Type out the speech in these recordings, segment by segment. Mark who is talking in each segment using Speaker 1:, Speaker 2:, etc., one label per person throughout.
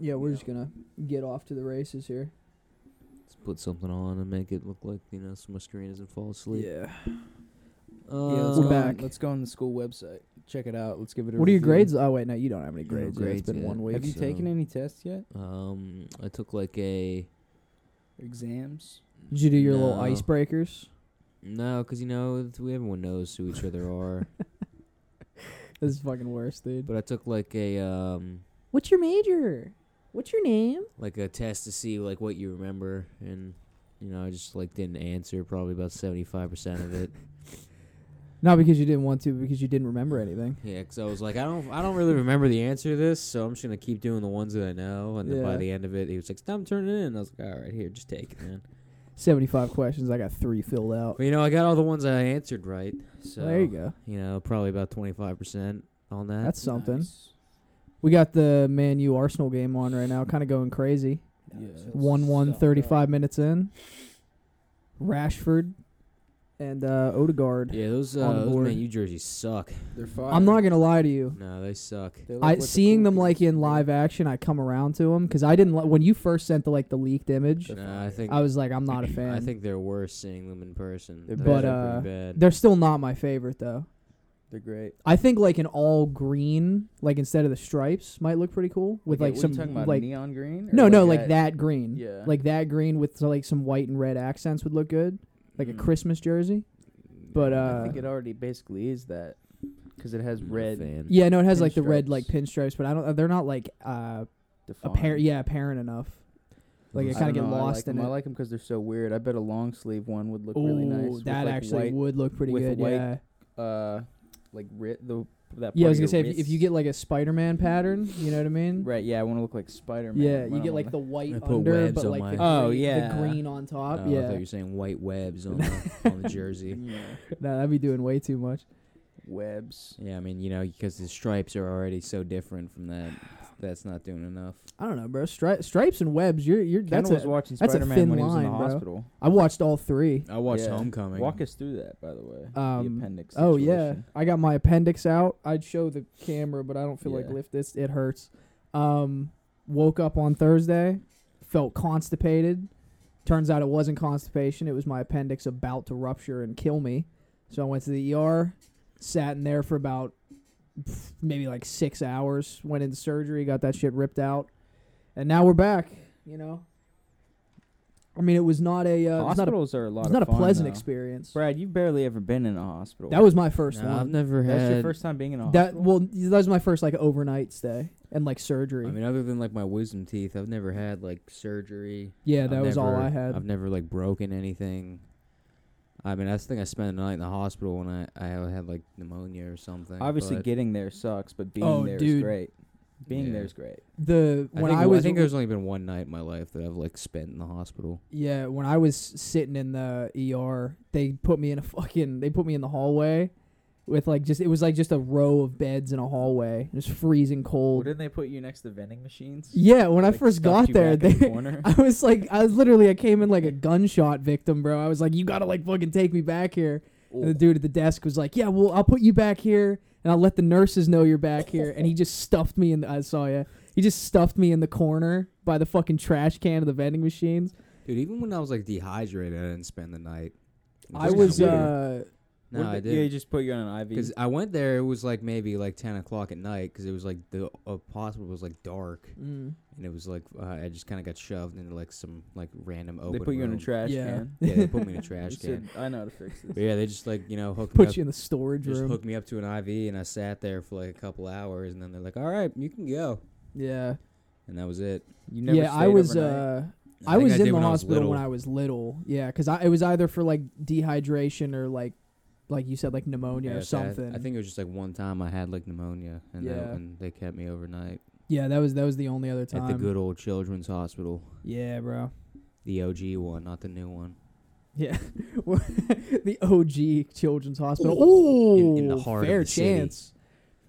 Speaker 1: Yeah, we're just gonna get off to the races here.
Speaker 2: Let's put something on and make it look like you know so my screen doesn't fall asleep.
Speaker 3: Yeah.
Speaker 2: Uh,
Speaker 3: yeah, let's
Speaker 1: we're
Speaker 3: go
Speaker 1: back.
Speaker 3: On, let's go on the school website. Check it out. Let's give it a
Speaker 1: What are your
Speaker 3: review.
Speaker 1: grades? Oh wait, no, you don't have any
Speaker 2: No
Speaker 1: grades. yet. it's
Speaker 2: grades
Speaker 1: been
Speaker 2: yet.
Speaker 1: one week.
Speaker 3: Have you
Speaker 2: So-
Speaker 3: taken any tests yet?
Speaker 2: Um, I took like a
Speaker 3: Exams?
Speaker 1: Did you do your little
Speaker 2: No.
Speaker 1: icebreakers?
Speaker 2: no, cause you know th- we everyone knows who each other are.
Speaker 1: This is fucking worse, dude.
Speaker 2: But I took like a um
Speaker 1: What's your major? What's your name?
Speaker 2: like a test to see like what you remember and you know I just like didn't answer probably about seventy five percent of it.
Speaker 1: Not because you didn't want to, but because you didn't remember anything.
Speaker 2: Yeah, 'cause I was like, I don't, I don't really remember the answer to this, so I'm just gonna keep doing the ones that I know. And then by
Speaker 1: Yeah.
Speaker 2: the end of it, he was like, "Stop turning it in." I was like, "All right, here, just take it, man."
Speaker 1: Seventy-five questions. I got three filled out.
Speaker 2: But you know, I got all the ones that I answered right, so
Speaker 1: there you go.
Speaker 2: You know, probably about 25 percent on that.
Speaker 1: That's something.
Speaker 3: Nice.
Speaker 1: We got the Man U Arsenal game on right now, kind of going crazy.
Speaker 3: Yeah, that's
Speaker 1: One one
Speaker 3: something.
Speaker 1: thirty-five minutes in. Rashford and uh, Odegaard.
Speaker 2: yeah, those
Speaker 1: On
Speaker 2: uh, those
Speaker 1: board.
Speaker 2: Man U jerseys suck.
Speaker 3: They're fire.
Speaker 1: I'm not gonna lie to you.
Speaker 2: No, they suck.
Speaker 3: They're like
Speaker 1: I
Speaker 3: what the
Speaker 1: seeing
Speaker 3: cool
Speaker 1: them
Speaker 3: kids
Speaker 1: like in
Speaker 3: do.
Speaker 1: live action, I come around to them because I didn't li- when you first sent the like the leaked image.
Speaker 3: They're
Speaker 2: No, I
Speaker 3: fire.
Speaker 2: think
Speaker 1: I was like, I'm not a fan.
Speaker 2: I think they're worse seeing them in person.
Speaker 3: They're
Speaker 2: Those
Speaker 1: bad.
Speaker 2: are
Speaker 1: But,
Speaker 2: pretty bad.
Speaker 1: they're still not my favorite though.
Speaker 3: They're great.
Speaker 1: I think like an all green, like instead of the stripes, might look pretty cool with
Speaker 3: Okay,
Speaker 1: like
Speaker 3: what
Speaker 1: some
Speaker 3: are you talking about
Speaker 1: like
Speaker 3: neon green. or
Speaker 1: no no like that green,
Speaker 3: Yeah.
Speaker 1: like that green with so, like some white and red accents would look good, like a
Speaker 2: Mm.
Speaker 1: Christmas jersey. But
Speaker 3: I
Speaker 1: uh,
Speaker 3: think it already basically is that because it has
Speaker 2: I'm not a
Speaker 3: red.
Speaker 2: fan.
Speaker 1: yeah, no, it has like the red
Speaker 3: Mm. pinstripes.
Speaker 1: like pinstripes, but I don't. They're not like uh
Speaker 3: defined.
Speaker 1: apparent. Yeah, apparent enough. Like it
Speaker 2: I
Speaker 1: kind
Speaker 3: don't
Speaker 1: of get
Speaker 3: know, I
Speaker 1: lost
Speaker 3: like
Speaker 1: in
Speaker 3: 'em.
Speaker 1: it.
Speaker 3: I like them because they're so weird. I bet a long sleeve one would look
Speaker 1: Ooh,
Speaker 3: really nice. with,
Speaker 1: that
Speaker 3: like,
Speaker 1: actually
Speaker 3: white,
Speaker 1: would look pretty
Speaker 3: with
Speaker 1: good.
Speaker 3: white
Speaker 1: yeah,
Speaker 3: uh, like ri- the that.
Speaker 1: yeah. I
Speaker 3: part
Speaker 1: was gonna
Speaker 3: of your
Speaker 1: say if, if you
Speaker 3: wrist.
Speaker 1: get like a Spider-Man pattern, you know what I mean?
Speaker 3: right, yeah, I want to look like Spider Man.
Speaker 1: Yeah, you get like the white
Speaker 2: I put
Speaker 1: under,
Speaker 2: webs
Speaker 1: but
Speaker 2: on
Speaker 1: like the
Speaker 2: mine.
Speaker 1: green,
Speaker 3: Oh,
Speaker 1: the
Speaker 3: yeah.
Speaker 1: green on
Speaker 2: Oh,
Speaker 1: top.
Speaker 2: I thought
Speaker 1: yeah,
Speaker 2: you were saying white webs on the, on the jersey.
Speaker 1: no, that'd be doing way too much.
Speaker 3: webs.
Speaker 2: Yeah, I mean, you know, because the stripes are already so different from that. That's not doing enough.
Speaker 1: I don't know, bro. Stri- stripes and webs. You're you're.
Speaker 3: Ken
Speaker 1: That's
Speaker 3: was
Speaker 1: a,
Speaker 3: watching
Speaker 1: that's a
Speaker 3: Spider Man
Speaker 1: thin
Speaker 3: when he was in the
Speaker 1: line, bro.
Speaker 3: hospital.
Speaker 1: I watched all three.
Speaker 2: I watched
Speaker 3: Yeah.
Speaker 2: Homecoming.
Speaker 3: Walk us through that, by the way.
Speaker 1: Um,
Speaker 3: the appendix.
Speaker 1: Oh yeah,
Speaker 3: situation.
Speaker 1: I got my appendix out. I'd show the camera, but I don't feel like
Speaker 3: Yeah.
Speaker 1: lift this. It hurts. Um, woke up on Thursday, felt constipated. Turns out it wasn't constipation. It was my appendix about to rupture and kill me. So I went to the ER, sat in there for about pff, maybe like six hours. Went into surgery, got that shit ripped out, and now we're back. You know, I mean, it was not a uh, it's not a,
Speaker 3: Hospitals are a lot.
Speaker 1: it's
Speaker 3: of
Speaker 1: not a
Speaker 3: fun,
Speaker 1: pleasant
Speaker 3: though.
Speaker 1: experience.
Speaker 3: Brad, you've barely ever been in a hospital.
Speaker 1: That was my first
Speaker 2: No,
Speaker 1: one.
Speaker 2: I've never
Speaker 3: Oh, That's
Speaker 2: had.
Speaker 3: your first time being in a
Speaker 1: That
Speaker 3: hospital.
Speaker 1: well, that was my first like overnight stay and like surgery.
Speaker 2: I mean, other than like my wisdom teeth, I've never had like surgery.
Speaker 1: yeah, that
Speaker 2: I've
Speaker 1: was all
Speaker 2: never-
Speaker 1: I had.
Speaker 2: I've never like broken anything. I mean, I think I spent the night in the hospital when I I had like pneumonia or something.
Speaker 3: Obviously,
Speaker 2: but
Speaker 3: getting there sucks, but being
Speaker 1: Oh,
Speaker 3: there is
Speaker 1: dude.
Speaker 3: great. Being
Speaker 2: Yeah.
Speaker 3: there is great.
Speaker 1: the
Speaker 2: I
Speaker 1: when
Speaker 2: think,
Speaker 1: I, was
Speaker 2: I think there's only been one night in my life that I've like spent in the hospital.
Speaker 1: yeah when I was sitting in the ER, they put me in a fucking they put me in the hallway with like just it was like just a row of beds in a hallway. It was freezing cold.
Speaker 3: didn't they put you next to vending machines?
Speaker 1: yeah, when I
Speaker 3: Like,
Speaker 1: first got
Speaker 3: stuffed you
Speaker 1: there,
Speaker 3: back in the
Speaker 1: they.
Speaker 3: corner?
Speaker 1: I was like, I was literally, I came in like a gunshot victim, bro. I was like, you gotta like fucking take me back here. And the dude at the desk was like, "Yeah, well, I'll put you back here, and I'll let the nurses know you're back here." And he just stuffed me in. The, I saw ya. He just stuffed me in the corner by the fucking trash can of the vending machines.
Speaker 2: Dude, even when I was like dehydrated, I didn't spend the night. It
Speaker 1: I
Speaker 2: kinda
Speaker 1: was,
Speaker 2: weird.
Speaker 1: uh,
Speaker 2: no, I did.
Speaker 3: Yeah, just put you on an IV.
Speaker 2: Because I went there, it was like maybe like ten o'clock at night, because it was like the uh, hospital was like dark,
Speaker 1: mm,
Speaker 2: and it was like uh, I just kind of got shoved into like some like random open.
Speaker 3: they put you in a
Speaker 2: room.
Speaker 3: trash
Speaker 1: Yeah.
Speaker 3: can.
Speaker 2: Yeah, they put me in a
Speaker 3: You
Speaker 2: trash can.
Speaker 3: said, I know how to fix
Speaker 2: But
Speaker 3: this.
Speaker 2: yeah, they just like you know hooked me
Speaker 1: put
Speaker 2: up,
Speaker 1: you in the storage
Speaker 2: just
Speaker 1: room.
Speaker 2: hooked me up to an IV, and I sat there for like a couple hours, and then they're like, "All right, you can go,"
Speaker 1: Yeah,
Speaker 2: and that was it.
Speaker 3: You never
Speaker 1: yeah. I
Speaker 3: stayed
Speaker 1: was,
Speaker 3: overnight?
Speaker 1: uh, I
Speaker 2: think
Speaker 1: was
Speaker 2: did
Speaker 1: in the
Speaker 2: when I was
Speaker 1: hospital
Speaker 2: little.
Speaker 1: when I was little. Yeah, because I it was either for like dehydration or like, like you said, like pneumonia
Speaker 2: Yeah,
Speaker 1: or
Speaker 2: so I-
Speaker 1: something.
Speaker 2: I, think it was just like one time I had like pneumonia, and, they,
Speaker 1: Yeah.
Speaker 2: and they kept me overnight
Speaker 1: yeah, that was that was the only other time.
Speaker 2: at the good old Children's Hospital,
Speaker 1: yeah, bro.
Speaker 2: the OG one, not the new one.
Speaker 1: Yeah, the OG Children's Hospital.
Speaker 2: In-
Speaker 1: Oh,
Speaker 2: in the heart of
Speaker 1: fair
Speaker 2: the city.
Speaker 1: chance.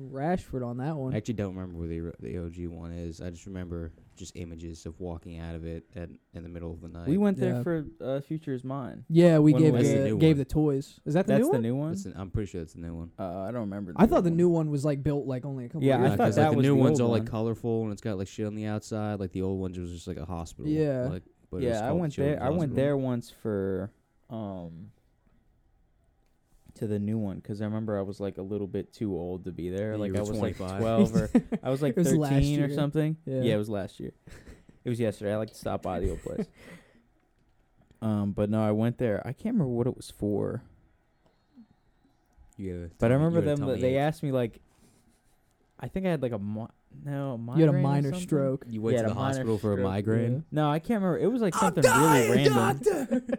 Speaker 1: Rashford on that one.
Speaker 2: I actually don't remember where the or- the OG one is. I just remember just images of walking out of it at in the middle of the night.
Speaker 3: We went there
Speaker 1: Yeah.
Speaker 3: for uh, Future is Mine.
Speaker 1: yeah, we
Speaker 3: When
Speaker 1: gave
Speaker 3: was
Speaker 1: the,
Speaker 2: the new
Speaker 1: gave
Speaker 2: one?
Speaker 1: the toys. Is that the
Speaker 3: That's
Speaker 1: new
Speaker 3: the
Speaker 1: one?
Speaker 3: new one.
Speaker 2: That's an- I'm pretty sure it's the new one.
Speaker 3: Uh, I don't remember.
Speaker 1: I thought the new one was like built like only a couple.
Speaker 3: Yeah, I
Speaker 1: years
Speaker 2: Yeah,
Speaker 3: thought
Speaker 2: 'cause,
Speaker 1: ago.
Speaker 3: that
Speaker 2: like, the
Speaker 3: was
Speaker 2: new
Speaker 3: the
Speaker 2: one's
Speaker 3: old
Speaker 2: all
Speaker 3: one.
Speaker 2: like colorful and it's got like shit on the outside. Like the old ones was just like a hospital.
Speaker 1: Yeah.
Speaker 2: Like, but it was
Speaker 3: Yeah, I
Speaker 2: called
Speaker 3: went
Speaker 2: Children's
Speaker 3: there. I went
Speaker 2: Hospital.
Speaker 3: there once for um to the new one because I remember I was like a little bit too old to be there.
Speaker 2: Yeah,
Speaker 3: like
Speaker 2: you
Speaker 3: I
Speaker 2: were
Speaker 3: was
Speaker 2: 25.
Speaker 3: like twelve or I was like
Speaker 1: It was last
Speaker 3: thirteen or
Speaker 1: year.
Speaker 3: something.
Speaker 1: Yeah.
Speaker 3: Yeah. it was last year. It was yesterday. I like to stop by the old place. um, but no, I went there. I can't remember what it was for,
Speaker 2: You gotta
Speaker 3: but I
Speaker 2: tell me- you
Speaker 3: remember
Speaker 2: gotta
Speaker 3: them.
Speaker 2: tell me
Speaker 3: They
Speaker 2: it.
Speaker 3: asked me like, I think I had like a mi- no.
Speaker 1: you had a
Speaker 3: migraine or
Speaker 1: minor
Speaker 3: something?
Speaker 1: stroke.
Speaker 2: You went
Speaker 3: Yeah,
Speaker 2: to the
Speaker 3: the minor
Speaker 2: hospital for a
Speaker 3: stroke,
Speaker 2: migraine.
Speaker 3: No, I can't remember. It was like something really random.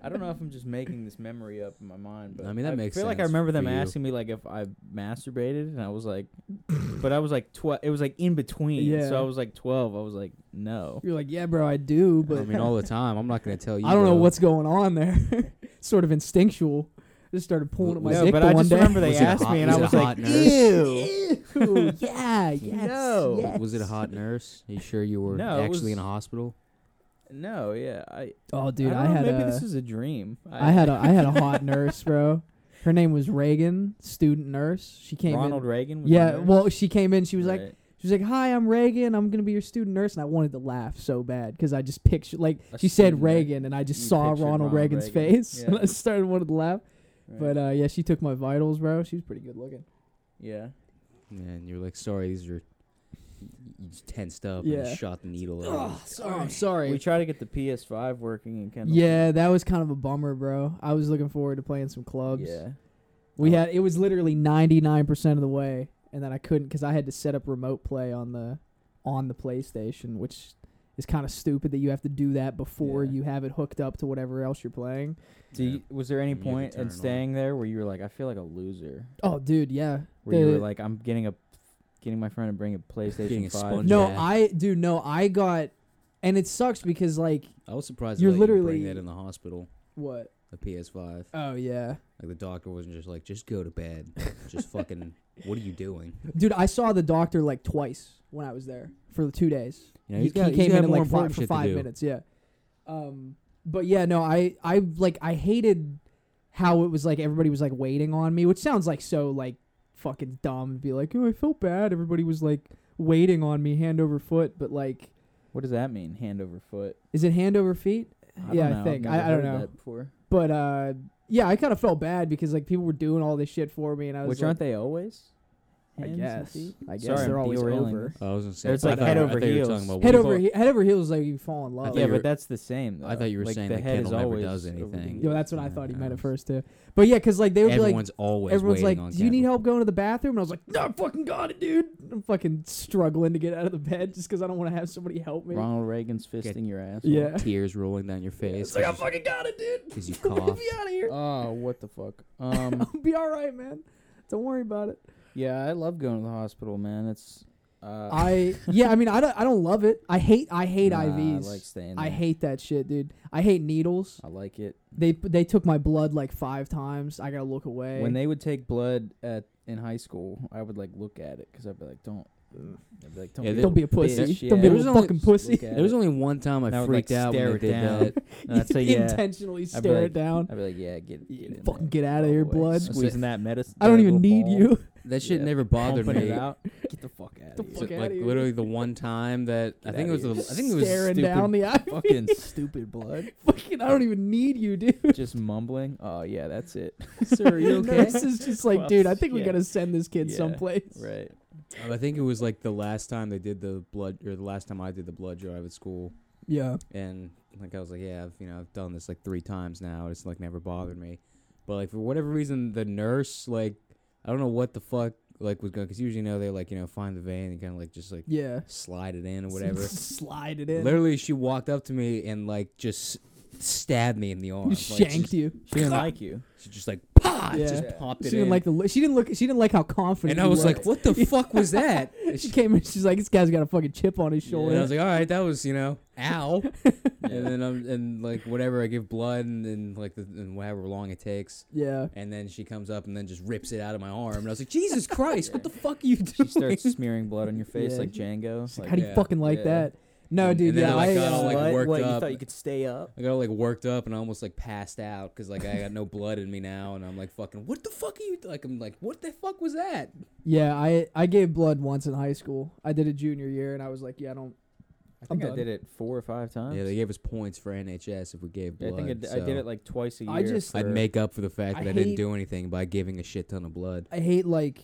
Speaker 3: I don't know if I'm just making this memory up in my mind, but
Speaker 2: I mean, that
Speaker 3: I
Speaker 2: makes
Speaker 3: feel like I
Speaker 2: sense
Speaker 3: remember them
Speaker 2: for you.
Speaker 3: asking me like if I masturbated, and I was like, but I was like twelve. It was like in between,
Speaker 1: Yeah.
Speaker 3: so I was like twelve. I was like, no,
Speaker 1: You're like, yeah, bro, I do, but
Speaker 2: I mean, all the time. I'm not gonna tell you.
Speaker 1: I don't know
Speaker 2: though.
Speaker 3: uh,
Speaker 1: what's going on there. sort of instinctual. Just started pulling at my
Speaker 2: Was-
Speaker 3: no.
Speaker 1: dick
Speaker 3: But
Speaker 1: the
Speaker 3: I
Speaker 1: one
Speaker 3: just
Speaker 1: day.
Speaker 3: remember they
Speaker 2: Was it a
Speaker 3: asked
Speaker 2: hot-
Speaker 3: me, and
Speaker 2: was
Speaker 3: I
Speaker 2: it a
Speaker 3: was
Speaker 2: hot
Speaker 3: like,
Speaker 2: nurse?
Speaker 3: ew.
Speaker 1: Ew, yeah, yes,
Speaker 3: No.
Speaker 1: yes.
Speaker 2: Was it a hot nurse? Are you sure you were
Speaker 3: No, it
Speaker 2: actually
Speaker 3: was-
Speaker 2: in a hospital?
Speaker 3: No, yeah, I
Speaker 1: Oh, dude,
Speaker 3: I,
Speaker 1: I,
Speaker 3: don't know,
Speaker 1: had
Speaker 3: maybe
Speaker 1: a,
Speaker 3: this is a dream.
Speaker 1: I had a, I had a hot nurse, bro. Her name was Reagan, student nurse. She came
Speaker 3: Ronald
Speaker 1: in.
Speaker 3: Reagan. Was the
Speaker 1: yeah,
Speaker 3: nurse?
Speaker 1: well, she came in. She was like,
Speaker 3: Right.
Speaker 1: she was like, "Hi, I'm Reagan. I'm gonna be your student nurse." And I wanted to laugh so bad because I just pictured, like,
Speaker 3: A
Speaker 1: she said
Speaker 3: student nurse.
Speaker 1: Reagan, and I just
Speaker 3: You
Speaker 1: saw Ronald,
Speaker 3: pictured Ronald
Speaker 1: Reagan's
Speaker 3: Reagan.
Speaker 1: face, and
Speaker 3: Yeah.
Speaker 1: I started wanted to laugh.
Speaker 3: Right.
Speaker 1: But uh, yeah, she took my vitals, bro. She was pretty good looking.
Speaker 3: yeah,
Speaker 2: And you're like, sorry, these are. You just tensed up
Speaker 1: Yeah.
Speaker 2: and shot the needle. out.
Speaker 1: Oh, sorry. I'm sorry.
Speaker 3: we try to get the PS5 working in Kendall.
Speaker 1: yeah, that was kind of a bummer, bro. I was looking forward to playing some clubs.
Speaker 3: yeah.
Speaker 1: We had it was literally 99% of the way and then I couldn't cuz I had to set up remote play on the on the PlayStation, which is kind of stupid that you have to do that before
Speaker 3: Yeah.
Speaker 1: you have it hooked up to whatever else you're playing.
Speaker 3: Do you, was there any
Speaker 2: You have to
Speaker 3: point
Speaker 2: turn it
Speaker 3: in
Speaker 2: on.
Speaker 3: staying there where you were like, I feel like a loser?
Speaker 1: Oh, dude, yeah.
Speaker 3: Where you were
Speaker 1: The-
Speaker 3: like, I'm getting a, getting my friend to bring a PlayStation
Speaker 2: Getting a
Speaker 3: Five.
Speaker 2: sponge.
Speaker 1: no,
Speaker 2: Yeah.
Speaker 1: I dude, no, I got and it sucks because like
Speaker 2: I was surprised
Speaker 1: You're
Speaker 2: you're literally
Speaker 1: literally-
Speaker 2: bring that in the hospital.
Speaker 1: what?
Speaker 2: The PS5.
Speaker 1: Oh yeah.
Speaker 2: Like the doctor wasn't just like, just go to bed. just fucking. What are you doing?
Speaker 1: Dude, I saw the doctor like twice when I was there for the 2 days.
Speaker 2: You
Speaker 1: he,
Speaker 2: he's
Speaker 1: he
Speaker 2: got- he's
Speaker 1: came
Speaker 2: got
Speaker 1: in at
Speaker 2: more
Speaker 1: like
Speaker 2: important
Speaker 1: five, for
Speaker 2: shit to
Speaker 1: five
Speaker 2: do.
Speaker 1: minutes. Yeah. Um. But yeah, no, I I like I hated how it was like everybody was like waiting on me, which sounds like so like fucking dumb. to Be like, oh, I felt bad. Everybody was like waiting on me, hand over foot. But like,
Speaker 3: What does that mean? Hand over foot.
Speaker 1: is it hand over feet? Yeah,
Speaker 3: I
Speaker 1: I
Speaker 3: don't know. I've
Speaker 1: think. I-
Speaker 3: never
Speaker 1: I don't
Speaker 3: heard
Speaker 1: know.
Speaker 3: That before.
Speaker 1: But uh, yeah, I kind of felt bad because like people were doing all this shit for me, and I was
Speaker 3: Which
Speaker 1: like,
Speaker 3: aren't they always?
Speaker 1: I
Speaker 3: Hands and
Speaker 1: guess.
Speaker 3: feet?
Speaker 1: I guess
Speaker 3: Sorry,
Speaker 1: they're
Speaker 3: I'm
Speaker 1: always
Speaker 3: derailing
Speaker 1: over.
Speaker 3: this.
Speaker 2: I was gonna say.
Speaker 3: It's
Speaker 2: I
Speaker 3: like
Speaker 2: thought-
Speaker 3: head
Speaker 2: I
Speaker 3: over
Speaker 2: thought you were
Speaker 3: heels.
Speaker 2: talking about
Speaker 1: head
Speaker 2: what-
Speaker 1: over he- head over heels like you fall in
Speaker 2: I
Speaker 1: love.
Speaker 2: thought
Speaker 3: Yeah,
Speaker 2: you were-
Speaker 3: but that's the same. Though.
Speaker 2: I thought you were
Speaker 3: like,
Speaker 2: saying
Speaker 3: the
Speaker 2: that
Speaker 3: head is
Speaker 2: Kendall never
Speaker 3: always
Speaker 2: does
Speaker 3: over the
Speaker 2: anything.
Speaker 3: ear.
Speaker 1: Yo, that's what I thought he meant at
Speaker 2: Sometimes.
Speaker 1: first too. But yeah, because like they would be like,
Speaker 2: Everyone's always
Speaker 1: Everyone's
Speaker 2: waiting
Speaker 1: like,
Speaker 2: on
Speaker 1: "Do you need
Speaker 2: Kendall."
Speaker 1: help going to the bathroom?" And I was like, "No, I fucking got it, dude." I'm fucking struggling to get out of the bed just because I don't want to have somebody help me.
Speaker 3: Ronald Reagan's
Speaker 2: Get-
Speaker 3: fisting your ass.
Speaker 1: Yeah,
Speaker 2: Tears rolling down your
Speaker 1: it's
Speaker 2: face.
Speaker 1: like I fucking got it, dude.
Speaker 2: Because you
Speaker 1: Get
Speaker 2: cough.
Speaker 1: me out of here.
Speaker 3: Oh, what the fuck? Um,
Speaker 1: I'll be all right, man. Don't worry about it.
Speaker 3: yeah, I love going to the hospital, man. It's. Uh,
Speaker 1: I yeah, I mean, I don't, I don't love it. I hate, I hate
Speaker 3: nah,
Speaker 1: IVs.
Speaker 3: I like staying.
Speaker 1: I
Speaker 3: there.
Speaker 1: hate that shit, dude. I hate needles.
Speaker 3: I like it.
Speaker 1: They they took my blood like five times. I gotta look away.
Speaker 3: When they would take blood at in high school, I would like look at it because I'd be like, "Don't." I'd be like, "Don't,
Speaker 2: Yeah,
Speaker 3: be,
Speaker 2: they-
Speaker 1: don't be a pussy. Don't be
Speaker 2: There was
Speaker 1: a
Speaker 2: only-
Speaker 1: fucking pussy.
Speaker 3: Look at
Speaker 2: There was
Speaker 3: it.
Speaker 2: only one time I
Speaker 3: And I would, like,
Speaker 2: freaked out when
Speaker 3: stare
Speaker 2: they
Speaker 3: it
Speaker 2: did
Speaker 3: down.
Speaker 2: that.
Speaker 3: And I'd say, uh, "Yeah."
Speaker 1: intentionally
Speaker 3: I'd be
Speaker 1: stare
Speaker 3: like-
Speaker 1: it down.
Speaker 3: I'd be like, "Yeah, get,
Speaker 1: You
Speaker 3: get in
Speaker 1: fucking
Speaker 3: there.
Speaker 1: get out of
Speaker 3: Go
Speaker 1: here,
Speaker 3: away."
Speaker 1: blood.
Speaker 3: Squeezing that medicine.
Speaker 1: I don't
Speaker 3: that
Speaker 1: even
Speaker 3: little
Speaker 1: need
Speaker 3: ball,
Speaker 1: you.
Speaker 2: That shit
Speaker 3: Yeah.
Speaker 2: never bothered
Speaker 3: pumping it
Speaker 2: me.
Speaker 3: out. Get the fuck out
Speaker 1: The
Speaker 3: of
Speaker 2: It's
Speaker 1: fuck
Speaker 3: here.
Speaker 1: out
Speaker 2: like
Speaker 1: of here.
Speaker 2: literally the one time that I
Speaker 3: Get
Speaker 2: think it
Speaker 3: outta
Speaker 2: was the,
Speaker 3: here.
Speaker 2: I think it was
Speaker 1: staring
Speaker 2: stupid.
Speaker 1: down the eye.
Speaker 3: fucking stupid blood.
Speaker 1: Fucking, I don't even need you, dude.
Speaker 3: Just mumbling. Oh yeah, that's it.
Speaker 1: Sir, you
Speaker 3: okay?
Speaker 1: Nurse is just like,
Speaker 3: Well,
Speaker 1: dude, I think we
Speaker 3: yeah.
Speaker 1: gotta send this kid
Speaker 3: Yeah,
Speaker 1: someplace.
Speaker 3: Right.
Speaker 2: I think it was like the last time they did the blood or the last time I did the blood drive at school,
Speaker 1: Yeah.
Speaker 2: and like I was like, yeah, I've you know I've done this like three times now. It's like never bothered me, but like for whatever reason, the nurse like I don't know what the fuck like was going because usually you know they like you know find the vein and kind of like just like
Speaker 1: Yeah.
Speaker 2: slide it in or whatever.
Speaker 1: Slide it in.
Speaker 2: Literally, she walked up to me and like just stabbed me in the arm. Like,
Speaker 1: You shanked
Speaker 2: she,
Speaker 1: you.
Speaker 3: She didn't like you.
Speaker 2: she just like pop,
Speaker 1: Yeah.
Speaker 2: just popped
Speaker 1: She
Speaker 2: it
Speaker 1: didn't
Speaker 2: in.
Speaker 1: like the. li- She didn't look. She didn't like how confident.
Speaker 2: and I
Speaker 1: you
Speaker 2: was
Speaker 1: were.
Speaker 2: like, what the fuck was that? And
Speaker 1: she
Speaker 2: she-
Speaker 1: came in. She's like, this guy's got a fucking chip on his shoulder.
Speaker 2: and I was like, all right, that was you know, ow. and then I'm and like whatever, I give blood and then like the, and however long it takes.
Speaker 1: yeah.
Speaker 2: And then she comes up and then just rips it out of my arm. And I was like, Jesus Christ, what the fuck are you
Speaker 3: She
Speaker 2: doing?
Speaker 3: starts smearing blood on your face
Speaker 1: Yeah.
Speaker 3: like Django. It's
Speaker 1: It's like,
Speaker 3: Like,
Speaker 1: how do you
Speaker 2: yeah,
Speaker 1: fucking like
Speaker 2: yeah.
Speaker 1: that? No,
Speaker 2: And-
Speaker 1: dude.
Speaker 2: and then
Speaker 1: yeah,
Speaker 2: I
Speaker 1: I.
Speaker 2: got all,
Speaker 1: uh,
Speaker 2: like,
Speaker 4: what?
Speaker 2: worked
Speaker 4: what, You
Speaker 2: up.
Speaker 4: thought you could stay up?
Speaker 2: I got like worked up and I almost like passed out because like I got no blood in me now and I'm like fucking what the fuck are you like I'm like what the fuck was that
Speaker 1: yeah, I I gave blood once in high school. I did it junior year, and I was like, yeah, I don't.
Speaker 3: I think I
Speaker 1: done.
Speaker 3: did it four or five times.
Speaker 2: yeah they gave us points for NHS if we gave
Speaker 3: I
Speaker 2: blood
Speaker 3: think I d- I did it like twice a year.
Speaker 1: I just-
Speaker 2: I'd
Speaker 3: for-
Speaker 2: make up for the fact
Speaker 1: I
Speaker 2: that I, didn't
Speaker 1: hate-
Speaker 2: do anything by giving a shit ton of blood
Speaker 1: I hate like.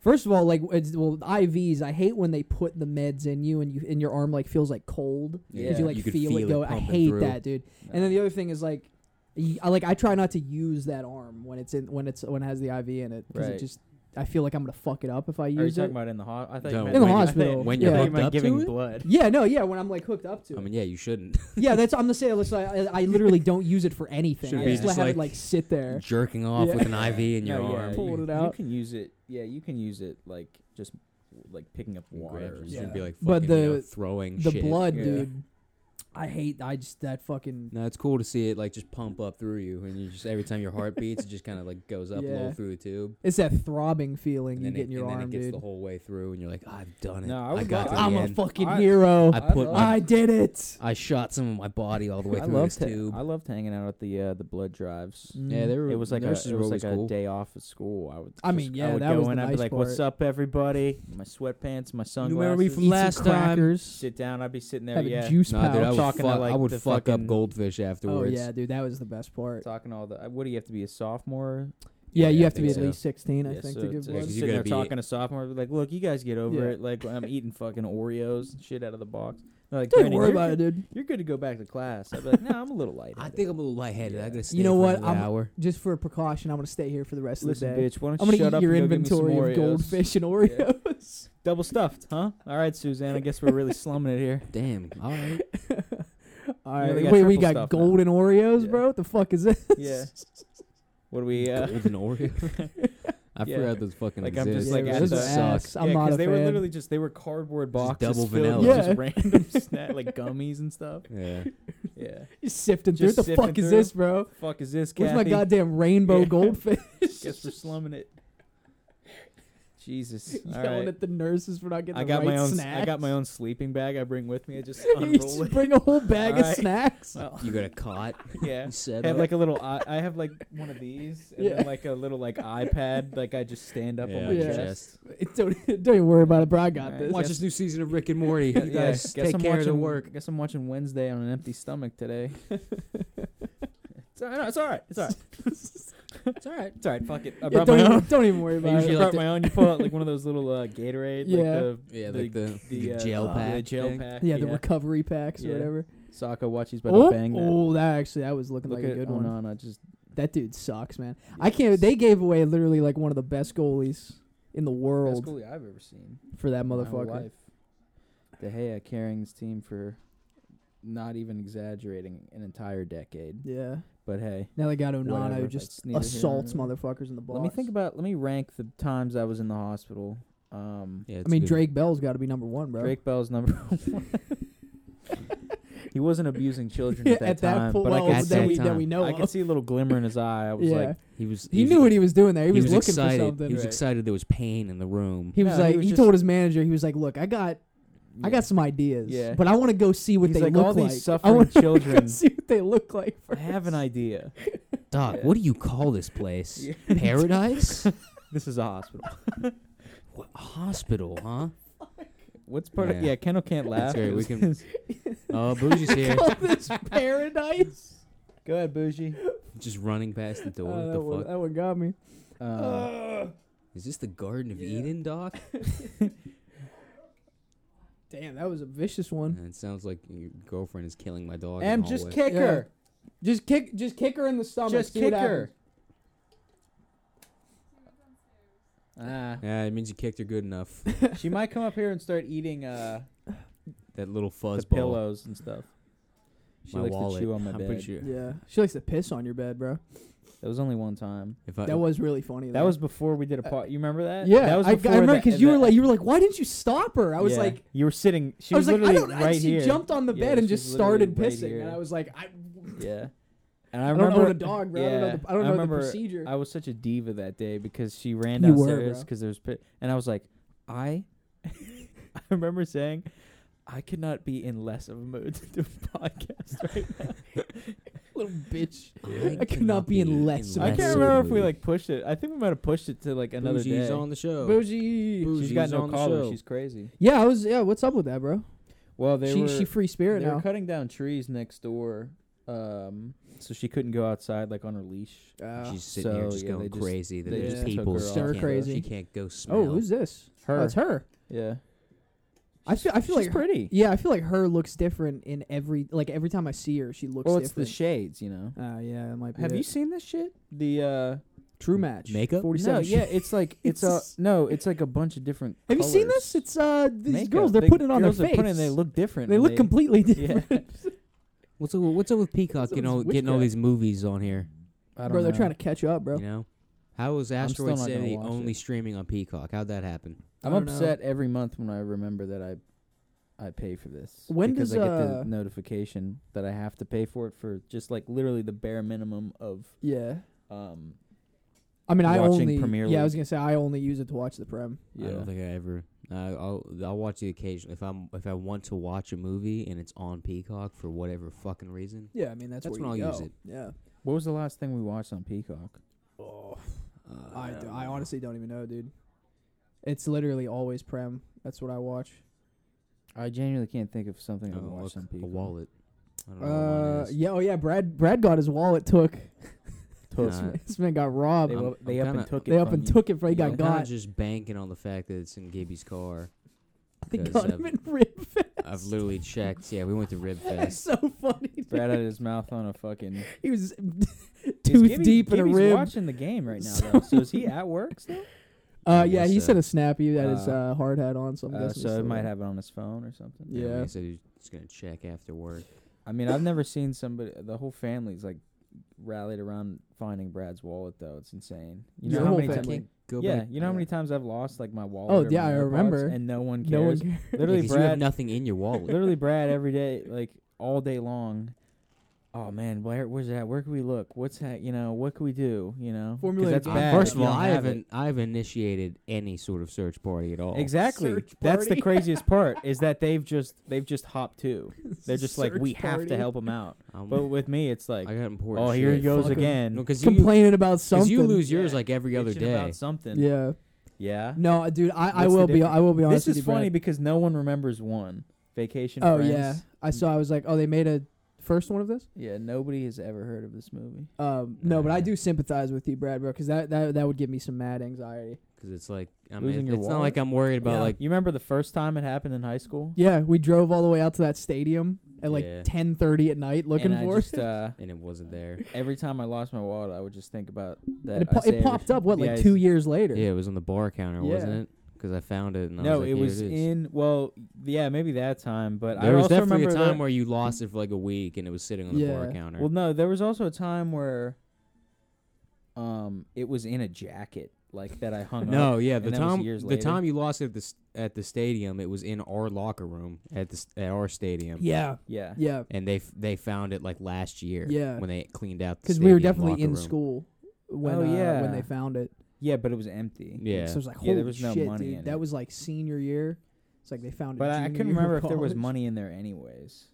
Speaker 1: First of all, like it's, well, IVs. I hate when they put the meds in you and you and your arm like feels like cold
Speaker 3: Yeah.
Speaker 1: because you like
Speaker 2: could
Speaker 1: feel, it go. I
Speaker 2: pumping
Speaker 1: hate
Speaker 2: through.
Speaker 1: that, dude. And then the other thing is like, y- I like I try not to use that arm when it's in when it's when it has the IV in it because it
Speaker 3: Right.
Speaker 1: just I feel like I'm gonna fuck it up if I
Speaker 3: Are you
Speaker 1: use it.
Speaker 3: talking about in the hospital? I thought you
Speaker 2: No,
Speaker 3: meant
Speaker 1: In the
Speaker 3: when you- I
Speaker 1: hospital.
Speaker 3: thought-
Speaker 2: When
Speaker 1: you're
Speaker 3: I thought
Speaker 2: hooked
Speaker 3: you meant
Speaker 2: up to
Speaker 3: giving
Speaker 2: it?
Speaker 3: blood.
Speaker 1: Yeah, no, yeah, when I'm like hooked up to
Speaker 2: I
Speaker 1: it.
Speaker 2: mean yeah you shouldn't
Speaker 1: yeah, that's I'm the same. That's like, I, I literally don't use it for anything.
Speaker 2: Should
Speaker 1: I
Speaker 2: be
Speaker 1: just,
Speaker 2: just
Speaker 1: have it
Speaker 2: like-
Speaker 1: like sit there.
Speaker 2: jerking off
Speaker 1: Yeah.
Speaker 2: with an IV in your
Speaker 3: No, yeah,
Speaker 2: arm
Speaker 3: you-
Speaker 1: Pulling it
Speaker 3: You
Speaker 1: out.
Speaker 3: can use it. Yeah, you can use it like just like picking up
Speaker 2: and
Speaker 3: water.
Speaker 2: grab
Speaker 3: or
Speaker 2: it.
Speaker 1: Yeah.
Speaker 2: You'd
Speaker 3: something.
Speaker 2: be like
Speaker 1: But
Speaker 2: fucking, you know,
Speaker 1: the-
Speaker 2: throwing
Speaker 1: The
Speaker 2: shit.
Speaker 1: blood,
Speaker 3: Yeah.
Speaker 1: dude. I hate. I just that fucking.
Speaker 2: No, it's cool to see it like just pump up through you, and you just every time your heart beats, it just kind of like goes up
Speaker 1: Yeah.
Speaker 2: low through the tube,
Speaker 1: It's that throbbing feeling
Speaker 2: and
Speaker 1: you
Speaker 2: then,
Speaker 1: get
Speaker 2: it,
Speaker 1: in your
Speaker 2: and
Speaker 1: arm,
Speaker 2: then it gets
Speaker 1: dude.
Speaker 2: the whole way through, and you're like, I've done it.
Speaker 3: No, I
Speaker 2: I
Speaker 3: would
Speaker 2: got
Speaker 3: like-
Speaker 2: to the
Speaker 1: I'm
Speaker 2: end.
Speaker 1: a fucking
Speaker 3: I-
Speaker 1: hero.
Speaker 2: I
Speaker 1: I,
Speaker 3: I
Speaker 2: put
Speaker 3: love-
Speaker 2: my,
Speaker 1: did it.
Speaker 2: I shot some of my body all the way
Speaker 3: I
Speaker 2: through
Speaker 3: loved
Speaker 2: this
Speaker 3: ha-
Speaker 2: tube.
Speaker 3: I loved hanging out at the uh, the blood drives.
Speaker 2: yeah, there were
Speaker 3: It was like a,
Speaker 2: nurses
Speaker 3: it
Speaker 2: were
Speaker 3: was
Speaker 2: always
Speaker 3: like a
Speaker 2: cool.
Speaker 3: day off of school. I would.
Speaker 1: I
Speaker 3: just-
Speaker 1: mean, yeah,
Speaker 3: I would
Speaker 1: that
Speaker 3: go
Speaker 1: was the
Speaker 3: in. I'd
Speaker 1: nice
Speaker 3: be like, "What's
Speaker 1: part.
Speaker 3: up, everybody? My sweatpants, my sunglasses."
Speaker 2: remember me from
Speaker 1: Eat some
Speaker 2: last time.
Speaker 1: crackers.
Speaker 3: Sit down. I'd be sitting there,
Speaker 1: Have a
Speaker 3: yeah,
Speaker 1: juice
Speaker 2: Nah, dude, I
Speaker 1: pouch.
Speaker 2: would
Speaker 3: Talking to,
Speaker 2: fuck, I
Speaker 3: like,
Speaker 2: would
Speaker 3: the
Speaker 2: fuck up
Speaker 3: fucking-
Speaker 2: goldfish
Speaker 1: oh
Speaker 2: afterwards.
Speaker 1: yeah, dude, that was the best part.
Speaker 3: talking all the. uh, What do you have to be a sophomore?
Speaker 1: Yeah,
Speaker 2: Yeah,
Speaker 1: you
Speaker 2: I
Speaker 1: have to
Speaker 2: think
Speaker 1: be at
Speaker 2: so.
Speaker 1: least 16, I
Speaker 3: Yeah,
Speaker 1: think,
Speaker 3: so
Speaker 1: to give
Speaker 3: it's, uh,
Speaker 1: blood.
Speaker 2: You
Speaker 3: sitting
Speaker 2: gotta
Speaker 3: there
Speaker 2: be-
Speaker 3: talking to sophomore, like, look, you guys get over
Speaker 1: Yeah.
Speaker 3: it. Like, I'm eating fucking Oreos and shit out of the box. They're like,
Speaker 1: Don't
Speaker 3: "Brandon,
Speaker 1: worry
Speaker 3: you're
Speaker 1: about
Speaker 3: good-
Speaker 1: it, dude.
Speaker 3: You're good to go back to class. I'd be like, no, I'm a little light.
Speaker 2: I think I'm a little lightheaded. I gotta stay
Speaker 1: know
Speaker 2: for
Speaker 1: what?
Speaker 2: another
Speaker 1: I'm-
Speaker 2: hour.
Speaker 1: Just for precaution, I'm gonna stay here for the rest
Speaker 3: Listen,
Speaker 1: of the day.
Speaker 3: bitch, why don't
Speaker 1: I'm gonna
Speaker 3: you shut
Speaker 1: eat
Speaker 3: up
Speaker 1: your
Speaker 3: and go get me some
Speaker 1: inventory of
Speaker 3: Oreos?
Speaker 1: goldfish and Oreos.
Speaker 3: Double stuffed, huh? All right, Suzanne. I guess we're really slumming it here.
Speaker 2: Damn. All right.
Speaker 1: All right,
Speaker 3: they got
Speaker 1: wait, we
Speaker 3: triple
Speaker 1: got
Speaker 3: stuff now.
Speaker 1: golden Oreos,
Speaker 3: Yeah.
Speaker 1: bro. What the fuck is this?
Speaker 3: Yeah. What do we? Uh,
Speaker 2: Golden Oreo. I
Speaker 3: Yeah.
Speaker 2: forgot those fucking
Speaker 3: Like, I'm
Speaker 2: exist.
Speaker 3: just like,
Speaker 1: yeah,
Speaker 3: at
Speaker 1: those
Speaker 3: the-
Speaker 1: are ass.
Speaker 2: sucks.
Speaker 1: I'm
Speaker 3: yeah,
Speaker 1: not
Speaker 3: 'cause
Speaker 1: a
Speaker 3: they
Speaker 1: fan.
Speaker 3: were literally just they were cardboard boxes
Speaker 2: double
Speaker 3: filled with
Speaker 1: vanilla.
Speaker 3: just
Speaker 1: Yeah.
Speaker 3: random snack like gummies and stuff.
Speaker 2: Yeah.
Speaker 3: Yeah.
Speaker 1: Just sifting
Speaker 3: Just
Speaker 1: through. What the
Speaker 3: sifting
Speaker 1: fuck is
Speaker 3: through.
Speaker 1: this, bro?
Speaker 3: Fuck is this?
Speaker 1: Where's my
Speaker 3: Kathy?
Speaker 1: goddamn rainbow
Speaker 3: Yeah.
Speaker 1: goldfish?
Speaker 3: Guess we're slumming it. Jesus. All
Speaker 1: Yelling
Speaker 3: right.
Speaker 1: at the nurses for not getting
Speaker 3: I
Speaker 1: the
Speaker 3: got
Speaker 1: right
Speaker 3: my own.
Speaker 1: snacks.
Speaker 3: I got my own sleeping bag. I bring with me. I just
Speaker 1: you
Speaker 3: unroll
Speaker 1: just
Speaker 3: it.
Speaker 1: bring a whole bag of
Speaker 3: Alright.
Speaker 1: snacks.
Speaker 3: Well,
Speaker 2: You got a cot.
Speaker 3: yeah.
Speaker 2: You said
Speaker 3: I have
Speaker 2: that.
Speaker 3: like a little. I, I have like one of these, and
Speaker 1: Yeah.
Speaker 3: then like a little like iPad. Like I just stand up on my
Speaker 1: Yeah.
Speaker 3: chest.
Speaker 1: don't don't even worry about it, bro. I got
Speaker 3: Alright.
Speaker 1: this.
Speaker 2: Watch
Speaker 3: Guess-
Speaker 2: this new season of Rick and Morty. You
Speaker 3: Yeah, yeah,
Speaker 2: guys take
Speaker 3: I'm
Speaker 2: care of the
Speaker 3: watching-
Speaker 2: work.
Speaker 3: Guess I'm watching Wednesday on an empty stomach today. it's, all- no, it's all right. It's all right.
Speaker 2: It's all right.
Speaker 3: It's all right. Fuck it. I
Speaker 1: Yeah,
Speaker 3: brought
Speaker 1: don't,
Speaker 3: my
Speaker 1: even,
Speaker 3: own.
Speaker 1: don't even worry
Speaker 3: I
Speaker 1: about
Speaker 3: usually
Speaker 1: it.
Speaker 2: like
Speaker 3: brought
Speaker 2: the-
Speaker 3: my own. You pull out like one of those little uh, Gatorade.
Speaker 1: Yeah.
Speaker 3: Like the,
Speaker 2: Yeah,
Speaker 3: the-
Speaker 2: like the,
Speaker 3: the,
Speaker 2: the
Speaker 3: uh,
Speaker 2: gel
Speaker 3: uh,
Speaker 2: pack.
Speaker 3: The gel
Speaker 2: thing.
Speaker 3: pack.
Speaker 1: Yeah, the recovery packs or
Speaker 3: Yeah.
Speaker 1: whatever.
Speaker 3: Soccer watch. He's about
Speaker 1: Oh,
Speaker 3: to bang that.
Speaker 1: oh, that actually that was looking
Speaker 3: Look
Speaker 1: like a
Speaker 3: at
Speaker 1: good one.
Speaker 3: Onana. Just
Speaker 1: That dude sucks, man. I can't. They gave away literally like one of the best goalies in the
Speaker 3: best
Speaker 1: world
Speaker 3: goalie I've ever seen.
Speaker 1: for that
Speaker 3: in my whole
Speaker 1: motherfucker.
Speaker 3: life. De Gea carrying this team for, not even exaggerating, an entire decade.
Speaker 1: Yeah.
Speaker 3: But hey,
Speaker 1: Now they got Onana
Speaker 3: Whatever,
Speaker 1: who
Speaker 3: but
Speaker 1: just
Speaker 3: it's neither here nor
Speaker 1: assaults
Speaker 3: there.
Speaker 1: motherfuckers in the box.
Speaker 3: let me think about. Let me rank the times I was in the hospital. Um,
Speaker 2: Yeah,
Speaker 1: I mean, Drake Bell's got to be number one, bro.
Speaker 3: Drake Bell's number one. he wasn't abusing children at that time,
Speaker 1: point,
Speaker 3: but
Speaker 1: well,
Speaker 3: I could
Speaker 2: at
Speaker 1: that
Speaker 2: that
Speaker 1: we
Speaker 3: see.
Speaker 1: that we
Speaker 2: time.
Speaker 1: know
Speaker 3: I could
Speaker 1: of.
Speaker 3: see a little glimmer in his eye. I was
Speaker 1: yeah,
Speaker 3: like,
Speaker 2: He was.
Speaker 1: he knew what he was doing there. He, was, looking
Speaker 2: excited.
Speaker 1: for something.
Speaker 2: He was
Speaker 3: Right.
Speaker 2: excited. There was pain in the room.
Speaker 1: He was
Speaker 3: No, he
Speaker 1: like, he,
Speaker 3: was just-
Speaker 1: told his manager, he was like, "Look, I got, I
Speaker 3: yeah.
Speaker 1: got some ideas,
Speaker 3: Yeah.
Speaker 1: but I want to go see what
Speaker 3: He's
Speaker 1: they
Speaker 3: like,
Speaker 1: look
Speaker 3: all
Speaker 1: like.
Speaker 3: these
Speaker 1: I
Speaker 3: suffering
Speaker 1: want to go
Speaker 3: children.
Speaker 1: see what they look like."
Speaker 3: I
Speaker 1: First.
Speaker 3: have an idea.
Speaker 2: Doc,
Speaker 3: Yeah.
Speaker 2: what do you call this place?
Speaker 3: Yeah.
Speaker 2: Paradise?
Speaker 3: This is a hospital.
Speaker 2: what, hospital, huh?
Speaker 3: What's part of?
Speaker 2: Yeah.
Speaker 3: Yeah, Kendall can't laugh.
Speaker 2: That's right, we
Speaker 3: 'cause-
Speaker 2: can- Oh, Bougie's here.
Speaker 1: Call this paradise.
Speaker 3: Go ahead, bougie.
Speaker 2: Just running past the door.
Speaker 1: Uh,
Speaker 2: what
Speaker 1: that,
Speaker 2: the
Speaker 1: one,
Speaker 2: fuck?
Speaker 1: that one got me.
Speaker 3: Uh,
Speaker 2: Is this the Garden of
Speaker 1: yeah.
Speaker 2: Eden, Doc?
Speaker 1: Damn, that was a vicious one.
Speaker 2: And it sounds like your girlfriend is killing my dog. in
Speaker 3: Em,
Speaker 2: the
Speaker 3: just
Speaker 2: hallway.
Speaker 3: kick
Speaker 1: Yeah.
Speaker 3: her.
Speaker 1: Just kick, just kick her in the stomach.
Speaker 3: Just
Speaker 1: see what
Speaker 3: kick her.
Speaker 1: happens.
Speaker 3: Ah,
Speaker 2: Yeah, it means you kicked her good enough.
Speaker 3: she might come up here and start eating uh,
Speaker 2: that little
Speaker 3: the
Speaker 2: fuzz ball.
Speaker 3: pillows and stuff. She
Speaker 2: my
Speaker 3: likes
Speaker 2: wallet.
Speaker 3: to chew on my
Speaker 2: I'm
Speaker 3: bed.
Speaker 2: pretty sure.
Speaker 1: Yeah, she likes to piss on your bed, bro.
Speaker 3: That was only one time.
Speaker 2: If I,
Speaker 1: That was really funny.
Speaker 3: Uh, That
Speaker 1: though.
Speaker 3: was before we did a pot. You remember that?
Speaker 1: Uh, yeah.
Speaker 3: that was
Speaker 1: I, I
Speaker 3: before
Speaker 1: remember
Speaker 3: that-
Speaker 1: because you were
Speaker 3: that-
Speaker 1: like you were like, why didn't you stop her? I was
Speaker 3: Yeah.
Speaker 1: like,
Speaker 3: you were sitting. She
Speaker 1: I was like, I
Speaker 3: literally
Speaker 1: don't.
Speaker 3: right
Speaker 1: and she
Speaker 3: here.
Speaker 1: jumped on the
Speaker 3: Yeah,
Speaker 1: bed and
Speaker 3: she
Speaker 1: just
Speaker 3: was literally
Speaker 1: started
Speaker 3: right
Speaker 1: pissing,
Speaker 3: here.
Speaker 1: and I was like, I,
Speaker 3: Yeah, and I
Speaker 1: I
Speaker 3: remember
Speaker 1: don't know the dog, bro. I don't know
Speaker 3: yeah,
Speaker 1: the, I don't know
Speaker 3: remember
Speaker 1: the procedure.
Speaker 3: I was such a diva that day because she ran
Speaker 1: You were,
Speaker 3: downstairs
Speaker 1: bro.
Speaker 3: because there was pit, and I was like, I, I remember saying, I could not be in less of a mood to do a podcast right now.
Speaker 1: Little bitch.
Speaker 2: I
Speaker 1: I could
Speaker 2: cannot
Speaker 1: not be
Speaker 2: be
Speaker 1: in
Speaker 2: in less
Speaker 1: less.
Speaker 3: I
Speaker 2: That's
Speaker 3: can't
Speaker 2: so
Speaker 3: remember if we
Speaker 2: rude.
Speaker 3: like pushed it. I think we might have pushed it to like another
Speaker 2: Bougie's
Speaker 3: day.
Speaker 2: on the show.
Speaker 1: Bougie.
Speaker 3: She's got
Speaker 2: Bougie's
Speaker 3: no
Speaker 2: on the
Speaker 3: collar.
Speaker 2: show.
Speaker 3: She's crazy.
Speaker 1: Yeah, I was. Yeah, what's up with that, bro?
Speaker 3: Well, they
Speaker 1: She
Speaker 3: were
Speaker 1: she free
Speaker 3: they
Speaker 1: spirit
Speaker 3: were
Speaker 1: now.
Speaker 3: cutting down trees next door, um, so she couldn't go outside like on her leash.
Speaker 1: Uh,
Speaker 2: She's sitting here
Speaker 3: So,
Speaker 2: just
Speaker 3: yeah, they
Speaker 2: going
Speaker 3: just-
Speaker 2: crazy. That
Speaker 3: they
Speaker 2: there's
Speaker 1: just took
Speaker 2: people
Speaker 3: her
Speaker 2: she
Speaker 3: off
Speaker 1: Stir
Speaker 2: can't-
Speaker 1: crazy.
Speaker 2: She can't go smell.
Speaker 1: oh, who's this?
Speaker 3: Her.
Speaker 1: Oh, it's her.
Speaker 3: Yeah,
Speaker 1: I feel. I feel like.
Speaker 3: she's
Speaker 1: her-
Speaker 3: pretty.
Speaker 1: Yeah, I feel like her looks different in every. Like every time I see her, she looks.
Speaker 3: Well, it's the
Speaker 1: different.
Speaker 3: shades, you know.
Speaker 1: uh, yeah, that might be.
Speaker 3: Have
Speaker 1: it.
Speaker 3: you seen this shit? The uh
Speaker 1: True match
Speaker 2: Makeup?
Speaker 1: Forty-seven.
Speaker 3: no, yeah,
Speaker 1: shades.
Speaker 3: it's like it's a
Speaker 1: Jesus.
Speaker 3: no, it's like a bunch of different.
Speaker 1: Have you seen
Speaker 3: colours.
Speaker 1: this? It's uh these
Speaker 3: Makeup.
Speaker 1: girls. They're
Speaker 3: They-
Speaker 1: putting it on
Speaker 3: girls
Speaker 1: their
Speaker 3: are
Speaker 1: face.
Speaker 3: putting it, they look different.
Speaker 1: They
Speaker 3: and
Speaker 1: look completely different.
Speaker 3: Yeah,
Speaker 2: What's up, what's up with Peacock getting all,
Speaker 1: Sounds
Speaker 2: getting all
Speaker 1: witchcraft.
Speaker 2: these movies on here?
Speaker 3: I don't
Speaker 1: bro, they're
Speaker 3: know.
Speaker 1: trying to catch up, bro.
Speaker 2: You know, how is
Speaker 3: I'm still
Speaker 2: Asteroid
Speaker 3: not gonna
Speaker 2: City
Speaker 3: watch
Speaker 2: only
Speaker 3: it.
Speaker 2: streaming on Peacock? How'd that happen?
Speaker 3: I'm
Speaker 1: I don't know.
Speaker 3: upset every month when I remember that I, I pay for this.
Speaker 1: When
Speaker 3: because
Speaker 1: does,
Speaker 3: I get
Speaker 1: uh,
Speaker 3: the notification that I have to pay for it for just like literally the bare minimum of
Speaker 1: Yeah.
Speaker 3: um.
Speaker 1: I mean, I
Speaker 3: Watching
Speaker 1: only.
Speaker 3: Premier
Speaker 1: yeah, I
Speaker 3: League.
Speaker 1: was gonna say I only use it to watch the prem.
Speaker 2: I
Speaker 3: Yeah,
Speaker 2: don't think I ever. I I'll I'll watch the occasion if I'm if I want to watch a movie and it's on Peacock for whatever fucking reason.
Speaker 1: Yeah, I mean that's,
Speaker 2: That's
Speaker 1: where
Speaker 2: when
Speaker 1: you
Speaker 2: I'll
Speaker 1: go.
Speaker 2: use it.
Speaker 1: Yeah.
Speaker 3: what was the last thing we watched on Peacock?
Speaker 1: Oh,
Speaker 2: Uh,
Speaker 1: I,
Speaker 2: don't
Speaker 1: d- I
Speaker 2: know.
Speaker 1: honestly don't even know, dude. It's literally always prem. That's what I watch.
Speaker 3: I genuinely can't think of something I
Speaker 2: Oh,
Speaker 3: watched
Speaker 2: look,
Speaker 3: on
Speaker 2: a
Speaker 3: Peacock.
Speaker 2: wallet. I don't know what mine
Speaker 1: Uh,
Speaker 2: is.
Speaker 1: yeah. Oh yeah. Brad. Brad got his wallet took.
Speaker 3: Toast.
Speaker 2: Nah,
Speaker 1: this man got
Speaker 3: They,
Speaker 1: robbed.
Speaker 2: I'm-
Speaker 3: up- they
Speaker 2: I'm
Speaker 3: up and
Speaker 2: kinda-
Speaker 3: took it.
Speaker 1: They up
Speaker 3: from
Speaker 1: and
Speaker 3: you.
Speaker 1: took it before he
Speaker 2: I'm
Speaker 1: got
Speaker 2: kinda
Speaker 1: got.
Speaker 2: just banking on the fact that it's in Gibby's car.
Speaker 1: They
Speaker 2: 'cause
Speaker 1: got him
Speaker 2: I've-
Speaker 1: in rib.
Speaker 2: I've literally checked. Yeah, we went to Rib
Speaker 1: That's
Speaker 2: Fest.
Speaker 1: so funny. dude.
Speaker 3: Brad had his mouth on a fucking
Speaker 1: He was
Speaker 3: Is
Speaker 1: tooth
Speaker 3: Gibby-
Speaker 1: deep in a
Speaker 3: Gibby's
Speaker 1: rib.
Speaker 3: watching the game right now,
Speaker 1: So-
Speaker 3: though. so is he at work still?
Speaker 1: Uh,
Speaker 2: I
Speaker 1: yeah,
Speaker 2: guess
Speaker 1: he
Speaker 2: so.
Speaker 1: sent a snap. He had his
Speaker 3: Uh,
Speaker 1: uh, hard hat on, so I'm
Speaker 3: Uh,
Speaker 1: guessing. he's
Speaker 3: so he
Speaker 1: still
Speaker 3: might
Speaker 1: there.
Speaker 3: have it on his phone or something.
Speaker 1: Yeah.
Speaker 2: He said he was just gonna check after work.
Speaker 3: I mean, I've never seen somebody. The whole family's like rallied around finding Brad's wallet, though. It's insane. You
Speaker 1: Your
Speaker 3: know how
Speaker 1: whole
Speaker 3: many
Speaker 2: I
Speaker 1: family.
Speaker 3: times?
Speaker 2: can't go
Speaker 3: yeah,
Speaker 2: back.
Speaker 3: you know how
Speaker 1: yeah.
Speaker 3: many times I've lost like my wallet.
Speaker 1: Oh,
Speaker 3: or
Speaker 1: yeah,
Speaker 3: my
Speaker 1: I
Speaker 3: AirPods
Speaker 1: remember.
Speaker 3: And no one cares.
Speaker 1: No one cares.
Speaker 3: Literally,
Speaker 2: 'cause you have
Speaker 3: Brad.
Speaker 2: nothing in your wallet.
Speaker 3: literally, Brad. Every day, like all day long. Oh man, where where's it at? Where can we look? What's that? You know, what can we do? You know, 'Cause
Speaker 1: Formulate a
Speaker 3: that's
Speaker 1: game
Speaker 3: bad.
Speaker 1: plan.
Speaker 2: First
Speaker 3: if
Speaker 2: of
Speaker 3: you
Speaker 2: all,
Speaker 3: don't
Speaker 2: I
Speaker 3: have it.
Speaker 2: haven't I've initiated any sort of search party at all.
Speaker 3: Exactly.
Speaker 1: Search
Speaker 3: That's the
Speaker 1: party.
Speaker 3: craziest part is that they've just they've just hopped to. They're just like
Speaker 1: Search
Speaker 3: we have
Speaker 1: party.
Speaker 3: to help him out.
Speaker 2: I'm-
Speaker 3: But with me, it's like
Speaker 2: I got important.
Speaker 3: oh here he
Speaker 2: shit.
Speaker 3: goes
Speaker 1: Fuck 'em.
Speaker 3: again.
Speaker 2: No, because you,
Speaker 1: complaining about
Speaker 2: 'cause
Speaker 1: something.
Speaker 2: you lose yours
Speaker 3: Yeah.
Speaker 2: like every other
Speaker 3: Bitching
Speaker 2: day.
Speaker 3: about something.
Speaker 1: Yeah.
Speaker 3: Yeah.
Speaker 1: No, uh, dude, I, I
Speaker 3: What's the
Speaker 1: will be.
Speaker 3: difference?
Speaker 1: I will be honest.
Speaker 3: This is
Speaker 1: with you,
Speaker 3: funny
Speaker 1: Brad.
Speaker 3: because no one remembers one vacation.
Speaker 1: Oh
Speaker 3: Friends.
Speaker 1: yeah, I saw. I was like, oh, they made a first one of this.
Speaker 3: Yeah. Nobody has ever heard of this movie.
Speaker 1: Um, no, but I
Speaker 2: Nah.
Speaker 1: do sympathize with you, Brad, bro, because that, that that would give me some mad anxiety.
Speaker 2: Because it's like I
Speaker 3: Losing
Speaker 2: mean,
Speaker 3: your
Speaker 2: it's not like I'm worried about
Speaker 1: Yeah.
Speaker 2: like
Speaker 3: You remember the first time it happened in high school?
Speaker 1: Yeah, we drove all the way out to that stadium at like
Speaker 2: Yeah.
Speaker 1: 10:30 at night looking
Speaker 3: and
Speaker 1: for
Speaker 3: I
Speaker 1: it.
Speaker 3: just, uh,
Speaker 2: and it wasn't there.
Speaker 3: every time I lost my wallet, I would just think about that.
Speaker 1: And it, po- it
Speaker 3: Isaiah
Speaker 1: popped
Speaker 3: Rich-
Speaker 1: up what
Speaker 3: the
Speaker 1: like
Speaker 3: Is-
Speaker 1: two years later.
Speaker 2: Yeah, it was on the bar counter,
Speaker 1: Yeah.
Speaker 2: wasn't it? Because I found it. And I
Speaker 3: No,
Speaker 2: was like,
Speaker 3: it
Speaker 2: "Here
Speaker 3: was
Speaker 2: is."
Speaker 3: in. Well, yeah, maybe that time, but I
Speaker 2: There was
Speaker 3: also
Speaker 2: definitely a
Speaker 3: remember
Speaker 2: time
Speaker 3: that-
Speaker 2: where you lost it for like a week and it was sitting on the bar
Speaker 1: Yeah.
Speaker 2: counter.
Speaker 3: Well, no, there was also a time where, um, it was in a jacket like that I hung up.
Speaker 2: no, yeah, the
Speaker 3: and that was
Speaker 2: time
Speaker 3: years
Speaker 2: the
Speaker 3: later.
Speaker 2: time you lost it at the s- at the stadium, it was in our locker room at the s- at our stadium.
Speaker 1: Yeah,
Speaker 3: Yeah.
Speaker 1: yeah,
Speaker 2: and they f- they found it like last year.
Speaker 1: Yeah.
Speaker 2: when they cleaned out the
Speaker 1: because we were
Speaker 2: stadium
Speaker 1: definitely
Speaker 2: locker
Speaker 1: in
Speaker 2: room.
Speaker 1: school when
Speaker 3: Oh,
Speaker 1: uh, when
Speaker 3: yeah.
Speaker 1: they found it.
Speaker 3: Yeah, but it was empty.
Speaker 2: Yeah,
Speaker 1: So it was like, holy
Speaker 3: Yeah, there was no
Speaker 1: shit,
Speaker 3: money
Speaker 1: dude.
Speaker 3: in
Speaker 1: that
Speaker 3: it.
Speaker 1: was like senior year. It's like they found it.
Speaker 3: But I, I
Speaker 1: junior
Speaker 3: couldn't
Speaker 1: year of
Speaker 3: remember if there was
Speaker 1: college.
Speaker 3: money in there anyways.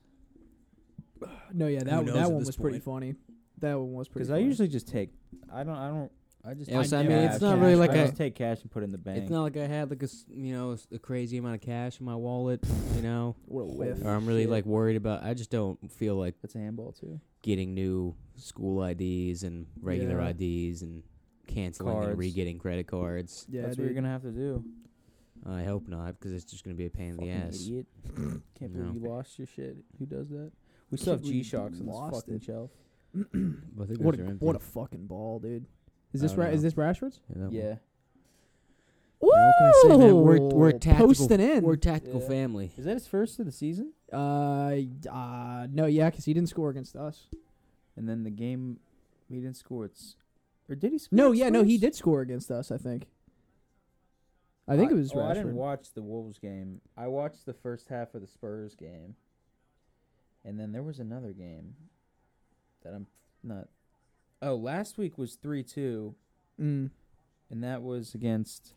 Speaker 1: No, yeah, that
Speaker 2: knows
Speaker 1: that
Speaker 2: at
Speaker 1: one
Speaker 2: this
Speaker 1: was pretty
Speaker 2: point?
Speaker 1: funny. That one was pretty.
Speaker 3: Because I
Speaker 1: funny.
Speaker 3: usually just take. I don't. I don't. I just.
Speaker 2: Yeah,
Speaker 3: take
Speaker 2: so,
Speaker 1: I mean, it's
Speaker 3: cash.
Speaker 1: not really like
Speaker 3: I
Speaker 1: a-
Speaker 3: just take cash and put it in the bank.
Speaker 2: it's not like I had like a s- you know s- a crazy amount of cash in my wallet, you know,
Speaker 1: what a
Speaker 3: Holy
Speaker 1: whiff.
Speaker 2: or I'm really
Speaker 3: Shit.
Speaker 2: like worried about. I just don't feel like
Speaker 3: That's a handball too.
Speaker 2: getting new school IDs and regular
Speaker 1: Yeah.
Speaker 2: IDs and canceling
Speaker 3: Cards.
Speaker 2: and re-getting credit cards.
Speaker 1: Yeah,
Speaker 3: That's
Speaker 1: dude.
Speaker 3: what you're gonna have to do.
Speaker 2: I hope not because it's just gonna be a pain in the
Speaker 3: Fucking
Speaker 2: ass.
Speaker 3: idiot. Can't
Speaker 2: No.
Speaker 3: believe you lost your shit. Who does that? We still have
Speaker 1: We
Speaker 3: G Shocks on this
Speaker 1: lost
Speaker 3: fucking
Speaker 1: it.
Speaker 3: shelf.
Speaker 2: But I think
Speaker 1: what a,
Speaker 2: those are empty.
Speaker 1: what a fucking ball, dude. Is
Speaker 2: I
Speaker 1: this
Speaker 2: don't
Speaker 1: ra- is
Speaker 2: know.
Speaker 1: this Rashford's?
Speaker 2: Yeah, that one.
Speaker 3: Yeah.
Speaker 2: can
Speaker 1: Ooh,
Speaker 2: I say, man? We're- we're a tactical-
Speaker 1: posting in.
Speaker 2: We're a tactical
Speaker 3: Yeah.
Speaker 2: family.
Speaker 3: Is that his first of the season?
Speaker 1: Uh, uh no, yeah, because he didn't score against us.
Speaker 3: And then the game, he didn't score. It's or did he score?
Speaker 1: No,
Speaker 3: at
Speaker 1: yeah, no, he
Speaker 3: Spurs?
Speaker 1: did score against us. I think. I think it was
Speaker 3: oh, I
Speaker 1: Rashford.
Speaker 3: didn't watch the Wolves game. I watched the first half of the Spurs game, and then there was another game that I'm not. Oh, last week was three two,
Speaker 1: mm.
Speaker 3: and that was against.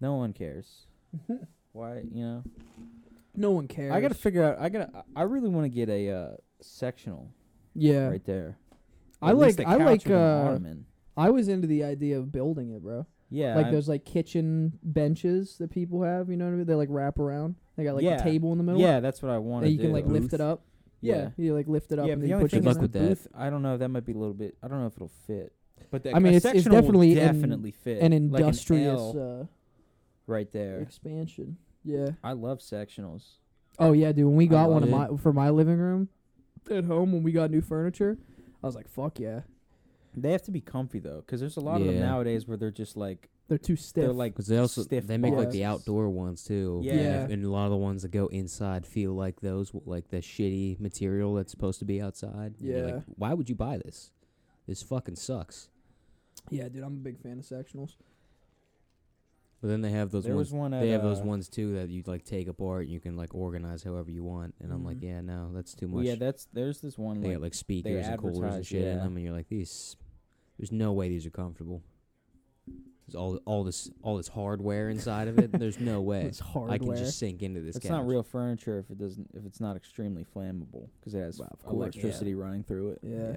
Speaker 3: No one cares. Why you know?
Speaker 1: No one cares.
Speaker 3: I gotta figure out. I gotta. I really want to get a uh, sectional
Speaker 1: Yeah,
Speaker 3: right there.
Speaker 1: I
Speaker 3: At least
Speaker 1: like-
Speaker 3: a
Speaker 1: I
Speaker 3: couch
Speaker 1: like,
Speaker 3: with an
Speaker 1: uh,
Speaker 3: ottoman.
Speaker 1: I was into the idea of building it, bro.
Speaker 3: Yeah,
Speaker 1: like
Speaker 3: I'm-
Speaker 1: those like kitchen benches that people have. You know what I mean? They like wrap around. They got like
Speaker 3: Yeah.
Speaker 1: a table in the middle.
Speaker 3: Yeah, that's what I want
Speaker 1: and
Speaker 3: to
Speaker 1: you
Speaker 3: do.
Speaker 1: can like lift it up. Yeah,
Speaker 3: Yeah.
Speaker 1: you like lift it up
Speaker 3: yeah,
Speaker 1: and then
Speaker 3: but the
Speaker 1: you
Speaker 3: only
Speaker 1: put your
Speaker 3: thing is
Speaker 2: Good luck
Speaker 3: the
Speaker 1: hand-
Speaker 2: with that.
Speaker 3: booth. I don't know. That might be a little bit. I don't know if it'll fit. But the,
Speaker 1: I mean,
Speaker 3: a
Speaker 1: it's- it's
Speaker 3: sectional will
Speaker 1: definitely an-
Speaker 3: definitely fit
Speaker 1: an
Speaker 3: Like
Speaker 1: industrious
Speaker 3: L right
Speaker 1: uh,
Speaker 3: there.
Speaker 1: expansion. Yeah.
Speaker 3: I love sectionals.
Speaker 1: Oh yeah, dude. When we
Speaker 3: I
Speaker 1: got one of
Speaker 2: love
Speaker 1: my for my living room at home when we got new furniture, I was like, "Fuck yeah!"
Speaker 3: They have to be comfy though, because there's a lot of them
Speaker 2: Yeah.
Speaker 3: nowadays where they're just like
Speaker 1: They're too stiff.
Speaker 3: they're like
Speaker 2: Because they also
Speaker 3: stiff
Speaker 2: they make like the
Speaker 3: boxes.
Speaker 2: outdoor ones too.
Speaker 3: Yeah.
Speaker 2: And if-
Speaker 1: Yeah.
Speaker 2: And, a lot of the ones that go inside feel like those w- like the shitty material that's supposed to be outside. And you're
Speaker 1: Yeah.
Speaker 2: Like, why would you buy this? This fucking sucks.
Speaker 1: yeah, dude. I'm a big fan of sectionals.
Speaker 2: But then they have those
Speaker 3: there
Speaker 2: ones.
Speaker 3: was one. At,
Speaker 2: They have those
Speaker 3: uh,
Speaker 2: ones too that you like take apart and you can like organize however you want. And I'm like,
Speaker 1: Mhm.
Speaker 2: yeah, no, that's too
Speaker 3: well,
Speaker 2: much.
Speaker 3: Mm-hmm. yeah, that's there's this one.
Speaker 2: they
Speaker 3: Like,
Speaker 2: got like speakers and coolers and
Speaker 3: advertise,
Speaker 2: shit in
Speaker 3: yeah.
Speaker 2: them, and you're like, these. There's no way these are comfortable. There's all all this all this hardware inside of it. There's no way
Speaker 1: It's hardware.
Speaker 2: I can just sink into this.
Speaker 3: it's
Speaker 2: couch.
Speaker 3: not real furniture if it doesn't if it's not extremely flammable because it has
Speaker 1: Well, of course, yeah.
Speaker 3: electricity running through it.
Speaker 1: yeah.
Speaker 2: yeah.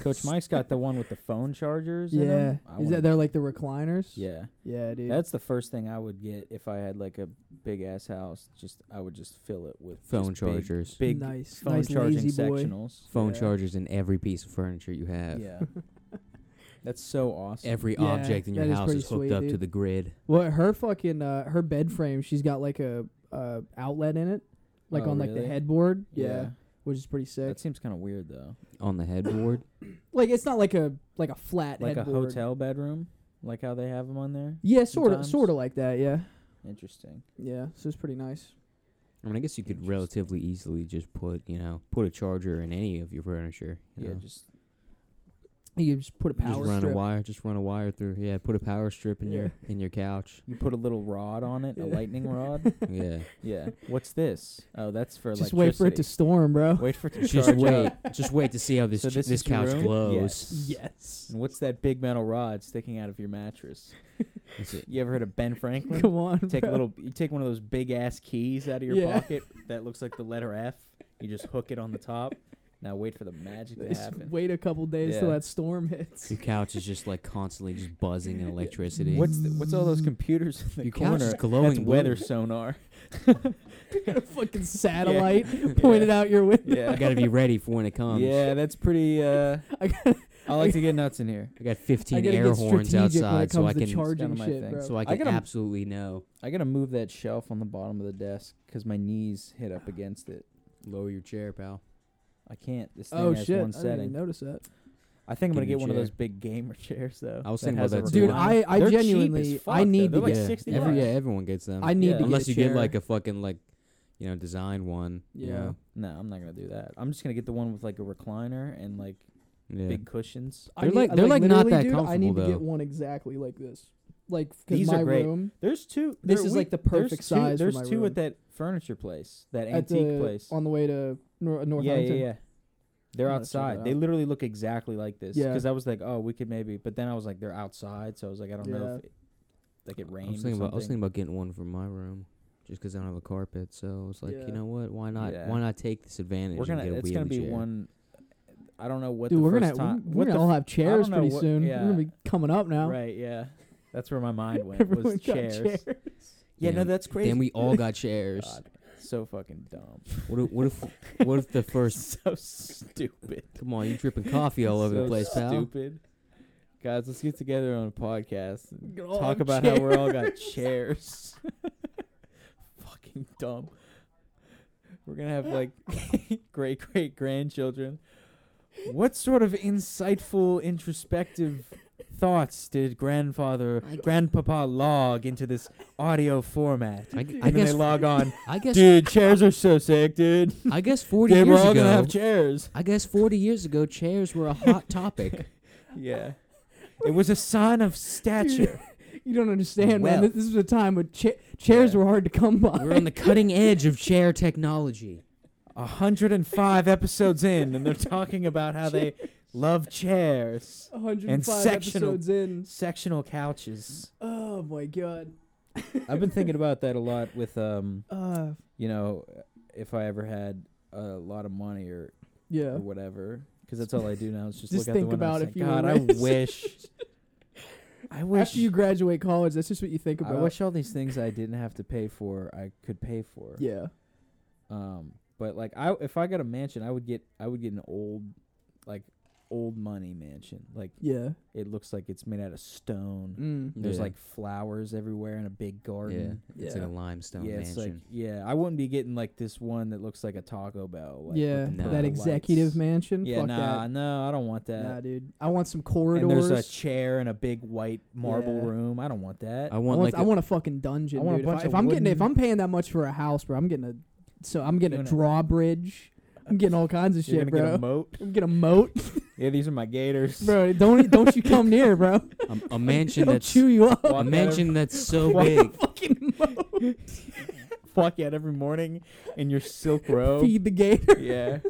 Speaker 3: Coach Mike's got the one with the phone chargers. in 'em.
Speaker 1: Yeah.
Speaker 3: I
Speaker 1: Is
Speaker 3: wanna-
Speaker 1: that they're like the recliners?
Speaker 3: yeah.
Speaker 1: Yeah, dude.
Speaker 3: That's the first thing I would get if I had like a big ass house. Just I would just fill it with just
Speaker 2: phone
Speaker 3: big-
Speaker 2: chargers,
Speaker 3: big,
Speaker 1: Nice,
Speaker 3: phone
Speaker 1: nice
Speaker 3: charging
Speaker 1: lazy boy.
Speaker 3: sectionals.
Speaker 2: phone
Speaker 1: yeah.
Speaker 2: chargers in every piece of furniture you have.
Speaker 3: Yeah, that's so awesome.
Speaker 2: Every
Speaker 1: Yeah,
Speaker 2: object in your
Speaker 1: that is
Speaker 2: house
Speaker 1: pretty
Speaker 2: is hooked
Speaker 1: sweet,
Speaker 2: up to
Speaker 1: dude.
Speaker 2: the grid.
Speaker 1: well, her fucking uh, her bed frame. She's got like a uh, outlet in it, like
Speaker 3: Oh,
Speaker 1: on like
Speaker 3: really?
Speaker 1: the headboard. Yeah, which is pretty sick.
Speaker 3: that seems kind of weird though.
Speaker 2: On the headboard,
Speaker 1: like it's not like a like a flat
Speaker 3: Like a
Speaker 1: headboard.
Speaker 3: hotel bedroom, like how they have them on there.
Speaker 1: Yeah, sort of,
Speaker 3: sometimes.
Speaker 1: sort of like that. Yeah,
Speaker 3: Interesting.
Speaker 1: yeah. So it's pretty nice.
Speaker 2: I mean, I guess you could
Speaker 3: Interesting.
Speaker 2: relatively easily just put, you know, put a charger in any of your furniture. you
Speaker 3: Yeah,
Speaker 2: know.
Speaker 3: just
Speaker 1: You just put a
Speaker 2: just
Speaker 1: power
Speaker 2: run
Speaker 1: strip.
Speaker 2: a wire, just run a wire through. Yeah, put a power strip in
Speaker 1: Yeah.
Speaker 2: your in your couch.
Speaker 3: you put a little rod on it, a lightning rod.
Speaker 2: yeah,
Speaker 3: Yeah. What's this? Oh, that's for
Speaker 1: Just wait for
Speaker 3: electricity.
Speaker 1: it to storm, bro.
Speaker 3: wait for it to
Speaker 2: just
Speaker 3: charge
Speaker 2: wait,
Speaker 3: up.
Speaker 2: just wait to see how this
Speaker 3: So
Speaker 2: ch-
Speaker 3: this
Speaker 2: this,
Speaker 3: is your
Speaker 2: couch
Speaker 3: room?
Speaker 2: glows.
Speaker 1: Yes.
Speaker 3: And what's that big metal rod sticking out of your mattress?
Speaker 2: That's it.
Speaker 3: You ever heard of Ben Franklin?
Speaker 1: Come on.
Speaker 3: take a
Speaker 1: bro.
Speaker 3: little you take one of those big ass keys out of your
Speaker 1: Yeah.
Speaker 3: pocket that looks like the letter F. You just hook it on the top. Now wait for the magic to
Speaker 1: Just
Speaker 3: happen.
Speaker 1: wait a couple days till
Speaker 3: Yeah.
Speaker 1: that storm hits.
Speaker 2: Your couch is just like constantly just buzzing in electricity.
Speaker 3: What's the, what's all those computers in the
Speaker 2: your couch
Speaker 3: corner?
Speaker 2: is
Speaker 3: That's
Speaker 2: glowing
Speaker 3: weather
Speaker 2: blue.
Speaker 3: sonar.
Speaker 1: a fucking satellite pointed out your window.
Speaker 2: I
Speaker 3: Yeah.
Speaker 2: gotta be ready for when it comes.
Speaker 3: Yeah, that's pretty uh
Speaker 1: I
Speaker 3: I like to get nuts in here.
Speaker 2: I got
Speaker 1: I
Speaker 2: 15
Speaker 1: gotta
Speaker 2: air
Speaker 1: get
Speaker 2: horns
Speaker 1: strategic when it
Speaker 2: outside,
Speaker 1: comes
Speaker 2: so I
Speaker 1: to
Speaker 2: can
Speaker 1: charging
Speaker 3: Kinda my
Speaker 1: shit,
Speaker 3: thing.
Speaker 1: bro.
Speaker 2: so I
Speaker 3: I
Speaker 2: can
Speaker 3: gotta-
Speaker 2: absolutely know.
Speaker 3: I got to move that shelf on the bottom of the desk cuz my knees hit up against it.
Speaker 2: Lower your chair, pal.
Speaker 3: I can't. This thing
Speaker 1: oh
Speaker 3: has
Speaker 1: shit! I
Speaker 3: one
Speaker 1: didn't even
Speaker 3: setting.
Speaker 1: notice that.
Speaker 3: I think I'm
Speaker 2: Give me a
Speaker 3: going to get one of
Speaker 2: chair.
Speaker 3: those big gamer chairs though.
Speaker 2: I was
Speaker 3: that
Speaker 2: thinking
Speaker 3: has
Speaker 2: about
Speaker 3: a
Speaker 2: that too.
Speaker 1: Dude,
Speaker 3: recliner.
Speaker 1: I I
Speaker 3: They're cheap
Speaker 1: genuinely
Speaker 3: as fuck,
Speaker 1: I
Speaker 3: though.
Speaker 1: need
Speaker 3: They're
Speaker 1: to
Speaker 3: like
Speaker 1: get.
Speaker 2: yeah,
Speaker 3: 60
Speaker 2: every, Um, yeah,
Speaker 3: bucks.
Speaker 2: everyone gets them.
Speaker 1: I need
Speaker 3: Yeah.
Speaker 1: to
Speaker 2: Unless
Speaker 1: get a
Speaker 2: you
Speaker 1: chair.
Speaker 2: get like a fucking like, you know, design one. you
Speaker 1: Yeah.
Speaker 2: know.
Speaker 3: No, I'm not gonna do that. I'm just gonna get the one with like a recliner and like
Speaker 2: yeah.
Speaker 3: big cushions.
Speaker 1: I
Speaker 2: They're
Speaker 1: need-
Speaker 2: like-
Speaker 1: I-
Speaker 2: they're like not
Speaker 1: literally,
Speaker 2: that
Speaker 1: dude, I
Speaker 2: comfortable,
Speaker 1: need to
Speaker 2: though.
Speaker 1: get one exactly like this. Like 'cause
Speaker 3: These are
Speaker 1: my
Speaker 3: great.
Speaker 1: room.
Speaker 3: There's two.
Speaker 1: This
Speaker 3: there-
Speaker 1: is,
Speaker 3: we-
Speaker 1: like, the perfect
Speaker 3: there's two-
Speaker 1: size for
Speaker 3: There's
Speaker 1: my
Speaker 3: two
Speaker 1: room.
Speaker 3: at that furniture place, that
Speaker 1: at
Speaker 3: antique
Speaker 1: the-
Speaker 3: place.
Speaker 1: on the way to Nor-
Speaker 3: yeah, yeah,
Speaker 1: Northampton.
Speaker 3: yeah. They're
Speaker 1: I'm gonna check that
Speaker 3: outside. They
Speaker 1: out.
Speaker 3: literally look exactly like this.
Speaker 1: Yeah.
Speaker 3: Because I was like, oh, we could maybe, but then I was like, they're outside, so I was like, I don't know
Speaker 1: Yeah.
Speaker 3: if it, like it
Speaker 2: I
Speaker 3: rained.
Speaker 2: was
Speaker 3: or
Speaker 2: thinking about I was
Speaker 3: something.
Speaker 2: thinking about getting one for my room, just 'cause I don't have a carpet. So I was like,
Speaker 1: Yeah.
Speaker 2: you know what? Why not?
Speaker 3: Yeah.
Speaker 2: Why not take this advantage?
Speaker 3: We're
Speaker 2: and
Speaker 3: gonna.
Speaker 2: get a
Speaker 3: It's gonna be
Speaker 2: wheelie chair?
Speaker 3: one. I don't know what
Speaker 1: Dude,
Speaker 3: the
Speaker 1: we're
Speaker 3: first
Speaker 1: gonna
Speaker 3: time.
Speaker 1: we're,
Speaker 3: what
Speaker 1: gonna
Speaker 3: the
Speaker 1: all have chairs
Speaker 3: know
Speaker 1: pretty
Speaker 3: what-
Speaker 1: soon.
Speaker 3: yeah.
Speaker 1: We're gonna be coming up now.
Speaker 3: Right. Yeah. That's where my mind went.
Speaker 1: Everyone
Speaker 3: was
Speaker 1: got
Speaker 3: chairs.
Speaker 1: chairs.
Speaker 3: Yeah. No,
Speaker 2: Damn.
Speaker 3: that's crazy.
Speaker 2: Then we all got chairs.
Speaker 3: God, so fucking dumb.
Speaker 2: What if, what if what if the first?
Speaker 3: so stupid.
Speaker 2: Come on, you dripping coffee all over
Speaker 3: So
Speaker 2: the place, pal.
Speaker 3: Stupid. Guys, let's get together on a podcast. And
Speaker 1: Get all
Speaker 3: talk
Speaker 1: on
Speaker 3: about how we're all got chairs. Fucking dumb. We're gonna have like great great grandchildren. What sort of insightful, introspective thoughts did grandfather,
Speaker 2: I-
Speaker 3: grandpapa log into this audio format?
Speaker 2: I,
Speaker 3: And
Speaker 2: I
Speaker 3: then
Speaker 2: guess.
Speaker 3: they log on.
Speaker 2: I guess.
Speaker 3: Dude, chairs are so sick, dude.
Speaker 2: I guess forty
Speaker 3: Dude, we're
Speaker 2: years
Speaker 3: all gonna
Speaker 2: ago.
Speaker 3: have chairs.
Speaker 2: I guess forty years ago, chairs were a hot topic.
Speaker 3: Yeah. It was a sign of stature.
Speaker 1: You don't understand, man.
Speaker 3: Well.
Speaker 1: This, this was a time when cha- chairs
Speaker 3: Yeah.
Speaker 1: were hard to come by.
Speaker 2: we're on the cutting edge of chair technology.
Speaker 3: 105 episodes in, and they're talking about how they love chairs,
Speaker 1: 105
Speaker 3: sectional.
Speaker 1: episodes in.
Speaker 3: sectional couches.
Speaker 1: Oh my god.
Speaker 3: I've been thinking about that a lot with, um,
Speaker 1: Uh,
Speaker 3: you know, if I ever had a lot of money or,
Speaker 1: yeah.
Speaker 3: or whatever, because that's all I do now is just,
Speaker 1: Just
Speaker 3: look
Speaker 1: think
Speaker 3: out the window.
Speaker 1: about
Speaker 3: and
Speaker 1: if
Speaker 3: say,
Speaker 1: you were
Speaker 3: God, I
Speaker 1: rich."
Speaker 3: wish. I wish
Speaker 1: After you graduate college, that's just what you think
Speaker 3: I
Speaker 1: about.
Speaker 3: wish all these things I didn't have to pay for, I could pay for.
Speaker 1: yeah.
Speaker 3: Um, but like I, if I got a mansion, I would get, I would get an old, like, old money mansion. Like
Speaker 1: Yeah.
Speaker 3: it looks like it's made out of stone.
Speaker 1: Mm.
Speaker 3: There's
Speaker 2: Yeah.
Speaker 3: like flowers everywhere and a big garden.
Speaker 2: Yeah, it's like
Speaker 1: Yeah.
Speaker 2: a limestone
Speaker 3: yeah, it's like
Speaker 2: mansion.
Speaker 3: yeah. I wouldn't be getting like this one that looks like a Taco Bell. Like, with
Speaker 1: yeah.
Speaker 3: the
Speaker 2: No.
Speaker 1: That
Speaker 3: purple
Speaker 1: executive
Speaker 3: lights.
Speaker 1: mansion.
Speaker 3: Yeah,
Speaker 1: Fuck
Speaker 3: nah,
Speaker 1: that.
Speaker 3: no, I don't want that.
Speaker 1: Nah, dude. I want some
Speaker 3: and there's
Speaker 1: corridors.
Speaker 3: a chair and a big white marble
Speaker 1: Yeah.
Speaker 3: room. I don't want that.
Speaker 2: I
Speaker 1: I
Speaker 2: want like
Speaker 1: want, I want a fucking dungeon,
Speaker 3: I want a
Speaker 1: dude. If,
Speaker 3: bunch
Speaker 1: I, if
Speaker 3: of
Speaker 1: I'm getting, if
Speaker 3: wooden-
Speaker 1: I'm paying that much for a house, bro, I'm getting a, so I'm getting a
Speaker 3: You're gonna-
Speaker 1: drawbridge. I'm getting all kinds of
Speaker 3: You're
Speaker 1: shit,
Speaker 3: gonna
Speaker 1: bro.
Speaker 3: get a moat.
Speaker 1: I'm getting a moat,
Speaker 3: Yeah, these are my gators.
Speaker 1: bro. Don't e, don't you come near, bro.
Speaker 2: a, a mansion
Speaker 1: They'll
Speaker 2: that's
Speaker 1: chew you up.
Speaker 2: a
Speaker 3: Walk
Speaker 2: mansion that's so
Speaker 3: Walk
Speaker 2: big.
Speaker 1: fucking moat.
Speaker 3: Walk out every morning in your silk robe.
Speaker 1: Feed the gator.
Speaker 3: yeah,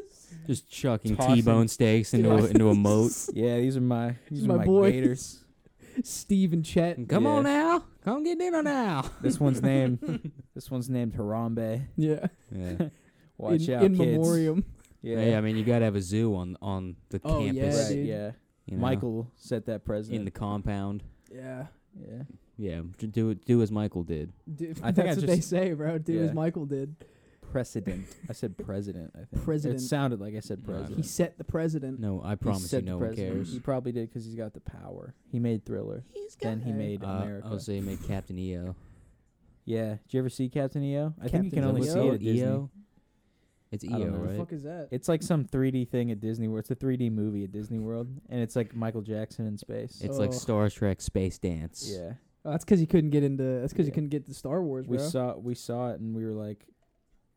Speaker 2: Just chucking
Speaker 3: Tossing-
Speaker 2: T-bone steaks into a, into a moat.
Speaker 3: yeah. These are my these
Speaker 1: My
Speaker 3: are my
Speaker 1: boys.
Speaker 3: gators.
Speaker 1: Steve and Chet.
Speaker 2: And come on now, come get dinner now.
Speaker 3: This one's named this one's named Harambe.
Speaker 1: Yeah.
Speaker 2: Yeah.
Speaker 3: Watch
Speaker 1: in,
Speaker 3: out,
Speaker 1: in
Speaker 3: kids.
Speaker 1: memoriam.
Speaker 3: Yeah,
Speaker 2: Hey, I mean, you gotta have a zoo on on the
Speaker 1: Oh, yeah,
Speaker 2: campus.
Speaker 3: right,
Speaker 1: dude.
Speaker 3: yeah.
Speaker 2: you know,
Speaker 3: Michael set that president.
Speaker 2: in the compound.
Speaker 1: Yeah.
Speaker 3: yeah.
Speaker 2: Yeah, j- do it. Do as Michael did.
Speaker 1: Dude,
Speaker 3: I think
Speaker 1: that's
Speaker 3: I
Speaker 1: what they
Speaker 3: just-
Speaker 1: say, bro. Do as
Speaker 3: yeah.
Speaker 1: Michael did.
Speaker 3: Precedent. I said president. I think
Speaker 1: President.
Speaker 3: It sounded like I said
Speaker 2: No, I
Speaker 3: president.
Speaker 1: He set the president.
Speaker 2: No, I
Speaker 3: He
Speaker 2: promise you,
Speaker 3: said the
Speaker 2: no one
Speaker 3: president.
Speaker 2: cares.
Speaker 3: He probably did because he's got the power. He made Thriller. then he
Speaker 1: it.
Speaker 3: made
Speaker 2: Uh,
Speaker 3: America.
Speaker 2: I'll say make Captain E EO.
Speaker 3: yeah. Did you ever see Captain EO? I think
Speaker 1: Captain
Speaker 3: you can only
Speaker 2: E
Speaker 1: EO?
Speaker 3: see it at Disney.
Speaker 2: EO. It's
Speaker 3: I don't
Speaker 2: EO,
Speaker 3: know.
Speaker 1: What the
Speaker 2: right?
Speaker 1: fuck is that?
Speaker 3: It's like some 3D thing at Disney World. It's a 3D movie at Disney World, and it's like Michael Jackson in space.
Speaker 2: It's like
Speaker 1: Oh.
Speaker 2: Star Trek Space Dance.
Speaker 3: yeah.
Speaker 1: Oh, that's because he couldn't get into. That's because he
Speaker 3: Yeah.
Speaker 1: couldn't get to Star Wars,
Speaker 3: We
Speaker 1: bro.
Speaker 3: saw we saw it, and we were like,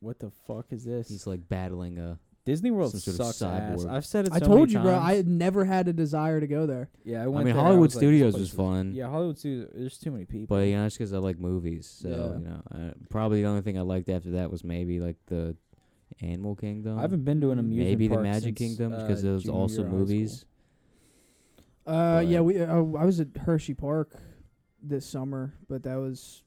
Speaker 3: "What the fuck is this?"
Speaker 2: He's like battling a.
Speaker 3: Disney World
Speaker 2: some sort of
Speaker 3: sucks ass.
Speaker 2: cyborg.
Speaker 3: I've said it. So
Speaker 1: I told
Speaker 3: many
Speaker 1: you, bro. I
Speaker 3: times.
Speaker 1: had never had a desire to go there.
Speaker 3: yeah. I,
Speaker 2: I
Speaker 3: went
Speaker 2: mean,
Speaker 3: there,
Speaker 2: Hollywood
Speaker 3: was like, this
Speaker 2: Studios
Speaker 3: place
Speaker 2: was
Speaker 3: is-
Speaker 2: fun.
Speaker 3: Yeah, Hollywood Studios. There's too many people.
Speaker 2: But you know, it's because I like movies. So
Speaker 3: Yeah.
Speaker 2: you know, uh, probably the only thing I liked after that was maybe like the Animal Kingdom.
Speaker 3: I haven't been to an amusement
Speaker 2: um, maybe the
Speaker 3: park
Speaker 2: Magic
Speaker 3: since,
Speaker 2: Kingdom
Speaker 3: uh,
Speaker 2: because those
Speaker 3: junior
Speaker 2: also
Speaker 3: year of high
Speaker 2: movies.
Speaker 3: school.
Speaker 1: Uh,
Speaker 2: But-
Speaker 1: yeah, we. Uh, I was at Hershey Park this summer, but that was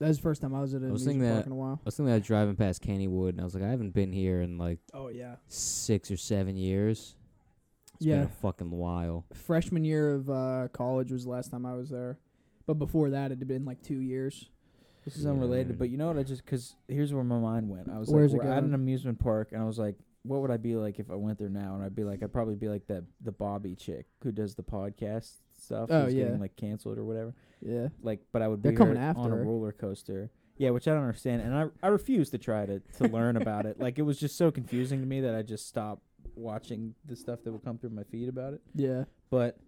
Speaker 1: that was the first time I was at an
Speaker 2: I was
Speaker 1: amusement
Speaker 2: thinking
Speaker 1: park
Speaker 2: that-
Speaker 1: in a while.
Speaker 2: I was thinking about driving past Kennywood, and I was like, I haven't been here in like
Speaker 1: Oh yeah,
Speaker 2: six or seven years. It's
Speaker 1: yeah.
Speaker 2: been a fucking while.
Speaker 1: Freshman year of uh, college was the last time I was there, but before that it had been like two years.
Speaker 3: This is
Speaker 2: Yeah,
Speaker 3: unrelated,
Speaker 2: dude.
Speaker 3: but you know what? I just because here's where my mind went. I was
Speaker 1: Where's it
Speaker 3: like, we're at
Speaker 1: going?
Speaker 3: an amusement park, and I was like, what would I be like if I went there now? And I'd be like, I'd probably be like that the Bobby chick who does the podcast stuff.
Speaker 1: Oh,
Speaker 3: who's
Speaker 1: yeah.
Speaker 3: getting like canceled or whatever.
Speaker 1: Yeah,
Speaker 3: Like, but I would
Speaker 1: They're
Speaker 3: be
Speaker 1: coming
Speaker 3: her
Speaker 1: after
Speaker 3: on a
Speaker 1: her.
Speaker 3: roller coaster. Yeah, which I don't understand, and I I refuse to try to to learn about it. Like it was just so confusing to me that I just stopped watching the stuff that would come through my feed about it.
Speaker 1: yeah,
Speaker 3: But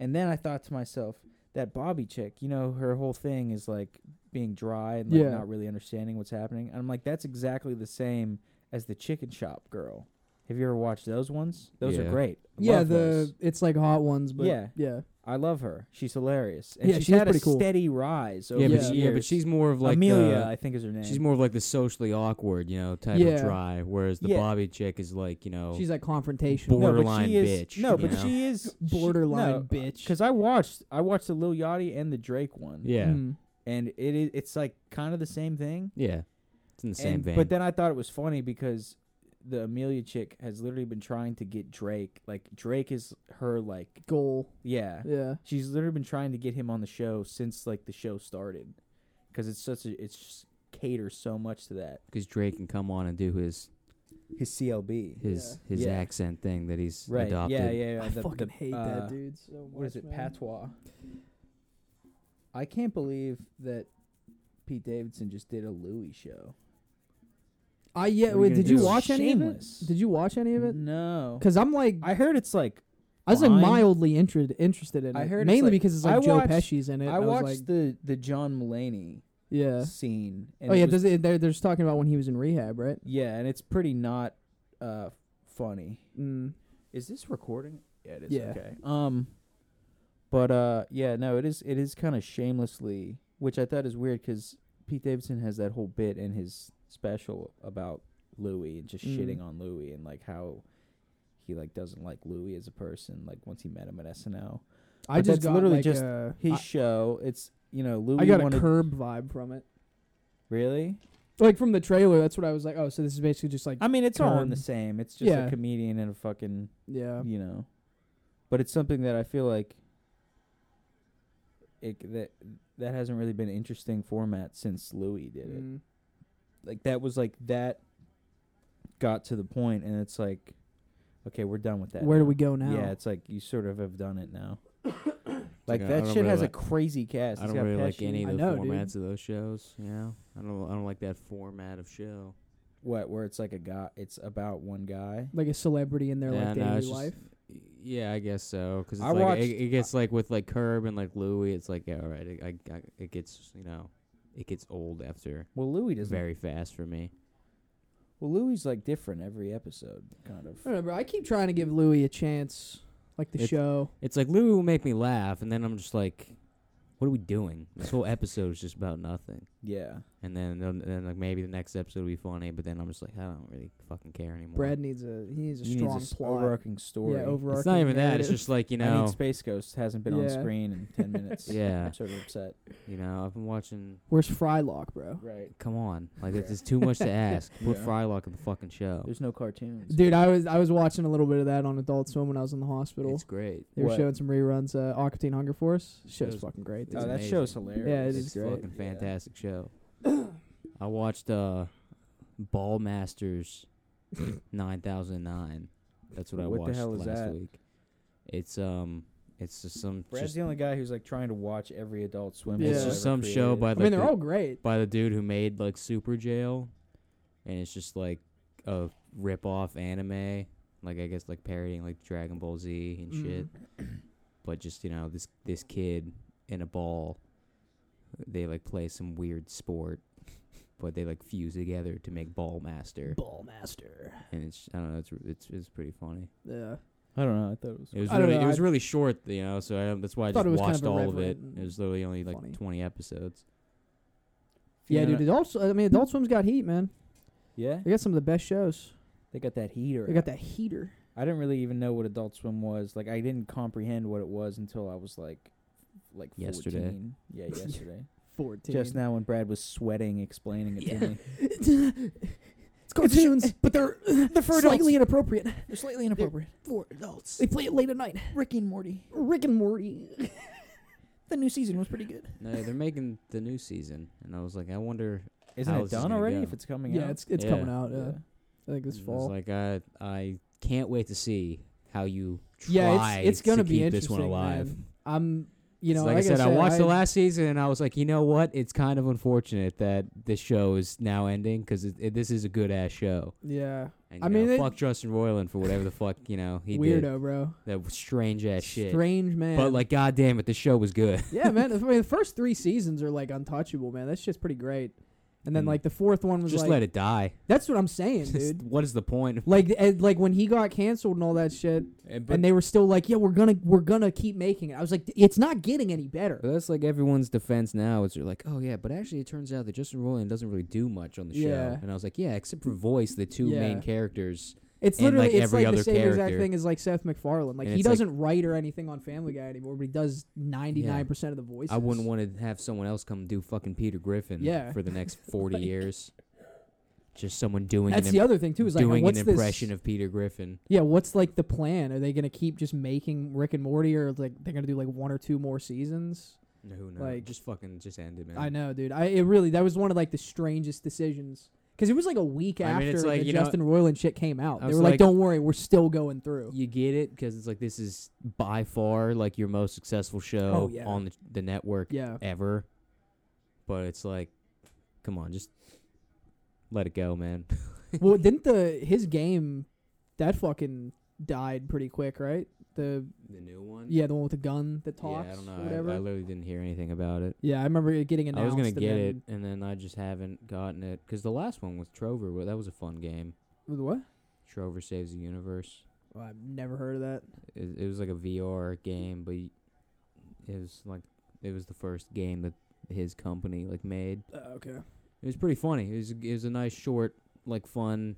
Speaker 3: and then I thought to myself, that Bobby chick, you know, her whole thing is like being dry and like
Speaker 1: Yeah.
Speaker 3: not really understanding what's happening. And I'm like, that's exactly the same as the chicken shop girl. Have you ever watched those ones? Those
Speaker 2: Yeah.
Speaker 3: are great. I
Speaker 1: yeah.
Speaker 3: love
Speaker 1: The
Speaker 3: those.
Speaker 1: it's like hot ones, but yeah,
Speaker 3: Yeah.
Speaker 1: yeah,
Speaker 3: I love her. She's hilarious. And
Speaker 1: Yeah,
Speaker 3: she's
Speaker 1: she is
Speaker 3: had
Speaker 1: pretty
Speaker 3: a
Speaker 1: cool.
Speaker 3: steady rise over
Speaker 2: yeah, but
Speaker 3: the
Speaker 2: she-
Speaker 3: years.
Speaker 2: yeah, but she's more of like
Speaker 3: Amelia,
Speaker 2: the-
Speaker 3: I think is her name.
Speaker 2: she's more of like the socially awkward, you know, type
Speaker 1: Yeah.
Speaker 2: of dry. Whereas the
Speaker 3: Yeah.
Speaker 2: Bobby chick is like, you know,
Speaker 1: she's like confrontational,
Speaker 2: Born-
Speaker 3: no, but
Speaker 2: borderline
Speaker 3: she is,
Speaker 2: bitch,
Speaker 3: No,
Speaker 2: you
Speaker 3: but
Speaker 2: know?
Speaker 3: she is she-
Speaker 1: borderline
Speaker 3: no,
Speaker 1: bitch.
Speaker 3: Cause I watched, I watched the Lil Yachty and the Drake one,
Speaker 2: yeah,
Speaker 1: Mm.
Speaker 3: and it is, it's like kind of the same thing.
Speaker 2: yeah, it's in the same
Speaker 3: And-
Speaker 2: vein.
Speaker 3: But then I thought it was funny because the Amelia chick has literally been trying to get Drake. Like Drake is her like
Speaker 1: goal.
Speaker 3: yeah.
Speaker 1: Yeah,
Speaker 3: She's literally been trying to get him on the show since like the show started, because it's such a it's just caters so much to that
Speaker 2: because Drake can come on and do his
Speaker 3: his CLB.
Speaker 2: his his
Speaker 3: Yeah.
Speaker 2: accent thing that he's
Speaker 3: Right?
Speaker 2: adopted.
Speaker 3: Yeah, yeah. yeah.
Speaker 1: I
Speaker 3: the-
Speaker 1: fucking
Speaker 3: the,
Speaker 1: hate
Speaker 3: uh,
Speaker 1: that dude. So
Speaker 3: What is
Speaker 1: much,
Speaker 3: it?
Speaker 1: man.
Speaker 3: Patois. I can't believe that Pete Davidson just did a Louis show.
Speaker 1: I yeah.
Speaker 3: What are you
Speaker 1: Wait,
Speaker 3: gonna
Speaker 1: did
Speaker 3: do?
Speaker 1: you watch any of
Speaker 3: Shameless.
Speaker 1: it? Did you watch any of it?
Speaker 3: No,
Speaker 1: Because I'm like,
Speaker 3: I heard it's like
Speaker 1: I was like
Speaker 3: fine.
Speaker 1: mildly interested interested in it,
Speaker 3: I heard it's
Speaker 1: mainly
Speaker 3: like-
Speaker 1: because it's like
Speaker 3: I
Speaker 1: Joe
Speaker 3: watched-
Speaker 1: Pesci's in it. and
Speaker 3: I
Speaker 1: was
Speaker 3: watched
Speaker 1: like,
Speaker 3: the the John Mulaney
Speaker 1: yeah.
Speaker 3: scene. And
Speaker 1: Oh
Speaker 3: it
Speaker 1: yeah,
Speaker 3: was-
Speaker 1: does it, they're, they're just talking about when he was in rehab, right?
Speaker 3: yeah, and it's pretty not uh, funny.
Speaker 1: Mm.
Speaker 3: Is this recording? Yeah, it is.
Speaker 1: Yeah.
Speaker 3: Okay. Um, but uh, yeah, no, it is. It is kind of shamelessly, which I thought is weird because Pete Davidson has that whole bit in his special about Louis and just
Speaker 1: Mm.
Speaker 3: shitting on Louis and like how he like doesn't like Louis as a person. Like once he met him at SNL,
Speaker 1: I
Speaker 3: But
Speaker 1: just
Speaker 3: that's
Speaker 1: got
Speaker 3: literally
Speaker 1: like
Speaker 3: just
Speaker 1: a,
Speaker 3: his
Speaker 1: I,
Speaker 3: show. It's you know Louis
Speaker 1: I got a
Speaker 3: wanted
Speaker 1: curb vibe from it.
Speaker 3: really.
Speaker 1: Like from the trailer, that's what I was like. Oh, so this is basically just like
Speaker 3: I mean, it's all in the
Speaker 1: Curb.
Speaker 3: same. It's just
Speaker 1: Um, Yeah.
Speaker 3: a comedian and a fucking
Speaker 1: yeah,
Speaker 3: you know. But it's something that I feel like it that that hasn't really been an interesting format since Louis did it.
Speaker 1: Mm.
Speaker 3: Like that was like that got to the point and it's like okay, we're done with that.
Speaker 1: Where do
Speaker 3: now.
Speaker 1: we go now?
Speaker 3: Yeah, it's like you sort of have done it now. like
Speaker 2: Like, I
Speaker 3: that
Speaker 2: don't
Speaker 3: shit has
Speaker 2: really
Speaker 3: a crazy cast.
Speaker 2: I
Speaker 3: It's
Speaker 2: don't
Speaker 3: got
Speaker 2: really like
Speaker 3: Pesci-
Speaker 2: any of
Speaker 1: I
Speaker 2: the
Speaker 1: know, dude.
Speaker 2: formats of those shows. You know, I don't. I don't like that format of show.
Speaker 3: what where it's like a guy it's about one guy.
Speaker 1: like a celebrity in their
Speaker 2: Yeah,
Speaker 1: like
Speaker 2: no,
Speaker 1: daily
Speaker 2: it's just-
Speaker 1: life.
Speaker 2: Y- Yeah, I guess so. Because
Speaker 3: I
Speaker 2: like
Speaker 3: watched-
Speaker 2: it, it gets like with like Curb and like Louie, it's like yeah, all right. It, I, I, it gets you know, it gets old after
Speaker 3: Well, Louis doesn't.
Speaker 2: very fast for me.
Speaker 3: Well, Louis like different every episode kind of.
Speaker 1: I don't know, bro. I keep trying to give Louis a chance, like the
Speaker 2: It's-
Speaker 1: show.
Speaker 2: It's like Louie will make me laugh, and then I'm just like, what are we doing? This whole episode is just about nothing.
Speaker 3: Yeah.
Speaker 2: And then and then like maybe the next episode will be funny, but then I'm just like, I don't really fucking care anymore.
Speaker 1: Brad needs a he needs a
Speaker 3: You need
Speaker 1: strong
Speaker 3: this
Speaker 1: plot.
Speaker 3: overarching story.
Speaker 1: Yeah, overarching.
Speaker 2: it's not even that. It's
Speaker 1: narrative.
Speaker 2: just like you
Speaker 3: I mean,
Speaker 2: know,
Speaker 3: Space Ghost hasn't been on
Speaker 1: Yeah.
Speaker 3: screen in ten minutes.
Speaker 2: Yeah.
Speaker 3: I'm sort of upset.
Speaker 2: you know. I've been watching.
Speaker 1: where's Frylock, bro?
Speaker 3: Right.
Speaker 2: Come on, like it's
Speaker 3: Yeah.
Speaker 2: it's too much to ask. Put
Speaker 3: Yeah.
Speaker 2: Frylock in the fucking show.
Speaker 3: There's no cartoons.
Speaker 1: Dude, I was I was watching a little bit of that on Adult Swim when I was in the hospital.
Speaker 2: It's great.
Speaker 1: they were
Speaker 3: What?
Speaker 1: showing some reruns. Uh, Aquatine Hunger Force. Show's
Speaker 2: Show's-
Speaker 1: fucking great.
Speaker 2: it's
Speaker 1: dude.
Speaker 3: oh, that
Speaker 2: amazing.
Speaker 3: show's hilarious.
Speaker 1: Yeah, it
Speaker 2: It's
Speaker 1: is great.
Speaker 2: fucking
Speaker 3: Yeah.
Speaker 2: fantastic show. I watched uh, Ball Masters 9009. That's what I
Speaker 3: What the
Speaker 2: watched
Speaker 3: hell is
Speaker 2: last
Speaker 3: that?
Speaker 2: week. It's um, it's just some
Speaker 3: Brad's
Speaker 2: just,
Speaker 3: the only guy who's like trying to watch every Adult Swim.
Speaker 1: Yeah.
Speaker 3: he's
Speaker 2: it's
Speaker 1: ever
Speaker 2: just some
Speaker 3: ever
Speaker 2: show
Speaker 3: created.
Speaker 2: by
Speaker 1: I
Speaker 2: the
Speaker 1: mean, they're all great.
Speaker 2: by the dude who made like Super Jail, and it's just like a rip off anime, like I guess like parodying like Dragon Ball Z and
Speaker 1: Mm-hmm.
Speaker 2: shit. But just you know this this kid in a ball, they like play some weird sport, but they like fuse together to make Ball Master,
Speaker 1: Ball Master.
Speaker 2: and it's I don't know it's re- it's it's pretty funny.
Speaker 1: Yeah.
Speaker 3: I don't know. I thought it was.
Speaker 2: It was
Speaker 1: I don't
Speaker 2: really
Speaker 1: know,
Speaker 2: it was
Speaker 1: I-
Speaker 2: really short, you know, so I, that's why I
Speaker 1: Thought
Speaker 2: just
Speaker 1: it was kind
Speaker 2: watched
Speaker 1: of
Speaker 2: all of it.
Speaker 1: irreverent
Speaker 2: It
Speaker 1: and
Speaker 2: was literally only like
Speaker 1: funny.
Speaker 2: twenty episodes.
Speaker 1: Yeah,
Speaker 3: Fiona-
Speaker 1: dude. Adult, I mean, Adult Swim's got heat, man.
Speaker 3: Yeah,
Speaker 1: They got some of the best shows.
Speaker 3: they got that heater.
Speaker 1: They got that heater.
Speaker 3: I didn't really even know what Adult Swim was. Like, I didn't comprehend what it was until I was like, like
Speaker 2: Yesterday.
Speaker 3: 14. Yeah, yesterday.
Speaker 1: Fourteen.
Speaker 3: Just now when Brad was sweating explaining it
Speaker 1: Yeah.
Speaker 3: to me.
Speaker 1: It's cartoons, but they're they're
Speaker 3: for adults.
Speaker 1: slightly inappropriate.
Speaker 3: They're slightly inappropriate.
Speaker 1: For adults, they play it late at night.
Speaker 3: Rick and Morty.
Speaker 1: Rick and Morty.
Speaker 3: The new season was pretty good.
Speaker 2: No, they're making the new season, and I was like, I wonder.
Speaker 3: Isn't
Speaker 2: How
Speaker 3: it
Speaker 2: is this
Speaker 3: done
Speaker 2: gonna
Speaker 3: already?
Speaker 2: go?
Speaker 3: If it's coming out,
Speaker 1: yeah, it's it's
Speaker 2: Yeah.
Speaker 1: coming out.
Speaker 3: Yeah.
Speaker 1: Uh, I think this
Speaker 2: I was
Speaker 1: fall.
Speaker 2: like, I I can't wait to see how you try.
Speaker 1: Yeah, it's- it's gonna
Speaker 2: to
Speaker 1: be
Speaker 2: keep this one
Speaker 1: interesting,
Speaker 2: alive.
Speaker 1: man. I'm, you know,
Speaker 2: like, I said, I
Speaker 1: said,
Speaker 2: watched the last season, and I was like, you know what? It's kind of unfortunate that this show is now ending because it, it- this is a good ass show.
Speaker 1: Yeah,
Speaker 2: And,
Speaker 1: I
Speaker 2: you
Speaker 1: mean,
Speaker 2: know,
Speaker 1: they-
Speaker 2: fuck Justin Roiland for whatever the fuck you know he did.
Speaker 1: weirdo, bro.
Speaker 2: That strange ass shit.
Speaker 1: Strange man.
Speaker 2: But like, goddamn it, the show was good.
Speaker 1: yeah, man. I mean, the first three seasons are like untouchable, man. That's just pretty great. And then
Speaker 2: Mm.
Speaker 1: like the fourth one was
Speaker 2: Just
Speaker 1: like,
Speaker 2: let it die.
Speaker 1: that's what I'm saying,
Speaker 2: Just-
Speaker 1: dude.
Speaker 2: what is the point?
Speaker 1: Like, and, like when he got canceled and all that shit, and they were still like, "Yeah, we're gonna, we're gonna keep making it." I was like, "It's not getting any better."
Speaker 2: But that's like everyone's defense now. Is you're like, oh yeah, but actually it turns out that Justin Roiland doesn't really do much on the show.
Speaker 1: Yeah.
Speaker 2: And I was like, yeah, except for voice, the two
Speaker 1: Yeah.
Speaker 2: main characters.
Speaker 1: It's
Speaker 2: And,
Speaker 1: literally
Speaker 2: like,
Speaker 1: it's
Speaker 2: every
Speaker 1: like
Speaker 2: other
Speaker 1: the same exact
Speaker 2: character.
Speaker 1: thing as like Seth MacFarlane. Like
Speaker 2: And
Speaker 1: he
Speaker 2: it's like-
Speaker 1: doesn't write or anything on Family Guy anymore, but he does ninety nine percent of the voices.
Speaker 2: I wouldn't want to have someone else come do fucking Peter Griffin
Speaker 1: Yeah.
Speaker 2: for the next forty years. Just someone doing
Speaker 1: That's
Speaker 2: an,
Speaker 1: the
Speaker 2: im-
Speaker 1: other thing too. Is like,
Speaker 2: doing an
Speaker 1: what's
Speaker 2: impression
Speaker 1: this?
Speaker 2: of Peter Griffin.
Speaker 1: yeah, what's like the plan? Are they gonna keep just making Rick and Morty, or like they're gonna do like one or two more seasons?
Speaker 2: No, Who knows?
Speaker 1: Like-
Speaker 2: just fucking just end it, man.
Speaker 1: I know, dude. I it really that was one of like the strangest decisions because it was like a week
Speaker 2: I
Speaker 1: after
Speaker 2: mean, it's like,
Speaker 1: the
Speaker 2: you know,
Speaker 1: Justin Roiland shit came out.
Speaker 2: I
Speaker 1: They
Speaker 2: was
Speaker 1: were like,
Speaker 2: like-
Speaker 1: "Don't worry, we're still going through."
Speaker 2: You get it because it's like this is by far like your most successful show
Speaker 1: Oh, yeah.
Speaker 2: on the, the network
Speaker 1: Yeah,
Speaker 2: ever. But it's like, come on, just let it go, man.
Speaker 1: well, didn't the his game that fucking died pretty quick, right? the
Speaker 2: The new one.
Speaker 1: yeah the one with the gun that talks
Speaker 2: Yeah, I don't
Speaker 1: or
Speaker 2: know.
Speaker 1: whatever.
Speaker 2: I, I literally didn't hear anything about it.
Speaker 1: yeah, I remember it getting announced.
Speaker 2: I was gonna
Speaker 1: and
Speaker 2: get
Speaker 1: then-
Speaker 2: it, and then I just haven't gotten it because the last one with Trover, well, that was a fun game.
Speaker 1: With what?
Speaker 2: Trover saves the universe.
Speaker 1: Oh, I've never heard of that.
Speaker 2: It, it was like a VR game, but y- it was like it was the first game that his company like made.
Speaker 1: Uh, okay.
Speaker 2: It was pretty funny. It was it was a nice short, like fun,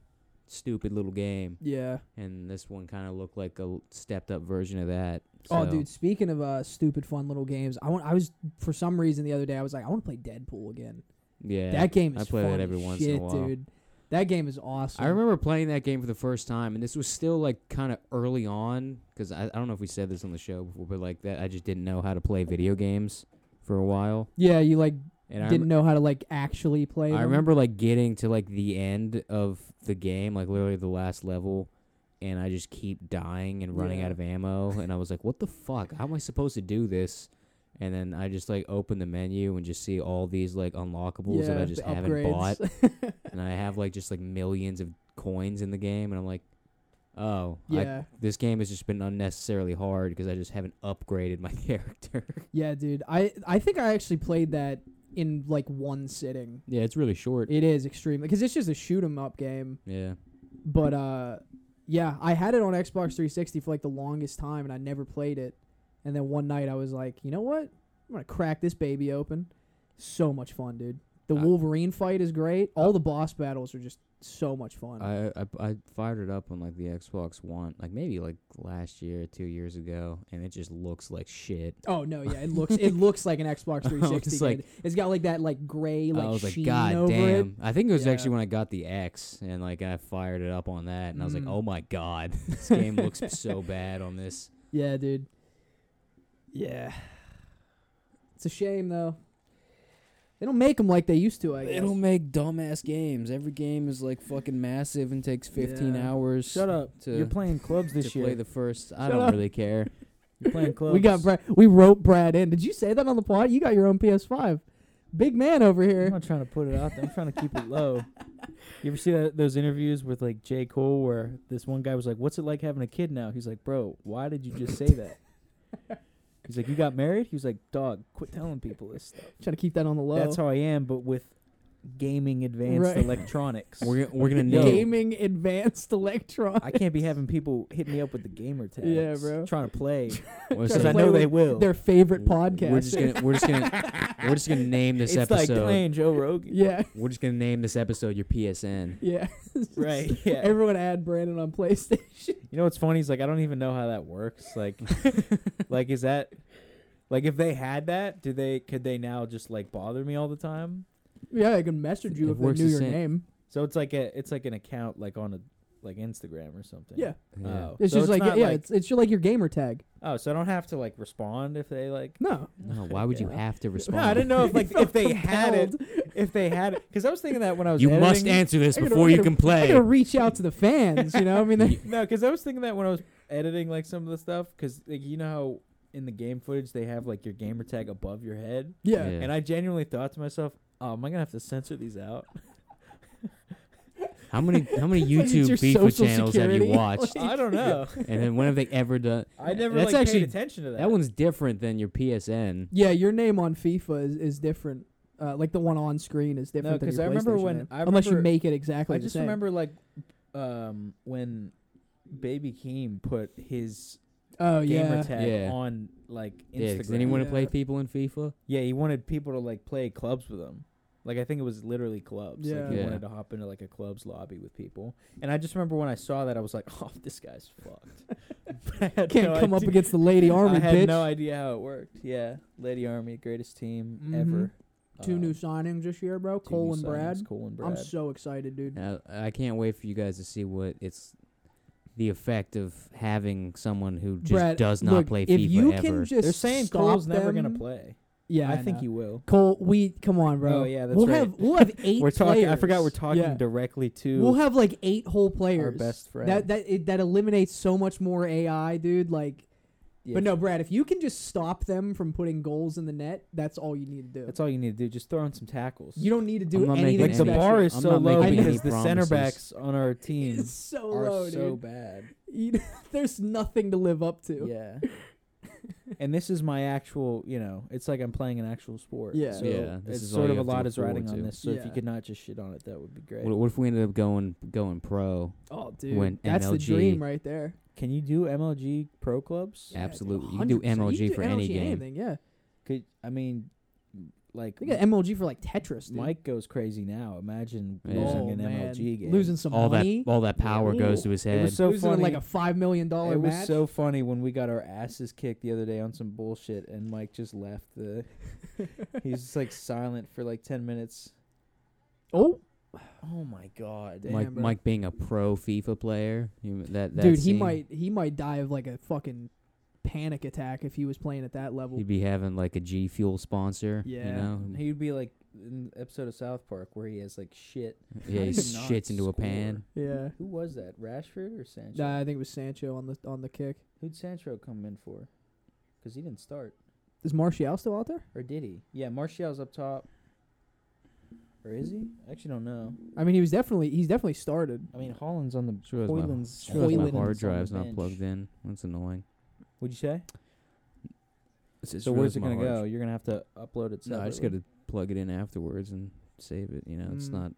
Speaker 2: stupid little game,
Speaker 1: Yeah.
Speaker 2: and this one kind of looked like a l- stepped up version of that.
Speaker 1: Oh,
Speaker 2: so-
Speaker 1: dude. Speaking of uh, stupid, fun little games, I want. I was for some reason the other day I was like, I want to play Deadpool again.
Speaker 2: yeah,
Speaker 1: That game
Speaker 2: I
Speaker 1: is
Speaker 2: play
Speaker 1: fun
Speaker 2: that
Speaker 1: as
Speaker 2: every once in a
Speaker 1: shit,
Speaker 2: while.
Speaker 1: dude. That game is awesome.
Speaker 2: I remember playing that game for the first time, and this was still like kind of early on because I, I don't know if we said this on the show before, but like that I just didn't know how to play video games for a while,
Speaker 1: Yeah, you like
Speaker 2: and I,
Speaker 1: didn't know how to like actually play.
Speaker 2: rem- I
Speaker 1: them.
Speaker 2: remember like getting to like the end of the game, like literally the last level, and I just keep dying and running
Speaker 1: Yeah.
Speaker 2: out of ammo, and I was like, "What the fuck? How am I supposed to do this?" And then I just like open the menu and just see all these like unlockables that I
Speaker 1: Yeah,
Speaker 2: just
Speaker 1: the
Speaker 2: haven't
Speaker 1: upgrades.
Speaker 2: bought. and I have like just like millions of coins in the game, and I'm like, oh, I,
Speaker 1: yeah,
Speaker 2: this game has just been unnecessarily hard because I just haven't upgraded my character.
Speaker 1: yeah, dude. I I think I actually played that in like one sitting.
Speaker 2: yeah, it's really short.
Speaker 1: It is extremely because it's just a shoot 'em up game.
Speaker 2: yeah,
Speaker 1: But uh, yeah, I had it on Xbox 360 for like the longest time, and I never played it. And then one night I was like, you know what? I'm gonna crack this baby open. So much fun, dude. The
Speaker 2: I-
Speaker 1: Wolverine fight is great. All the boss battles are just so much fun.
Speaker 2: I, I I fired it up on like the Xbox One, like maybe like last year, two years ago, and it just looks like shit.
Speaker 1: Oh no, yeah, it looks it looks like an Xbox
Speaker 2: I was
Speaker 1: 360. game.
Speaker 2: like-
Speaker 1: it's got like that like gray like
Speaker 2: I was like,
Speaker 1: sheen
Speaker 2: God
Speaker 1: over
Speaker 2: damn!
Speaker 1: it.
Speaker 2: I think it was
Speaker 1: Yeah.
Speaker 2: actually when I got the X, and like I fired it up on that, and I was like,
Speaker 1: Mm.
Speaker 2: Oh my God, this game looks so bad on this.
Speaker 1: Yeah, dude. Yeah. It's a shame though. They don't make them like uh, they used to. I guess.
Speaker 2: They don't make dumbass games. Every game is like fucking massive and takes 15
Speaker 1: Yeah.
Speaker 2: hours.
Speaker 3: Shut up.
Speaker 2: To,
Speaker 3: You're playing clubs
Speaker 2: to
Speaker 3: this year.
Speaker 2: play the first. I
Speaker 1: Shut
Speaker 2: don't
Speaker 1: up.
Speaker 2: really care.
Speaker 3: You're playing clubs.
Speaker 1: we got Brad. We wrote Brad in. Did you say that on the pod? You got your own PS5. Big man over
Speaker 3: I'm
Speaker 1: here.
Speaker 3: not trying to put it out there. I'm trying to keep it low. You ever see that, those interviews with like J. Cole where this one guy was like, "What's it like having a kid now?" He's like, "Bro, why did you just say that?" He's like, "You got married?" He was like, "Dog, quit telling people this stuff."
Speaker 1: Trying to keep that on the low.
Speaker 3: That's how I am, but with gaming advanced
Speaker 1: Right.
Speaker 3: electronics.
Speaker 2: We're gonna, we're gonna
Speaker 3: No.
Speaker 2: name.
Speaker 1: Gaming advanced electronics.
Speaker 3: I can't be having people hit me up with the gamer tags.
Speaker 1: Yeah, bro.
Speaker 3: Trying to play
Speaker 2: what's
Speaker 3: because
Speaker 1: to
Speaker 3: I
Speaker 2: it-
Speaker 1: play
Speaker 3: know they
Speaker 1: with
Speaker 3: will.
Speaker 1: Their favorite podcast.
Speaker 2: We're just gonna we're just gonna we're just gonna name this
Speaker 3: it's like
Speaker 2: episode.
Speaker 3: playing Joe Rogan.
Speaker 1: yeah,
Speaker 2: We're just gonna name this episode your PSN.
Speaker 1: yeah.
Speaker 3: Right. Yeah.
Speaker 1: Everyone add Brandon on PlayStation.
Speaker 3: You know what's funny is like I don't even know how that works. Like, like is that like if they had that, do they could they now just like bother me all the time?
Speaker 1: yeah, I can message you
Speaker 2: It
Speaker 1: if they
Speaker 2: works
Speaker 1: knew
Speaker 2: the
Speaker 1: your
Speaker 2: same.
Speaker 1: name.
Speaker 3: So it's like a it's like an account like on a like Instagram or something.
Speaker 1: Yeah,
Speaker 2: Yeah.
Speaker 3: Oh,
Speaker 1: it's
Speaker 3: so
Speaker 1: just like
Speaker 3: not
Speaker 1: yeah, it's it's your, like your gamer tag.
Speaker 3: oh, so I don't have to like respond if they like.
Speaker 1: No,
Speaker 2: No, why would you
Speaker 3: Yeah.
Speaker 2: have to respond?
Speaker 3: No, I didn't know if like if they had it,
Speaker 1: Compelled.
Speaker 3: if they had it, because I was thinking that when I was
Speaker 2: You
Speaker 3: editing,
Speaker 2: must answer this
Speaker 1: I gotta-
Speaker 2: before
Speaker 1: I
Speaker 2: you
Speaker 1: gotta-
Speaker 2: can
Speaker 1: I
Speaker 2: play.
Speaker 1: gotta reach out to the fans. You know, I mean, they-
Speaker 3: No, because I was thinking that when I was editing like some of the stuff, because like you know how in the game footage they have like your gamer tag above your head,
Speaker 1: yeah.
Speaker 2: Yeah.
Speaker 3: and I genuinely thought to myself, oh, am I gonna have to censor these out?
Speaker 2: How many how many
Speaker 1: Like, it's your
Speaker 2: YouTube FIFA
Speaker 1: social
Speaker 2: channels have
Speaker 1: security.
Speaker 2: you watched?
Speaker 3: I don't know.
Speaker 2: and then when have they ever done?
Speaker 3: I never
Speaker 2: That's
Speaker 3: like
Speaker 2: actually
Speaker 3: paid attention to that.
Speaker 2: that one's different than your PSN.
Speaker 1: Yeah, your name on FIFA is, is different. Uh, like the one on screen is different.
Speaker 3: No,
Speaker 1: than
Speaker 3: 'cause
Speaker 1: your
Speaker 3: I remember
Speaker 1: PlayStation
Speaker 3: when-
Speaker 1: name.
Speaker 3: I
Speaker 1: unless you
Speaker 3: remember-
Speaker 1: make it exactly
Speaker 3: I
Speaker 1: the
Speaker 3: just
Speaker 1: same.
Speaker 3: remember like um, when Baby Keem put his
Speaker 1: Oh
Speaker 3: gamer
Speaker 1: yeah,
Speaker 3: tag
Speaker 2: Yeah.
Speaker 3: on like
Speaker 2: Yeah,
Speaker 3: Instagram.
Speaker 2: does anyone
Speaker 1: Yeah.
Speaker 2: play people in FIFA?
Speaker 3: Yeah, he wanted people to like play clubs with him. Like I think it was literally clubs.
Speaker 1: Yeah.
Speaker 3: Like he
Speaker 2: Yeah.
Speaker 3: wanted to hop into like a club's lobby with people. And I just remember when I saw that I was like, "Oh, this guy's fucked." But I had
Speaker 1: can't
Speaker 3: no
Speaker 1: come up
Speaker 3: idea-
Speaker 1: against the Lady Army.
Speaker 3: I had
Speaker 1: bitch.
Speaker 3: no idea how it worked. Yeah, Lady Army, greatest team
Speaker 1: Mhm.
Speaker 3: ever.
Speaker 1: Two
Speaker 3: Um,
Speaker 1: new
Speaker 3: two
Speaker 1: signings this year, bro.
Speaker 3: new
Speaker 1: Cole and
Speaker 3: signings,
Speaker 1: Brad.
Speaker 3: Cole and
Speaker 1: I'm
Speaker 3: Brad.
Speaker 1: so excited, dude.
Speaker 2: Uh, I can't wait for you guys to see what it's the effect of having someone who just
Speaker 1: Brad,
Speaker 2: does not
Speaker 1: look,
Speaker 2: play
Speaker 1: if
Speaker 2: FIFA
Speaker 1: you
Speaker 2: ever.
Speaker 1: can just
Speaker 3: They're saying
Speaker 1: stop
Speaker 3: Cole's never gonna
Speaker 1: them-
Speaker 3: play.
Speaker 1: Yeah,
Speaker 3: I, think
Speaker 1: know.
Speaker 3: he will.
Speaker 1: Cole, we come on, bro.
Speaker 3: Oh, yeah, that's
Speaker 1: we'll
Speaker 3: right.
Speaker 1: have we'll have 8
Speaker 3: We're talking. I
Speaker 1: players.
Speaker 3: forgot we're talking
Speaker 1: Yeah.
Speaker 3: directly to
Speaker 1: We'll have like eight whole players.
Speaker 3: our best friend.
Speaker 1: That that it, that eliminates so much more AI, dude. Like,
Speaker 3: Yeah,
Speaker 1: but no, Brad, if you can just stop them from putting goals in the net, that's all you need to do.
Speaker 3: that's all you need to do. Just throw in some tackles.
Speaker 1: You don't need to
Speaker 2: I'm
Speaker 1: do
Speaker 2: not
Speaker 1: anything.
Speaker 2: making
Speaker 3: Like the
Speaker 1: special.
Speaker 3: bar is
Speaker 2: I'm
Speaker 3: so
Speaker 2: not
Speaker 3: low
Speaker 2: making
Speaker 1: any
Speaker 3: because the center
Speaker 2: promises.
Speaker 3: backs on our team
Speaker 1: It's so
Speaker 3: are
Speaker 1: low,
Speaker 3: so
Speaker 1: dude.
Speaker 3: bad.
Speaker 1: You know, there's nothing to live up to.
Speaker 3: Yeah. and this is my actual, you know, it's like I'm playing an actual sport.
Speaker 1: Yeah.
Speaker 3: So
Speaker 2: Yeah, this
Speaker 3: it's
Speaker 2: is all
Speaker 3: sort
Speaker 2: you
Speaker 3: of a
Speaker 2: have to
Speaker 3: lot
Speaker 2: look
Speaker 3: is riding
Speaker 2: forward
Speaker 3: on
Speaker 2: to.
Speaker 3: this. So if you
Speaker 1: Yeah.
Speaker 3: could not just shit on it, that would be great.
Speaker 2: What, what if we ended up going going pro?
Speaker 1: Oh, dude,
Speaker 2: When
Speaker 1: that's the
Speaker 2: MLG
Speaker 1: dream right there.
Speaker 3: Can you do MLG pro clubs?
Speaker 1: Yeah, dude,
Speaker 2: Absolutely. You can do
Speaker 1: 100%.
Speaker 2: MLG
Speaker 1: You can
Speaker 2: for any
Speaker 1: MLG
Speaker 2: game.
Speaker 1: Anything, yeah.
Speaker 3: Could I mean, like
Speaker 1: They got MLG for like Tetris. Dude.
Speaker 3: Mike goes crazy now. Imagine
Speaker 2: Yeah.
Speaker 3: losing
Speaker 1: Oh,
Speaker 3: an
Speaker 1: man.
Speaker 3: MLG game.
Speaker 1: losing some
Speaker 2: All
Speaker 1: money.
Speaker 2: that all that power goes
Speaker 1: Ooh.
Speaker 2: to his
Speaker 3: it
Speaker 2: head.
Speaker 3: was so
Speaker 1: losing
Speaker 3: funny.
Speaker 1: like a five million dollar
Speaker 3: it was
Speaker 1: match.
Speaker 3: so funny when we got our asses kicked the other day on some bullshit, and Mike just left the. he's just like silent for like ten minutes.
Speaker 1: oh,
Speaker 3: Oh my god!
Speaker 1: Damn,
Speaker 2: Mike,
Speaker 1: bro.
Speaker 2: Mike being a pro FIFA player, you, that, that
Speaker 1: dude, he
Speaker 2: scene,
Speaker 1: might he might die of like a fucking panic attack if he was playing at that level.
Speaker 2: he'd be having like a G Fuel sponsor.
Speaker 1: Yeah.
Speaker 2: you know,
Speaker 3: He would be like in the episode of South Park where he has like shit.
Speaker 2: yeah, he
Speaker 3: did he not
Speaker 2: shits into a
Speaker 3: score?
Speaker 2: pan.
Speaker 1: yeah.
Speaker 3: Who was that? Rashford or Sancho?
Speaker 1: Nah, I think it was Sancho on the on the kick.
Speaker 3: Who'd Sancho come in for? Because he didn't start,
Speaker 1: Is Martial still out there?
Speaker 3: or did he? Yeah, Martial's up top. Or is he? I actually don't know.
Speaker 1: I mean, he was definitely he's definitely started.
Speaker 3: I mean, Holland's on the.
Speaker 2: Sure, as my,
Speaker 3: Hoyland's-
Speaker 2: sure as my
Speaker 3: Hoyland's
Speaker 2: hard
Speaker 3: on the
Speaker 2: drive's not
Speaker 3: bench.
Speaker 2: plugged in. That's annoying.
Speaker 3: Would you say?
Speaker 2: It's- it's
Speaker 3: So
Speaker 2: sure
Speaker 3: where's
Speaker 2: as
Speaker 3: it
Speaker 2: my
Speaker 3: gonna
Speaker 2: hard
Speaker 3: go? You're gonna have to upload it.
Speaker 2: No, I just
Speaker 3: separately.
Speaker 2: gotta plug it in afterwards and save it. You know, it's
Speaker 1: Mm.
Speaker 2: not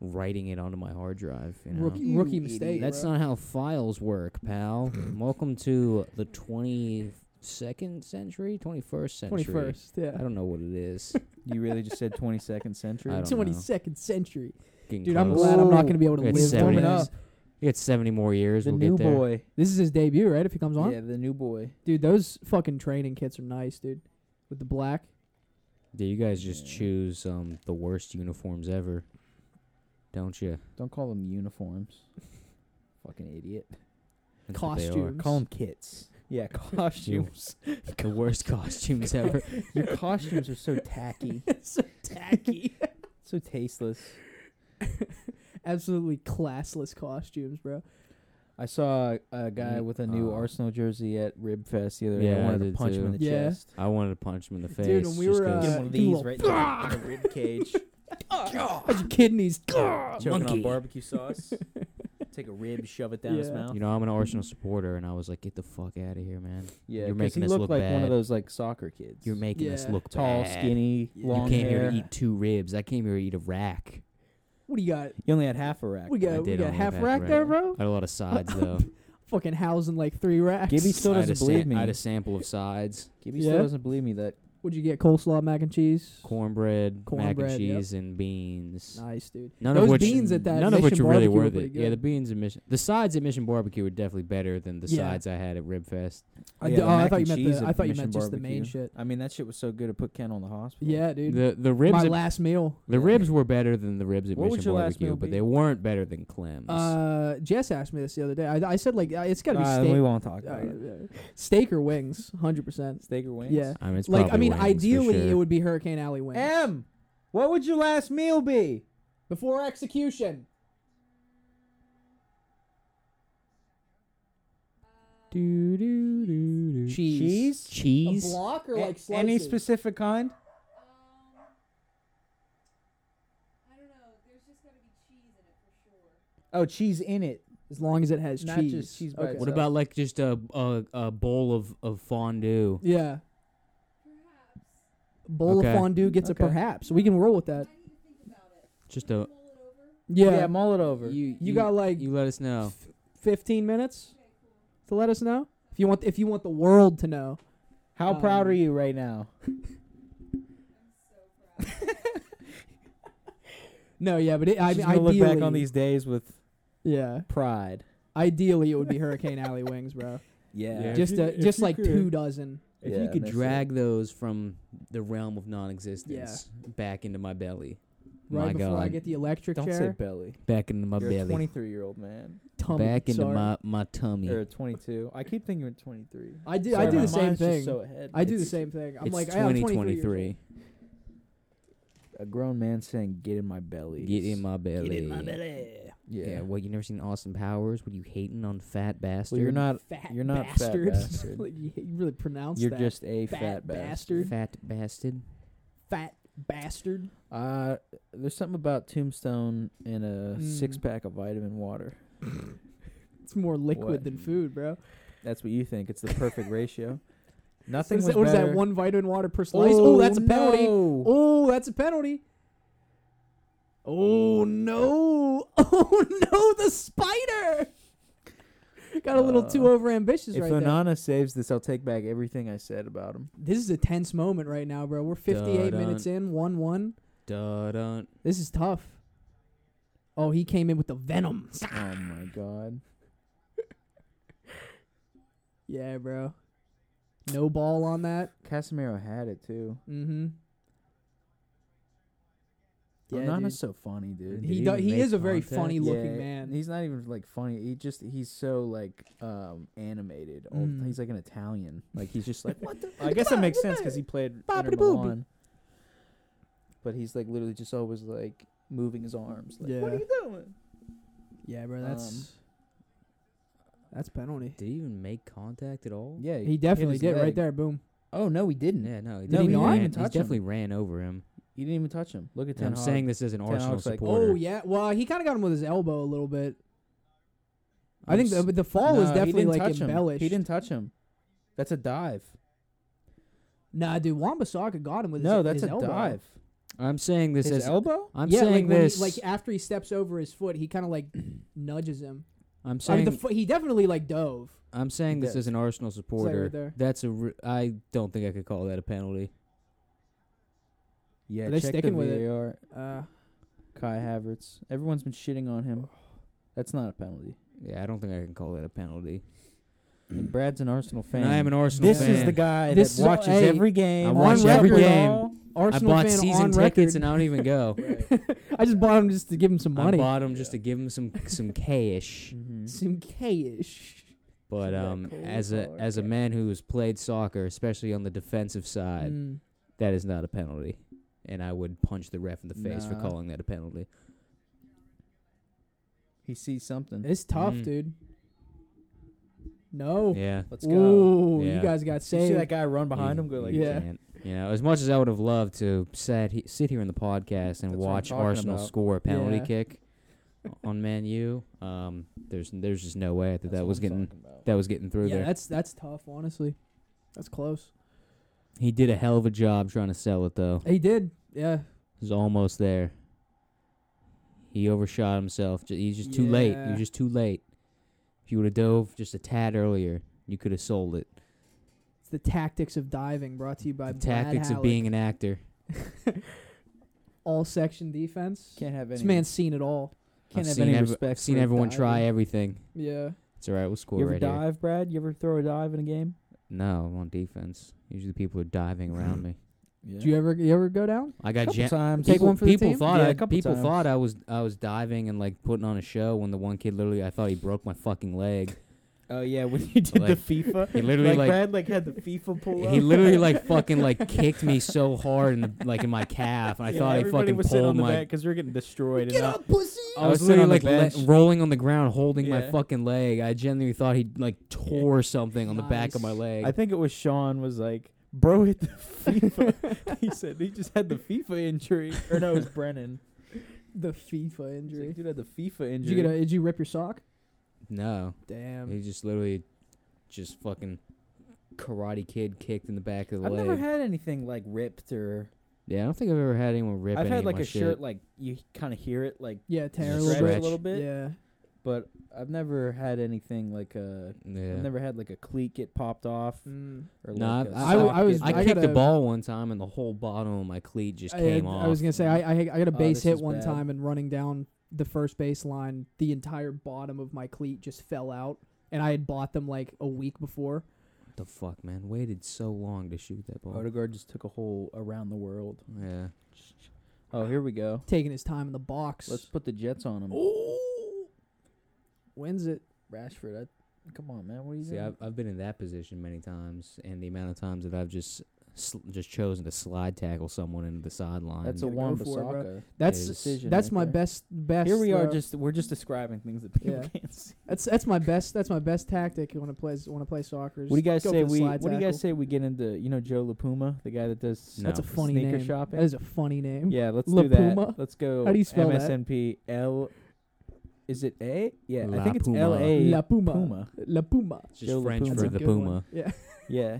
Speaker 2: writing it onto my hard drive. You know,
Speaker 1: Rookie,
Speaker 3: You
Speaker 1: rookie
Speaker 3: idiot.
Speaker 1: mistake.
Speaker 2: that's
Speaker 1: bro.
Speaker 2: not how files work, pal. Welcome to the twenty second century, twenty first century.
Speaker 1: twenty first.
Speaker 2: I
Speaker 1: Yeah,
Speaker 2: don't know what it is.
Speaker 3: You really just said 22nd century.
Speaker 2: I don't
Speaker 1: twenty
Speaker 2: know.
Speaker 1: second century.
Speaker 2: Getting
Speaker 1: Dude, I'm
Speaker 2: close.
Speaker 1: glad I'm not gonna be able to
Speaker 2: It's
Speaker 1: live
Speaker 2: seventy.
Speaker 1: one of
Speaker 3: Warming
Speaker 1: these.
Speaker 2: You got 70 more years.
Speaker 3: the
Speaker 2: we'll
Speaker 3: new
Speaker 2: get there.
Speaker 3: boy.
Speaker 1: This is his debut, right? If he comes on,
Speaker 3: Yeah, the new boy.
Speaker 1: dude, those fucking training kits are nice, dude. With the black,
Speaker 2: Dude, you guys just
Speaker 3: Yeah.
Speaker 2: choose um, the worst uniforms ever, don't you?
Speaker 3: Don't call them uniforms. Fucking idiot.
Speaker 2: That's what they are.
Speaker 1: Costumes.
Speaker 3: Call them kits. Yeah, costumes.
Speaker 2: The worst costumes ever.
Speaker 3: Your costumes are so tacky,
Speaker 1: so tacky,
Speaker 3: so tasteless.
Speaker 1: absolutely classless costumes, bro.
Speaker 3: I saw a guy
Speaker 2: Mm,
Speaker 3: with a new
Speaker 2: uh,
Speaker 3: Arsenal jersey at Rib Fest the other day.
Speaker 2: Yeah, I
Speaker 3: I wanted
Speaker 2: did
Speaker 3: to punch him in
Speaker 2: too.
Speaker 3: the
Speaker 1: Yeah.
Speaker 3: chest.
Speaker 2: I wanted to punch him in the face.
Speaker 1: Dude, when we
Speaker 2: just
Speaker 1: were,
Speaker 2: 'cause-
Speaker 1: uh,
Speaker 3: Get one of
Speaker 1: do a
Speaker 3: these
Speaker 1: little
Speaker 3: right there in the rib cage.
Speaker 1: How's your kidneys?
Speaker 3: Choking
Speaker 2: Monkey.
Speaker 3: on barbecue sauce. Take a rib, shove it down his
Speaker 1: Yeah.
Speaker 3: mouth.
Speaker 2: you know, I'm an Arsenal supporter, and I was like, get the fuck out of here, man.
Speaker 3: Yeah,
Speaker 2: You're
Speaker 3: 'cause
Speaker 2: making
Speaker 3: he
Speaker 2: us
Speaker 3: looked
Speaker 2: look
Speaker 3: like one
Speaker 2: bad.
Speaker 3: of those like soccer kids.
Speaker 2: You're making us
Speaker 1: Yeah.
Speaker 2: look
Speaker 3: tall,
Speaker 2: bad.
Speaker 3: skinny,
Speaker 1: You
Speaker 2: You
Speaker 3: long
Speaker 2: came
Speaker 3: hair.
Speaker 2: here to eat two ribs. I came here to eat a rack.
Speaker 1: What do you got?
Speaker 3: You only had half a rack.
Speaker 1: We
Speaker 2: I
Speaker 1: got we
Speaker 2: did
Speaker 1: got
Speaker 2: only
Speaker 1: half
Speaker 2: have
Speaker 1: rack
Speaker 2: rack.
Speaker 1: there, bro.
Speaker 2: I had a lot of sides, though.
Speaker 1: Fucking housing like three racks.
Speaker 3: Gibby still
Speaker 2: I had a
Speaker 3: doesn't believe
Speaker 2: sam-
Speaker 3: me.
Speaker 2: I had a sample of sides,
Speaker 3: Gibby
Speaker 1: Yeah.
Speaker 3: still doesn't believe me that
Speaker 1: What'd you get? Coleslaw, mac and cheese.
Speaker 2: cornbread, mac
Speaker 1: Cornbread,
Speaker 2: and
Speaker 1: yep.
Speaker 2: cheese, and beans.
Speaker 1: Nice, dude.
Speaker 2: None
Speaker 1: Those
Speaker 2: of which,
Speaker 1: beans at that
Speaker 2: none of which
Speaker 1: Mission
Speaker 2: are really
Speaker 1: Barbecue were
Speaker 2: worth it.
Speaker 1: pretty
Speaker 2: Yeah,
Speaker 1: good.
Speaker 2: the beans at Mission, the sides at Mission Barbecue were definitely better than the
Speaker 1: Yeah.
Speaker 2: sides I had at Rib Fest.
Speaker 1: I,
Speaker 3: Yeah,
Speaker 1: d-
Speaker 3: the
Speaker 1: oh, I
Speaker 3: mac
Speaker 1: thought you
Speaker 3: and
Speaker 1: meant
Speaker 3: cheese
Speaker 1: the,
Speaker 3: at
Speaker 1: I thought you
Speaker 3: Mission
Speaker 1: meant just the main
Speaker 3: Barbecue.
Speaker 1: shit.
Speaker 3: I mean that shit was so good it put Ken on the hospital.
Speaker 1: Yeah, dude.
Speaker 2: The the ribs,
Speaker 1: My
Speaker 2: at,
Speaker 1: last meal.
Speaker 2: the
Speaker 3: Yeah.
Speaker 2: ribs were better than the ribs at
Speaker 3: What would
Speaker 2: Mission
Speaker 3: your last
Speaker 2: Barbecue,
Speaker 3: meal
Speaker 2: but
Speaker 3: be?
Speaker 2: they weren't better than Clem's.
Speaker 1: Uh, Jess asked me this the other day. I, I said like uh, it's got to be
Speaker 3: Uh,
Speaker 1: steak.
Speaker 3: we won't talk
Speaker 1: All
Speaker 3: about
Speaker 1: right,
Speaker 3: it.
Speaker 1: yeah. steak or wings, hundred percent.
Speaker 3: Steak or wings?
Speaker 1: Yeah,
Speaker 2: I mean, it's
Speaker 1: like I
Speaker 2: probably
Speaker 1: mean,
Speaker 2: wings for
Speaker 1: ideally
Speaker 2: sure.
Speaker 1: it would be Hurricane Alley wings
Speaker 3: M, what would your last meal be?
Speaker 1: before execution.
Speaker 2: Do, do, do, do.
Speaker 1: Cheese.
Speaker 3: Cheese?
Speaker 1: A
Speaker 2: Cheese.
Speaker 1: block or
Speaker 3: A-
Speaker 1: like slices?
Speaker 3: any specific kind?
Speaker 4: Um, I don't know. There's just got to be cheese in it for sure.
Speaker 3: Oh, cheese in it.
Speaker 1: as long as it has
Speaker 3: Not
Speaker 1: cheese.
Speaker 3: just cheese by
Speaker 1: okay.
Speaker 2: What about like just a a, a bowl of, of fondue?
Speaker 1: Yeah,
Speaker 4: Perhaps.
Speaker 1: bowl
Speaker 2: Okay.
Speaker 1: of fondue gets
Speaker 3: Okay.
Speaker 1: a perhaps. We can roll with that. Oh,
Speaker 4: I need to think about it.
Speaker 2: Just a
Speaker 4: Mull it over.
Speaker 1: Yeah,
Speaker 3: mull it over.
Speaker 1: you, got like
Speaker 2: you let us know.
Speaker 1: fifteen minutes to let us know if you want. If you want the world to know,
Speaker 3: How proud
Speaker 1: um,
Speaker 3: are you right now?
Speaker 1: no, yeah, but it, I
Speaker 3: She's
Speaker 1: mean,
Speaker 3: gonna
Speaker 1: ideally,
Speaker 3: look back on these days with
Speaker 1: yeah,
Speaker 3: pride.
Speaker 1: ideally it would be Hurricane Alley wings, bro.
Speaker 3: Yeah.
Speaker 2: Yeah. If
Speaker 1: just
Speaker 2: you-
Speaker 1: a,
Speaker 2: if
Speaker 1: just
Speaker 2: you
Speaker 1: like
Speaker 2: could-
Speaker 1: two dozen.
Speaker 2: If
Speaker 3: Yeah,
Speaker 2: you could
Speaker 3: that's it.
Speaker 2: drag those from the realm of non-existence back into my belly,
Speaker 1: Right
Speaker 2: my
Speaker 1: before
Speaker 2: God,
Speaker 1: I get the electric
Speaker 3: Don't say
Speaker 1: chair,
Speaker 3: belly.
Speaker 2: back into my
Speaker 3: You're a
Speaker 2: belly,
Speaker 3: 23 year old man.
Speaker 1: tummy,
Speaker 2: back into
Speaker 1: sorry.
Speaker 2: my my tummy.
Speaker 3: Or 22. I keep thinking you're 23.
Speaker 1: I do.
Speaker 3: Sorry,
Speaker 1: I do
Speaker 3: my
Speaker 1: the same
Speaker 3: mind's just
Speaker 1: thing.
Speaker 3: so ahead.
Speaker 1: I do the
Speaker 3: It's
Speaker 1: same thing. I'm
Speaker 2: it's
Speaker 1: like, I am 23.
Speaker 2: 2023.
Speaker 3: A grown man saying, "Get in my belly."
Speaker 2: Get in my belly.
Speaker 1: belly.
Speaker 2: Yeah.
Speaker 3: Yeah.
Speaker 2: What you never seen Austin Powers? What you hating on fat bastard?
Speaker 3: Well, you're not.
Speaker 1: Fat
Speaker 3: You're not fat
Speaker 1: bastard.
Speaker 3: bastard.
Speaker 1: like, you, you really pronounce
Speaker 3: You're
Speaker 1: that.
Speaker 3: just a
Speaker 1: fat
Speaker 3: fat,
Speaker 1: bastard.
Speaker 3: bastard.
Speaker 2: fat bastard.
Speaker 1: fat bastard.
Speaker 3: Uh, there's something about tombstone and a
Speaker 1: Mm.
Speaker 3: six pack of vitamin water.
Speaker 1: It's more liquid
Speaker 3: What?
Speaker 1: than food, bro.
Speaker 3: That's what you think. It's the perfect ratio. Nothing
Speaker 1: What is
Speaker 3: was
Speaker 1: that, what is that?
Speaker 3: better.
Speaker 1: One vitamin water per slice. Oh, that's a penalty.
Speaker 3: no.
Speaker 1: Oh, that's a penalty. Oh no! Oh no! The spider got a little
Speaker 3: Uh,
Speaker 1: too over ambitious
Speaker 3: If
Speaker 1: right there.
Speaker 3: Onana saves this, I'll take back everything I said about him.
Speaker 1: This is a tense moment right now, bro. We're 58
Speaker 2: Dun-dun.
Speaker 1: minutes in, one-one.
Speaker 2: Duh, dun.
Speaker 1: This is tough. Oh, he came in with the venom.
Speaker 3: Oh my god.
Speaker 1: Yeah, bro. No ball on that.
Speaker 3: Casemiro had it too.
Speaker 1: Mm-hmm. Yeah,
Speaker 3: Onana's so funny,
Speaker 1: dude.
Speaker 3: dude.
Speaker 2: Did
Speaker 1: He
Speaker 2: he
Speaker 1: do,
Speaker 2: even
Speaker 1: he
Speaker 2: make
Speaker 1: is a very
Speaker 2: contact?
Speaker 1: funny looking
Speaker 3: Yeah,
Speaker 1: man.
Speaker 3: He's not even like funny. He just he's so like um animated. All
Speaker 1: Mm.
Speaker 3: he's like an Italian. Like he's just like what the.
Speaker 1: I guess that makes sense 'cause he
Speaker 3: played
Speaker 1: Inter Milan.
Speaker 3: But he's like literally just always like moving his arms. Like, What are
Speaker 1: Yeah.
Speaker 3: you doing?
Speaker 1: Yeah,
Speaker 2: um,
Speaker 1: bro. That's that's penalty.
Speaker 2: Did he even make contact at all?
Speaker 3: Um, Yeah,
Speaker 1: He
Speaker 3: hit
Speaker 1: definitely
Speaker 3: his
Speaker 1: did right
Speaker 3: leg.
Speaker 1: there. Boom.
Speaker 3: Oh no, he didn't.
Speaker 2: Yeah, no, he,
Speaker 1: Did he
Speaker 2: definitely
Speaker 1: not?
Speaker 2: ran-
Speaker 1: Even
Speaker 2: he's
Speaker 3: touch him.
Speaker 2: definitely ran over him.
Speaker 3: He didn't even touch him. Look
Speaker 2: And
Speaker 3: at Ten
Speaker 2: I'm
Speaker 3: Hag.
Speaker 2: saying this as an
Speaker 3: Ten
Speaker 2: Arsenal
Speaker 3: Hag's like,
Speaker 2: supporter.
Speaker 1: Oh yeah. Well, he kind of got him with his elbow a little bit. I think
Speaker 3: Yes.
Speaker 1: the, but the fall was
Speaker 3: No, he
Speaker 1: definitely
Speaker 3: didn't
Speaker 1: like
Speaker 3: touch him.
Speaker 1: embellished.
Speaker 3: He didn't touch him. That's a dive.
Speaker 1: Nah, dude. Wambasaka got him with
Speaker 3: no,
Speaker 1: his, e-,
Speaker 3: that's
Speaker 1: his
Speaker 3: a
Speaker 1: elbow.
Speaker 3: dive.
Speaker 2: I'm saying this
Speaker 3: His
Speaker 2: as
Speaker 3: elbow?
Speaker 2: I'm
Speaker 1: yeah, like
Speaker 2: saying
Speaker 1: when
Speaker 2: this.
Speaker 1: He, like after he steps over his foot, he kind of like nudges him.
Speaker 2: I'm
Speaker 1: I mean,
Speaker 2: saying
Speaker 1: the foot, he definitely like dove.
Speaker 2: I'm saying this
Speaker 3: Yeah.
Speaker 2: as an Arsenal supporter.
Speaker 1: there.
Speaker 2: That's a. Re- I don't think I could call that a penalty.
Speaker 3: Yeah,
Speaker 1: Are they
Speaker 3: check
Speaker 1: sticking
Speaker 3: the
Speaker 1: with it?
Speaker 3: VAR.
Speaker 1: Uh,
Speaker 3: Kai Havertz. Everyone's been shitting on him. That's not a penalty.
Speaker 2: Yeah, I don't think I can call that a penalty.
Speaker 3: And Brad's an Arsenal fan.
Speaker 2: And I am an Arsenal
Speaker 3: This
Speaker 2: fan.
Speaker 3: is the guy
Speaker 1: This is-
Speaker 3: that watches
Speaker 1: hey,
Speaker 3: every game.
Speaker 2: I
Speaker 3: on
Speaker 2: watch
Speaker 1: every
Speaker 3: record.
Speaker 2: game. I
Speaker 1: Arsenal
Speaker 2: bought
Speaker 1: fan
Speaker 2: season
Speaker 1: on
Speaker 2: tickets
Speaker 1: record.
Speaker 2: and I don't even go.
Speaker 1: I just bought him just to give him some
Speaker 2: I
Speaker 1: money.
Speaker 2: bought them just to give him some some cash.
Speaker 3: Mhm.
Speaker 1: Some K-ish.
Speaker 2: But
Speaker 3: Yeah,
Speaker 2: um,
Speaker 3: cold
Speaker 2: as a
Speaker 3: color,
Speaker 2: as a
Speaker 3: yeah.
Speaker 2: man who's played soccer, especially on the defensive side,
Speaker 1: Mm.
Speaker 2: that is not a penalty, and I would punch the ref in the face for
Speaker 3: Nah.
Speaker 2: calling that a penalty.
Speaker 3: He sees something.
Speaker 1: It's tough,
Speaker 2: Mm.
Speaker 1: dude. No.
Speaker 2: Yeah,
Speaker 3: Let's go.
Speaker 1: Ooh, you
Speaker 2: Yeah.
Speaker 1: guys got
Speaker 3: Did you see
Speaker 1: saved.
Speaker 3: that guy run behind
Speaker 2: You-
Speaker 3: him? Go like,
Speaker 2: you
Speaker 1: Yeah.
Speaker 2: can't. You know, as much as I would have loved to sat he, sit here in the podcast and
Speaker 3: That's what I'm
Speaker 2: watch
Speaker 3: talking
Speaker 2: Arsenal
Speaker 3: about.
Speaker 2: score a penalty
Speaker 1: Yeah.
Speaker 2: kick on Man U, um, there's there's just no way that
Speaker 3: That's
Speaker 2: that
Speaker 3: what
Speaker 2: was
Speaker 3: I'm
Speaker 2: getting
Speaker 3: talking about.
Speaker 2: that was getting through
Speaker 1: yeah,
Speaker 2: there.
Speaker 1: that's that's tough, honestly. That's close.
Speaker 2: He did a hell of a job trying to sell it though.
Speaker 1: He did. Yeah.
Speaker 2: He's almost there. He overshot himself. Ju- He's just too late.
Speaker 1: Yeah.
Speaker 2: You're just too late. If you would have dove just a tad earlier, you could have sold it.
Speaker 1: It's the tactics of diving brought to you by
Speaker 2: the
Speaker 1: Brad
Speaker 2: tactics
Speaker 1: Halleck.
Speaker 2: of being an actor.
Speaker 1: all section defense.
Speaker 3: Can't have any.
Speaker 1: This man's seen it all.
Speaker 3: can't
Speaker 2: I've
Speaker 3: have
Speaker 2: seen,
Speaker 3: any
Speaker 2: ev-
Speaker 3: respect.
Speaker 2: seen
Speaker 3: for
Speaker 2: everyone
Speaker 3: diving.
Speaker 2: try everything.
Speaker 1: Yeah.
Speaker 2: It's all right. We'll score
Speaker 3: You ever
Speaker 2: right here.
Speaker 3: dive, Brad? You ever throw a dive in a game?
Speaker 2: No, I'm on defense. Usually people are diving around me.
Speaker 3: Yeah.
Speaker 1: Do you ever you ever go down?
Speaker 2: I got
Speaker 3: couple
Speaker 2: jam-
Speaker 3: times.
Speaker 1: Take
Speaker 2: people,
Speaker 1: one for the
Speaker 2: people
Speaker 1: team?
Speaker 2: thought
Speaker 3: Yeah,
Speaker 2: I,
Speaker 3: a couple
Speaker 2: people
Speaker 3: times.
Speaker 2: thought I was I was diving and like putting on a show when the one kid literally I thought he broke my fucking leg.
Speaker 3: Oh yeah, when you did
Speaker 2: Like,
Speaker 3: the FIFA,
Speaker 2: he literally, like-
Speaker 3: Brad like had the FIFA pull up.
Speaker 2: He literally like fucking like kicked me so hard in the like in my calf. and I
Speaker 3: Yeah,
Speaker 2: thought he
Speaker 3: everybody
Speaker 2: fucking
Speaker 3: was sitting on
Speaker 2: pulled
Speaker 3: the
Speaker 2: my
Speaker 3: because we were getting destroyed.
Speaker 1: Get
Speaker 3: and I-
Speaker 1: up, pussy.
Speaker 2: I was literally like
Speaker 3: sitting on the
Speaker 2: le-
Speaker 3: bench.
Speaker 2: rolling on the ground, holding my
Speaker 3: Yeah.
Speaker 2: fucking leg. I genuinely thought he like tore something on the back of my
Speaker 1: Nice.
Speaker 2: leg.
Speaker 3: I think it was Sean was like, "Bro hit the FIFA." he said he just had the FIFA injury, or no, it was Brennan.
Speaker 1: The FIFA
Speaker 3: He's like,
Speaker 1: injury.
Speaker 3: Dude had the FIFA
Speaker 1: Did
Speaker 3: injury.
Speaker 1: you get a, did you rip your sock?
Speaker 2: no,
Speaker 1: Damn.
Speaker 2: he just literally just fucking karate kid kicked in the back of the
Speaker 3: I've
Speaker 2: leg.
Speaker 3: never had anything like ripped or.
Speaker 2: yeah, I don't think I've ever had anyone rip.
Speaker 3: I've
Speaker 2: any
Speaker 3: had
Speaker 2: of
Speaker 3: like
Speaker 2: my
Speaker 3: a
Speaker 2: shit.
Speaker 3: shirt like you kind of hear it like
Speaker 1: Yeah, tear a
Speaker 2: Just
Speaker 1: little
Speaker 3: stretch
Speaker 1: bit.
Speaker 3: a little bit,
Speaker 1: Yeah.
Speaker 3: but I've never had anything like a.
Speaker 2: Yeah.
Speaker 3: I've never had like a cleat get popped off
Speaker 1: Mm.
Speaker 3: or
Speaker 2: Nah,
Speaker 3: like a
Speaker 2: I- I w-
Speaker 3: sock
Speaker 1: I was-
Speaker 3: get
Speaker 2: I,
Speaker 1: I
Speaker 2: kicked
Speaker 1: gotta-
Speaker 2: the ball one time and the whole bottom of my cleat just
Speaker 1: I,
Speaker 2: came
Speaker 1: I,
Speaker 2: off.
Speaker 1: I was gonna say I I, I got a
Speaker 3: Oh,
Speaker 1: base
Speaker 3: this
Speaker 1: hit
Speaker 3: is
Speaker 1: one
Speaker 3: bad.
Speaker 1: time and running down the first base line, the entire bottom of my cleat just fell out, and I had bought them like a week before.
Speaker 2: What the fuck, man? Waited so long to shoot that ball.
Speaker 3: Odegaard just took a hole around the world.
Speaker 2: Yeah.
Speaker 3: Oh, here we go.
Speaker 1: Taking his time in the box.
Speaker 3: Let's put the Jets on him.
Speaker 1: Ooh. Wins it.
Speaker 3: Rashford, I, come on, man. What are you
Speaker 2: See,
Speaker 3: doing?
Speaker 2: I've, I've been in that position many times, and the amount of times that I've just sl- just chosen to slide tackle someone into the sideline.
Speaker 3: That's a
Speaker 1: gotta go
Speaker 3: one
Speaker 1: for it, bro.
Speaker 3: Basaka.
Speaker 1: That's
Speaker 3: Decision
Speaker 1: that's
Speaker 3: right
Speaker 1: my
Speaker 3: there.
Speaker 1: best best.
Speaker 3: Here we are.
Speaker 1: uh,
Speaker 3: Just we're just describing things that people
Speaker 1: Yeah.
Speaker 3: can't see.
Speaker 1: that's that's my best that's my best tactic when I play when I play soccer.
Speaker 3: What do you
Speaker 1: Just
Speaker 3: guys
Speaker 1: go
Speaker 3: say
Speaker 1: for the
Speaker 3: we?
Speaker 1: slide
Speaker 3: What do you guys
Speaker 1: tackle.
Speaker 3: say we get into? You know Joe LaPuma, the guy that does
Speaker 2: No.
Speaker 1: That's a
Speaker 2: now?
Speaker 1: funny
Speaker 3: sneaker
Speaker 1: name.
Speaker 3: shopping.
Speaker 1: That is a funny name.
Speaker 3: yeah, let's
Speaker 1: La
Speaker 3: do that.
Speaker 1: Puma?
Speaker 3: Let's go.
Speaker 1: How do you spell that?
Speaker 3: MSNP L Is it A? Yeah,
Speaker 2: La
Speaker 3: I think it's
Speaker 2: Puma.
Speaker 3: L A
Speaker 1: La Puma.
Speaker 3: Puma.
Speaker 1: La Puma.
Speaker 2: It's
Speaker 3: Joe
Speaker 2: just
Speaker 3: La
Speaker 2: French
Speaker 3: Puma.
Speaker 2: for
Speaker 3: That's
Speaker 2: the
Speaker 1: a good one.
Speaker 2: puma.
Speaker 1: Yeah,
Speaker 3: Yeah,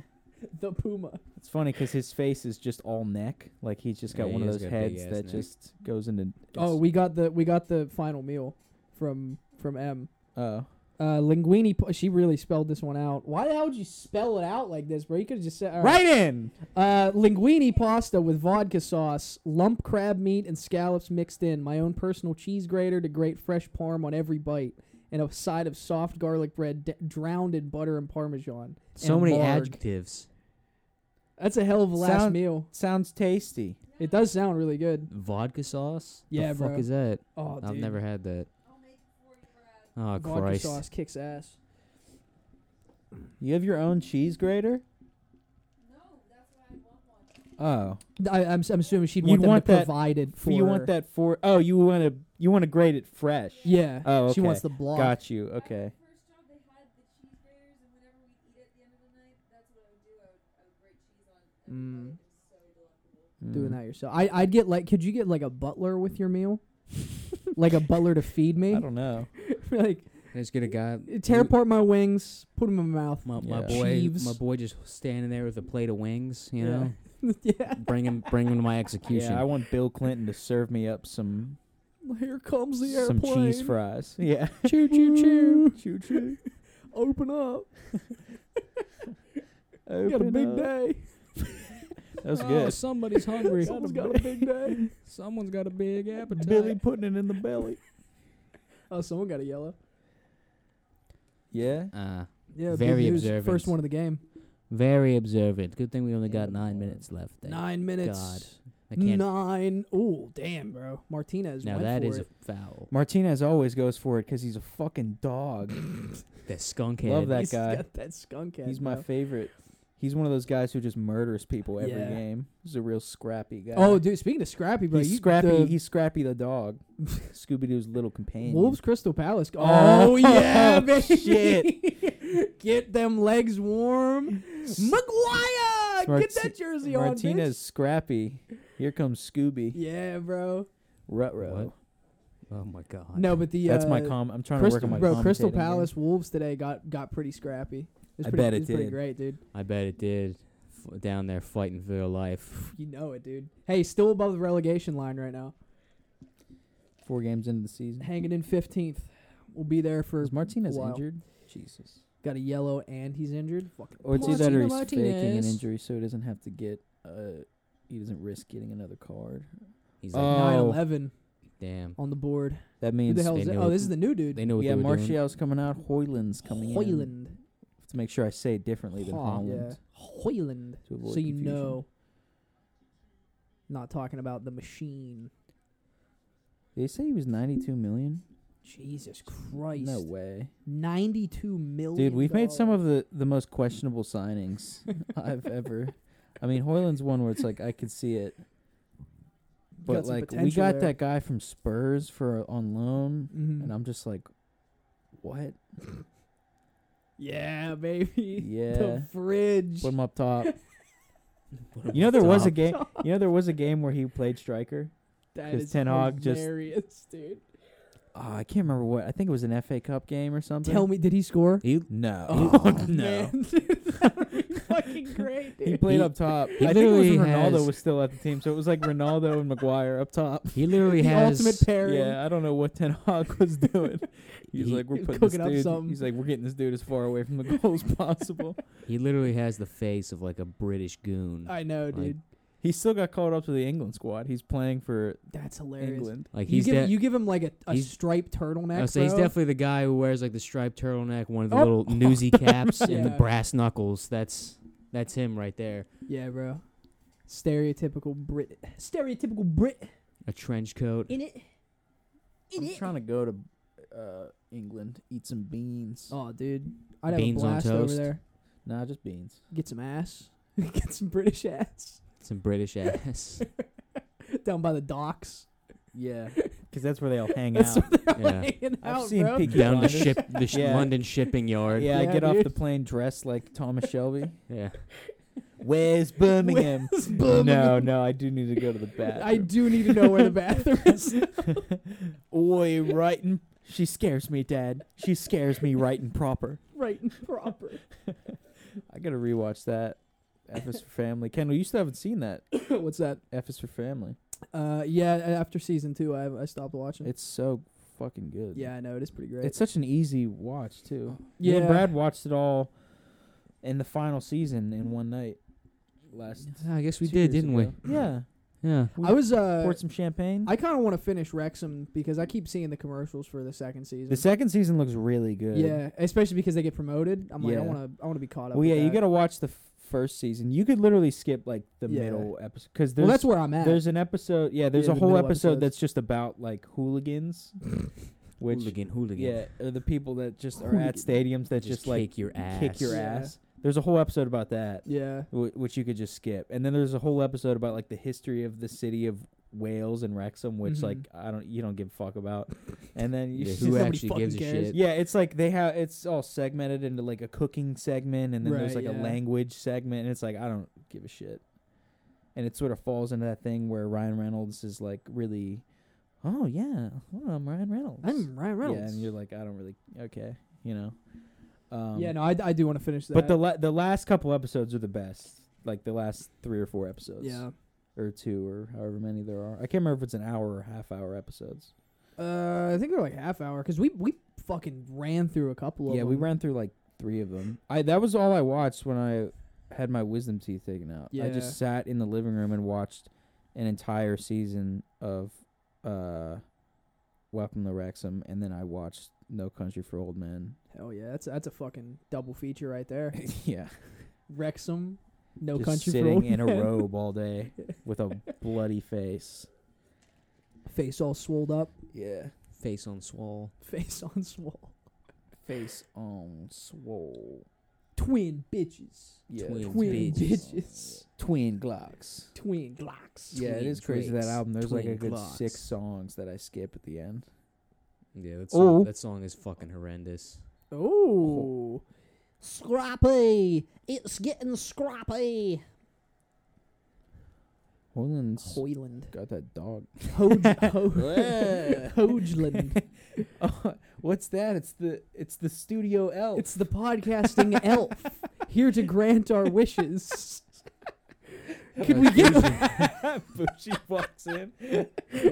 Speaker 1: the Puma.
Speaker 3: it's funny because his face is just all neck. Like he's just got
Speaker 2: Yeah,
Speaker 3: one
Speaker 2: he
Speaker 3: of
Speaker 2: has
Speaker 3: those
Speaker 2: got a big
Speaker 3: heads
Speaker 2: ass
Speaker 3: that
Speaker 2: neck.
Speaker 3: just goes into.
Speaker 1: Oh, we got the we got the final meal from from M.
Speaker 3: Oh,
Speaker 1: Uh, linguini. pa- She really spelled this one out. Why the hell would you spell it out like this, bro? You could have just said all right.
Speaker 3: right in.
Speaker 1: Uh, linguini pasta with vodka sauce, lump crab meat, and scallops mixed in. My own personal cheese grater to grate fresh parm on every bite, and a side of soft garlic bread d- drowned in butter and parmesan.
Speaker 2: So
Speaker 1: And
Speaker 2: many
Speaker 1: lard.
Speaker 2: adjectives.
Speaker 1: That's a hell of a last
Speaker 3: Sound-
Speaker 1: meal.
Speaker 3: Sounds tasty.
Speaker 1: It does sound really good.
Speaker 2: Vodka sauce?
Speaker 1: Yeah,
Speaker 2: the fuck
Speaker 1: bro.
Speaker 2: is that?
Speaker 1: Oh,
Speaker 2: I've
Speaker 1: dude.
Speaker 2: never had that.
Speaker 4: I'll make it for you, Brad.
Speaker 2: Oh
Speaker 1: vodka
Speaker 2: Christ!
Speaker 1: sauce kicks ass.
Speaker 3: You have your own cheese grater.
Speaker 4: No, that's why I want one.
Speaker 3: Oh,
Speaker 1: I, am I'm assuming she'd
Speaker 3: You'd
Speaker 1: want them
Speaker 3: want
Speaker 1: to
Speaker 3: that-
Speaker 1: provided for.
Speaker 3: you want that for? Oh, you want to you want to grate it fresh.
Speaker 1: Yeah.
Speaker 3: Oh,
Speaker 1: She
Speaker 3: okay.
Speaker 1: wants the block.
Speaker 3: Got you.
Speaker 4: At my
Speaker 3: Okay.
Speaker 4: first job, they had the cheese graters, and whenever we eat at the end of the night, that's what I would do. I would, I would grate cheese on everybody. It
Speaker 1: Mm.
Speaker 4: was so delightful.
Speaker 3: Mm.
Speaker 1: Doing that yourself. I I'd get like, could you get like a butler with your meal? like a butler to feed
Speaker 3: I
Speaker 1: me?
Speaker 3: don't know.
Speaker 1: like
Speaker 2: I just get a guy.
Speaker 1: tear
Speaker 2: who-
Speaker 1: apart my wings, put them in my mouth.
Speaker 2: My, my
Speaker 3: Yeah.
Speaker 2: boy,
Speaker 1: Cheeves.
Speaker 2: my boy, just standing there with a plate of wings. You
Speaker 1: Yeah.
Speaker 2: know,
Speaker 1: yeah.
Speaker 2: bring him, bring him to my execution.
Speaker 3: Yeah, I want Bill Clinton to serve me up some
Speaker 1: Here comes the
Speaker 3: some
Speaker 1: airplane.
Speaker 3: cheese fries. Yeah.
Speaker 1: Choo choo choo.
Speaker 3: choo choo.
Speaker 1: Open up.
Speaker 3: Open
Speaker 1: got a big
Speaker 3: up.
Speaker 1: day.
Speaker 3: That was
Speaker 2: Oh,
Speaker 3: good.
Speaker 2: Somebody's hungry.
Speaker 1: Someone's got a big day.
Speaker 2: Someone's got a big appetite.
Speaker 3: putting it in the belly.
Speaker 1: Oh, someone got a yellow.
Speaker 3: Yeah.
Speaker 2: Uh,
Speaker 1: Yeah. big
Speaker 2: Very
Speaker 1: news.
Speaker 2: observant.
Speaker 1: First one of the game.
Speaker 2: very observant. Good thing we only got
Speaker 3: Yeah,
Speaker 2: nine
Speaker 3: boy.
Speaker 2: minutes left. Thank
Speaker 1: Nine minutes.
Speaker 2: God. I can't.
Speaker 1: Nine. Oh, damn, bro. Martinez.
Speaker 2: now
Speaker 1: went
Speaker 2: that
Speaker 1: for
Speaker 2: is
Speaker 1: it.
Speaker 2: a foul.
Speaker 3: Martinez always goes for it because he's a fucking dog.
Speaker 2: That skunk head.
Speaker 3: Love that
Speaker 1: He's
Speaker 3: guy.
Speaker 1: got that skunk head.
Speaker 3: he's my
Speaker 1: bro.
Speaker 3: favorite. He's one of those guys who just murders people every
Speaker 1: Yeah.
Speaker 3: game. He's a real scrappy guy.
Speaker 1: Oh, dude. Speaking of Scrappy, bro,
Speaker 3: he's
Speaker 1: you,
Speaker 3: scrappy.
Speaker 1: the
Speaker 3: he's scrappy the dog. Scooby Doo's little companion.
Speaker 1: Wolves Crystal Palace. Oh,
Speaker 3: Oh,
Speaker 1: yeah, baby.
Speaker 3: shit.
Speaker 1: Get them legs warm. Maguire,
Speaker 3: Smart-
Speaker 1: get that jersey on, bitch.
Speaker 3: Martinez scrappy. Here comes Scooby.
Speaker 1: Yeah, bro.
Speaker 3: Rutro.
Speaker 2: Oh my god.
Speaker 1: No, but the
Speaker 3: That's my
Speaker 1: uh,
Speaker 3: com. I'm trying
Speaker 1: Crystal,
Speaker 3: to work on my
Speaker 1: bro. Crystal
Speaker 3: commentating here.
Speaker 1: Palace Wolves today got got pretty scrappy. was
Speaker 3: I
Speaker 1: pretty,
Speaker 3: bet it
Speaker 1: was Pretty
Speaker 3: did.
Speaker 1: great, dude.
Speaker 2: I bet it did. F- down there fighting for their life.
Speaker 1: You know it, dude. Hey, still above the relegation line right now,
Speaker 3: Four games into the season.
Speaker 1: hanging in fifteenth. We'll be there for.
Speaker 3: Is Martinez
Speaker 1: Wow.
Speaker 3: injured? Jesus.
Speaker 1: Got a yellow, and he's injured. Fucking
Speaker 3: Or it's either that or he's
Speaker 2: Martino
Speaker 3: faking an
Speaker 2: Martinez.
Speaker 3: injury so he doesn't have to get. Uh, he doesn't risk getting another card.
Speaker 2: He's
Speaker 3: Oh.
Speaker 2: like,
Speaker 1: nine eleven
Speaker 2: damn.
Speaker 1: on the board.
Speaker 3: That
Speaker 1: Who
Speaker 3: means
Speaker 1: the hell
Speaker 2: they
Speaker 1: is that?
Speaker 2: knew
Speaker 1: Oh,
Speaker 2: it.
Speaker 1: this is the new dude.
Speaker 2: They know what
Speaker 3: yeah,
Speaker 2: they were doing.
Speaker 3: Martial's coming out. Hoyland's coming in.
Speaker 1: Hoyland.
Speaker 3: Have To make sure I say it differently than
Speaker 1: Ha,
Speaker 3: Holland.
Speaker 1: yeah. Hoyland.
Speaker 3: To avoid
Speaker 1: so you
Speaker 3: confusion.
Speaker 1: know. Not talking about the machine.
Speaker 3: They say he was 92 million.
Speaker 1: Jesus Christ.
Speaker 3: No way,
Speaker 1: 92 million.
Speaker 3: dude. We've made some of the the most questionable signings I've ever. I mean, Hoyland's one where it's like I could see it, but like we got that guy from Spurs for on loan,
Speaker 1: Mm-hmm.
Speaker 3: and I'm just like, what?
Speaker 1: yeah, baby.
Speaker 3: Yeah.
Speaker 1: The fridge.
Speaker 3: Put him up top.
Speaker 2: Put 'em
Speaker 3: You know there was a
Speaker 2: top.
Speaker 3: game. You know there was a game where he played striker.
Speaker 1: That
Speaker 3: 'cause
Speaker 1: is
Speaker 3: Ten Hag just-
Speaker 1: hilarious, dude.
Speaker 3: Oh, I can't remember what. I think it was an FA Cup game or something.
Speaker 1: Tell me, did he score? Oh,
Speaker 2: He
Speaker 3: no. Oh,
Speaker 1: Man, that would be fucking great,
Speaker 3: He
Speaker 1: dude.
Speaker 3: played
Speaker 2: He-
Speaker 3: up top.
Speaker 2: he
Speaker 3: I think it was
Speaker 2: literally
Speaker 3: when Ronaldo
Speaker 2: has-
Speaker 3: was still at the team, so it was like Ronaldo and Maguire up top.
Speaker 2: he literally
Speaker 1: the
Speaker 2: has
Speaker 1: ultimate pairing.
Speaker 3: Yeah, I don't know what Ten Hag was doing. He's
Speaker 2: He-
Speaker 3: like, we're
Speaker 1: He was
Speaker 3: putting this
Speaker 1: cooking up
Speaker 3: dude.
Speaker 1: something.
Speaker 3: He's like, we're getting this dude as far away from the goal as possible.
Speaker 2: he literally has the face of like a British goon.
Speaker 1: I know,
Speaker 2: Like,
Speaker 1: dude.
Speaker 3: he still got called up to the England squad. He's playing for
Speaker 1: That's hilarious.
Speaker 3: England.
Speaker 2: Like
Speaker 1: you
Speaker 2: he's
Speaker 1: give
Speaker 2: de-
Speaker 1: you give him like a, a
Speaker 2: he's-
Speaker 1: striped turtleneck.
Speaker 2: Oh, so he's
Speaker 1: bro.
Speaker 2: definitely the guy who wears like the striped turtleneck, one of the
Speaker 3: Oh.
Speaker 2: little newsy caps, and the
Speaker 1: Yeah.
Speaker 2: brass knuckles. That's that's him right there.
Speaker 1: Yeah, bro. Stereotypical Brit. Stereotypical Brit
Speaker 2: A trench coat.
Speaker 1: in it. In
Speaker 3: I'm
Speaker 1: it.
Speaker 3: trying to go to uh, England, eat some beans.
Speaker 1: Oh, dude. I'd have
Speaker 2: Beans
Speaker 1: a
Speaker 2: on
Speaker 1: blast over
Speaker 2: toast.
Speaker 1: there.
Speaker 3: Nah, just beans.
Speaker 1: Get some ass. Get some British ass.
Speaker 2: Some British ass.
Speaker 1: Down by the docks.
Speaker 3: Yeah, because that's where they all hang
Speaker 1: That's
Speaker 3: out.
Speaker 1: where they're
Speaker 2: Yeah.
Speaker 1: laying
Speaker 3: I've
Speaker 1: out,
Speaker 3: seen
Speaker 1: bro.
Speaker 3: Peaky
Speaker 2: Down the
Speaker 3: Blinders.
Speaker 2: ship, the sh-
Speaker 3: Yeah.
Speaker 2: London shipping yard.
Speaker 3: Yeah, I
Speaker 1: Yeah,
Speaker 3: get off the
Speaker 1: dude.
Speaker 3: plane dressed like Thomas Shelby.
Speaker 2: Yeah.
Speaker 3: Where's Birmingham?
Speaker 1: It's
Speaker 3: No,
Speaker 1: Birmingham.
Speaker 3: no, I do need to go to the bathroom.
Speaker 1: I do need to know where the bathroom is.
Speaker 3: Oi, right in She scares me, Dad. She scares me right and proper.
Speaker 1: Right and proper.
Speaker 3: I gotta rewatch that. F is for Family. Kendall, you still haven't seen that.
Speaker 1: What's that?
Speaker 3: F is for Family.
Speaker 1: Uh, yeah. After season two, I I stopped watching.
Speaker 3: It's so fucking good.
Speaker 1: yeah, I know it is pretty great.
Speaker 3: It's such an easy watch too. Me
Speaker 1: yeah,
Speaker 3: and Brad watched it all in the final season in one night. Last
Speaker 2: I guess we
Speaker 3: two
Speaker 2: did,
Speaker 3: years
Speaker 2: didn't
Speaker 3: ago. Yeah.
Speaker 2: we? Yeah.
Speaker 1: I was uh,
Speaker 3: poured some champagne.
Speaker 1: I kind of want to finish Wrexham because I keep seeing the commercials for the second season.
Speaker 3: the second season looks really good.
Speaker 1: yeah, especially because they get promoted. I'm like, I
Speaker 3: Yeah.
Speaker 1: want to, I want to be caught up.
Speaker 3: Well,
Speaker 1: with
Speaker 3: yeah, you
Speaker 1: that.
Speaker 3: gotta watch the f- first season. You could literally skip like the
Speaker 1: Yeah.
Speaker 3: middle episode because
Speaker 1: Well,
Speaker 3: there's
Speaker 1: that's where I'm at.
Speaker 3: there's an episode. Yeah, there's
Speaker 1: Yeah,
Speaker 3: a
Speaker 1: the
Speaker 3: whole
Speaker 1: middle
Speaker 3: episode
Speaker 1: episodes.
Speaker 3: that's just about like hooligans, which
Speaker 2: hooligan, hooligan.
Speaker 3: yeah, are the people that just are
Speaker 1: Hooligan.
Speaker 3: at stadiums that
Speaker 2: Just,
Speaker 3: just,
Speaker 2: kick
Speaker 3: like
Speaker 2: your ass.
Speaker 3: kick your
Speaker 1: Yeah.
Speaker 3: ass. There's a whole episode about that,
Speaker 1: yeah,
Speaker 3: wh- which you could just skip. And then there's a whole episode about like the history of the city of Wales and Wrexham, which
Speaker 1: Mhm.
Speaker 3: like I don't you don't give a fuck about. And then you
Speaker 2: Yeah,
Speaker 3: see
Speaker 2: who
Speaker 1: nobody
Speaker 2: actually
Speaker 1: fucking
Speaker 2: gives a
Speaker 1: cares.
Speaker 2: shit?
Speaker 3: yeah, it's like they have it's all segmented into like a cooking segment, and then there's
Speaker 1: Right,
Speaker 3: like
Speaker 1: yeah.
Speaker 3: a language segment, and it's like I don't give a shit. And it sort of falls into that thing where Ryan Reynolds is like really, oh yeah, oh, I'm Ryan Reynolds.
Speaker 1: I'm Ryan Reynolds.
Speaker 3: Yeah, and you're like I don't really okay, you know. Um,
Speaker 1: yeah, no, I, I do want to finish that.
Speaker 3: but the la- the last couple episodes are the best, like the last three or four episodes,
Speaker 1: yeah,
Speaker 3: or two or however many there are. I can't remember if it's an hour or half hour episodes.
Speaker 1: uh, I think they're like half hour because we we fucking ran through a couple of
Speaker 3: Yeah,
Speaker 1: them.
Speaker 3: we ran through like three of them. I that was all I watched when I had my wisdom teeth taken out. I
Speaker 1: Yeah.
Speaker 3: just sat in the living room and watched an entire season of uh Welcome to Wrexham, and then I watched No Country for Old Men.
Speaker 1: Hell yeah, that's that's a fucking double feature right there.
Speaker 3: yeah,
Speaker 1: Wrexham, No
Speaker 3: just
Speaker 1: Country for
Speaker 3: sitting
Speaker 1: Old
Speaker 3: in a
Speaker 1: Men.
Speaker 3: robe all day with a bloody face.
Speaker 1: face all swolled up,
Speaker 3: Yeah,
Speaker 2: Face on swole.
Speaker 1: face on swole,
Speaker 3: face on Um, swole.
Speaker 1: twin bitches,
Speaker 3: Yeah,
Speaker 2: Twins,
Speaker 1: twin
Speaker 2: bitches.
Speaker 1: bitches,
Speaker 3: twin Glocks.
Speaker 1: twin glocks.
Speaker 3: Yeah, it is
Speaker 2: Twin
Speaker 3: crazy that
Speaker 2: Drakes,
Speaker 3: album. There's like a
Speaker 2: twin
Speaker 3: good
Speaker 2: Glocks.
Speaker 3: six songs that I skip at the end.
Speaker 2: Yeah, that
Speaker 3: Oh.
Speaker 2: song, that song is fucking horrendous.
Speaker 1: Oh,
Speaker 5: Scrappy, it's getting scrappy.
Speaker 3: Hoyland's
Speaker 1: Hoyland,
Speaker 3: got that dog.
Speaker 1: Hoj, Ho-
Speaker 3: Yeah.
Speaker 1: Hojland.
Speaker 3: Oh, what's that? It's the it's the studio elf.
Speaker 1: It's the podcasting elf here to grant our wishes. Can we get
Speaker 3: Bushy walks in.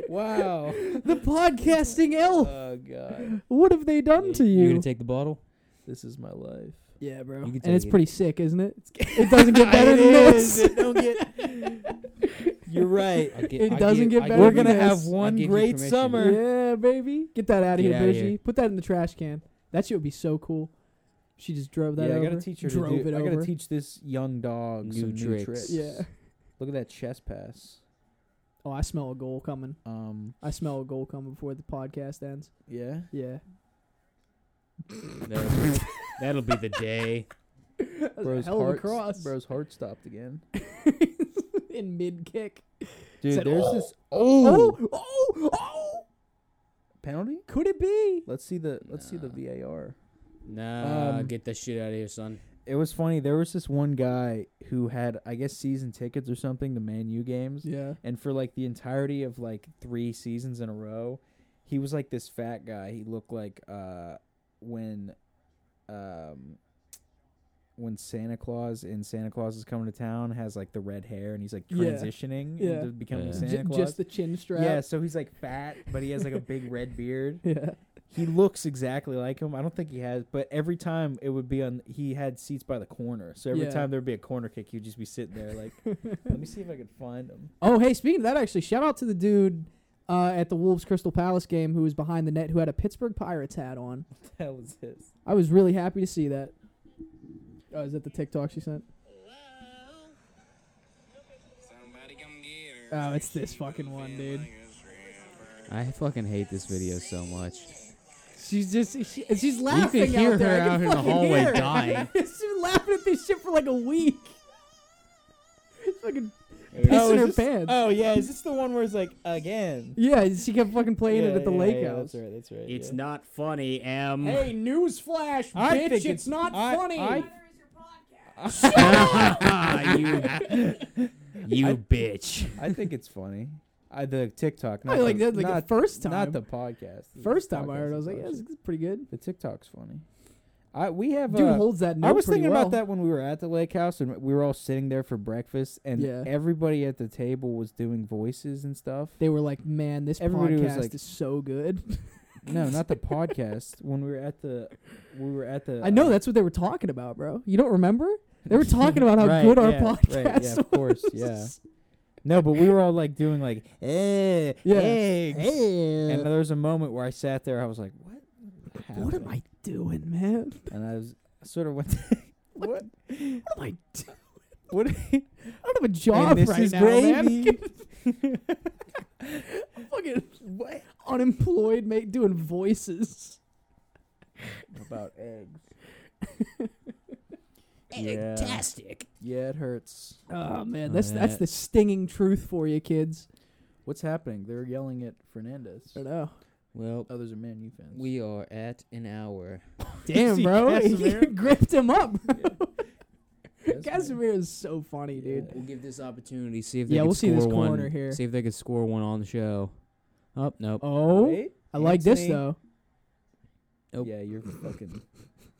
Speaker 3: wow.
Speaker 1: the podcasting elf?
Speaker 3: Oh god.
Speaker 1: What have they done to
Speaker 2: You
Speaker 1: you?
Speaker 2: gonna take the bottle?
Speaker 3: This is my life.
Speaker 1: yeah, bro.
Speaker 2: you can
Speaker 1: and it's
Speaker 2: take it.
Speaker 1: pretty sick, isn't it? It doesn't get better than this.
Speaker 3: don't get. You're right.
Speaker 2: I'll gi-
Speaker 1: It
Speaker 2: I'll
Speaker 1: doesn't
Speaker 2: give-
Speaker 1: get
Speaker 2: I'll
Speaker 1: better
Speaker 2: give
Speaker 3: We're
Speaker 1: than
Speaker 2: you-
Speaker 3: gonna
Speaker 1: this.
Speaker 3: have
Speaker 1: I
Speaker 3: one
Speaker 2: give you
Speaker 3: great
Speaker 2: permission.
Speaker 3: summer.
Speaker 1: Yeah, baby. Get that out of
Speaker 2: Get
Speaker 1: here,
Speaker 2: outta
Speaker 1: Bushy.
Speaker 2: here.
Speaker 1: Put that in the trash can. That shit would be so cool. She just drove that
Speaker 3: yeah,
Speaker 1: over.
Speaker 3: I gotta teach her
Speaker 1: drove
Speaker 3: to do.
Speaker 1: it
Speaker 3: I gotta
Speaker 1: over.
Speaker 3: teach this young dog
Speaker 2: New
Speaker 3: some
Speaker 2: tricks.
Speaker 3: new tricks.
Speaker 1: yeah.
Speaker 3: Look at that chest pass.
Speaker 1: Oh, I smell a goal coming.
Speaker 3: Um.
Speaker 1: I smell a goal coming before the podcast ends.
Speaker 3: Yeah.
Speaker 1: Yeah.
Speaker 2: That'll, that'll be the day.
Speaker 3: Bro's
Speaker 1: hell of a
Speaker 3: heart.
Speaker 1: cross.
Speaker 3: Bro's heart stopped again.
Speaker 1: in mid kick.
Speaker 3: Dude,
Speaker 1: Said,
Speaker 3: there's
Speaker 1: "Oh,
Speaker 3: this.
Speaker 1: Oh,
Speaker 3: Oh,
Speaker 1: oh, oh!
Speaker 3: penalty.
Speaker 1: Could it be?
Speaker 3: Let's see the let's see the
Speaker 2: Nah.
Speaker 3: VAR.
Speaker 2: Nah,
Speaker 3: Um,
Speaker 2: get that shit out of here, son.
Speaker 3: It was funny. There was this one guy who had, I guess, season tickets or something to Man U games,
Speaker 1: Yeah.
Speaker 3: and for like the entirety of like three seasons in a row, he was like this fat guy. He looked like uh when, um, when Santa Claus in Santa Claus is coming to town has like the red hair, and he's like
Speaker 1: Yeah.
Speaker 3: transitioning
Speaker 1: Yeah.
Speaker 3: into becoming
Speaker 2: Yeah.
Speaker 3: Santa Claus.
Speaker 1: just the chin strap.
Speaker 3: Yeah, so he's like fat, but he has like a big red beard.
Speaker 1: Yeah.
Speaker 3: He looks exactly like him. I don't think he has, but every time it would be on. He had seats by the corner, so every
Speaker 1: Yeah.
Speaker 3: time there'd be a corner kick, he'd just be sitting there like, "Let me see if I could find him."
Speaker 1: Oh, hey, speaking of that, actually, shout out to the dude uh, at the Wolves Crystal Palace game who was behind the net who had a Pittsburgh Pirates hat on.
Speaker 3: What the hell is this?
Speaker 1: I was really happy to see that. Oh, is that the TikTok she sent? Oh, it's this fucking one, dude.
Speaker 2: I fucking hate this video so much.
Speaker 1: She's just she, she's
Speaker 2: You
Speaker 1: laughing
Speaker 2: could hear
Speaker 1: out there.
Speaker 2: her out
Speaker 1: I can
Speaker 2: in the
Speaker 1: fucking
Speaker 2: hallway
Speaker 1: hear her.
Speaker 2: dying.
Speaker 1: she's been laughing at this shit for like a week. fucking
Speaker 3: Pissing
Speaker 1: pissing her pants.
Speaker 3: Oh yeah, is this the one where it's like again?
Speaker 1: Yeah, she kept fucking playing it
Speaker 3: Yeah,
Speaker 1: at the
Speaker 3: yeah,
Speaker 1: lake
Speaker 3: yeah,
Speaker 1: house.
Speaker 3: That's right. That's right. yeah.
Speaker 2: not funny, M.
Speaker 1: newsflash,
Speaker 3: I think it's- I- I-
Speaker 4: Where is your podcast?
Speaker 2: you, you bitch.
Speaker 3: I think it's funny.
Speaker 6: I, the TikTok. Not
Speaker 1: I like
Speaker 6: the,
Speaker 1: that. Like
Speaker 6: not,
Speaker 1: the first time.
Speaker 6: not the podcast. The
Speaker 1: first time I
Speaker 6: podcast
Speaker 1: heard, it,
Speaker 6: is
Speaker 1: I was like,
Speaker 6: funny.
Speaker 1: yeah, this is pretty good.
Speaker 6: the TikTok's funny. I we have.
Speaker 1: Dude
Speaker 6: uh,
Speaker 1: holds that note
Speaker 6: I was
Speaker 1: pretty
Speaker 6: thinking
Speaker 1: well.
Speaker 6: about that when we were at the lake house and we were all sitting there for breakfast, and
Speaker 1: Yeah.
Speaker 6: everybody at the table was doing voices and stuff.
Speaker 1: They were like, man, this
Speaker 6: Everybody was
Speaker 1: podcast
Speaker 6: like-
Speaker 1: is so good.
Speaker 6: No, not the podcast.
Speaker 3: when we were at the we were at the
Speaker 1: I know
Speaker 3: uh,
Speaker 1: that's what they were talking about, bro. You don't remember? They were talking about how
Speaker 3: Right,
Speaker 1: good our
Speaker 3: yeah, right,
Speaker 1: podcast
Speaker 3: yeah,
Speaker 1: was.
Speaker 6: of course, yeah.
Speaker 3: No, but we were all like doing like eh,
Speaker 1: Yeah. Eh.
Speaker 3: eggs. And
Speaker 5: Ew.
Speaker 3: there was a moment where I sat there, I was like, what?
Speaker 1: What am
Speaker 3: happened?"
Speaker 1: I doing, man?
Speaker 3: And I was I sort of went to, what?
Speaker 1: What am I doing?
Speaker 3: What?
Speaker 1: I don't have a job
Speaker 3: this
Speaker 1: right
Speaker 3: is
Speaker 1: now, man.
Speaker 3: gravy.
Speaker 1: I'm fucking unemployed, mate, doing voices.
Speaker 6: about eggs. Yeah.
Speaker 5: Fantastic.
Speaker 6: Yeah, it hurts.
Speaker 1: Oh man,
Speaker 3: Oh,
Speaker 1: that's that's
Speaker 3: that-
Speaker 1: the stinging truth for you, kids.
Speaker 3: What's happening? They're yelling at Fernandez.
Speaker 1: I know.
Speaker 2: Well,
Speaker 3: Oh, there's a Man U fans.
Speaker 2: we are at an hour.
Speaker 1: Damn,
Speaker 3: See
Speaker 1: bro, he
Speaker 3: Casemiro?
Speaker 1: gripped him up.
Speaker 3: Yes, man.
Speaker 1: Casemiro is so funny, dude.
Speaker 2: We'll give this opportunity. See if they
Speaker 1: Yeah,
Speaker 2: can
Speaker 1: we'll see this
Speaker 2: score one-
Speaker 1: corner here.
Speaker 2: See if they could score one on the show. Oh nope.
Speaker 1: Oh,
Speaker 6: Wait,
Speaker 1: I like this
Speaker 6: Anthony-
Speaker 1: though.
Speaker 2: Nope.
Speaker 3: Yeah, you're fucking.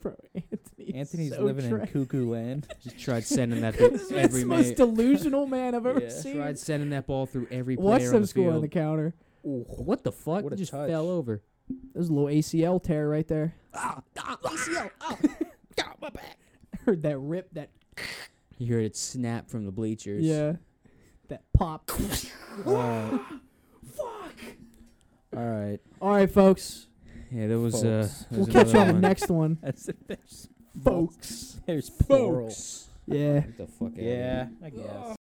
Speaker 1: Bro, Anthony's,
Speaker 3: Anthony's
Speaker 1: so
Speaker 3: living
Speaker 1: trash.
Speaker 3: in cuckoo land.
Speaker 2: Just tried sending that to
Speaker 1: This man's
Speaker 2: every
Speaker 1: the most
Speaker 2: man.
Speaker 1: delusional man I've ever
Speaker 3: Yeah.
Speaker 1: seen.
Speaker 2: Tried sending that ball through every player
Speaker 1: Watch
Speaker 2: on
Speaker 1: them
Speaker 2: the
Speaker 1: score on
Speaker 2: field.
Speaker 1: the counter.
Speaker 2: what the fuck?
Speaker 3: What a
Speaker 2: It just
Speaker 3: touch.
Speaker 2: fell over.
Speaker 1: There's a little ACL tear right there.
Speaker 5: Ah, ah, ACL. Ah, ah, my back.
Speaker 1: Heard that rip, that
Speaker 2: You heard it snap from the bleachers.
Speaker 1: yeah, that pop.
Speaker 6: All right.
Speaker 3: uh,
Speaker 6: Fuck. All right.
Speaker 1: All right, folks,
Speaker 2: Yeah, that was. Uh,
Speaker 6: Folks.
Speaker 2: that
Speaker 1: we'll
Speaker 2: was
Speaker 1: catch you
Speaker 2: another
Speaker 1: on the
Speaker 2: one.
Speaker 1: next one,
Speaker 3: That's it. There's,
Speaker 1: folks.
Speaker 3: there's plural.
Speaker 1: Yeah.
Speaker 2: Get the fuck out
Speaker 3: Yeah, I guess.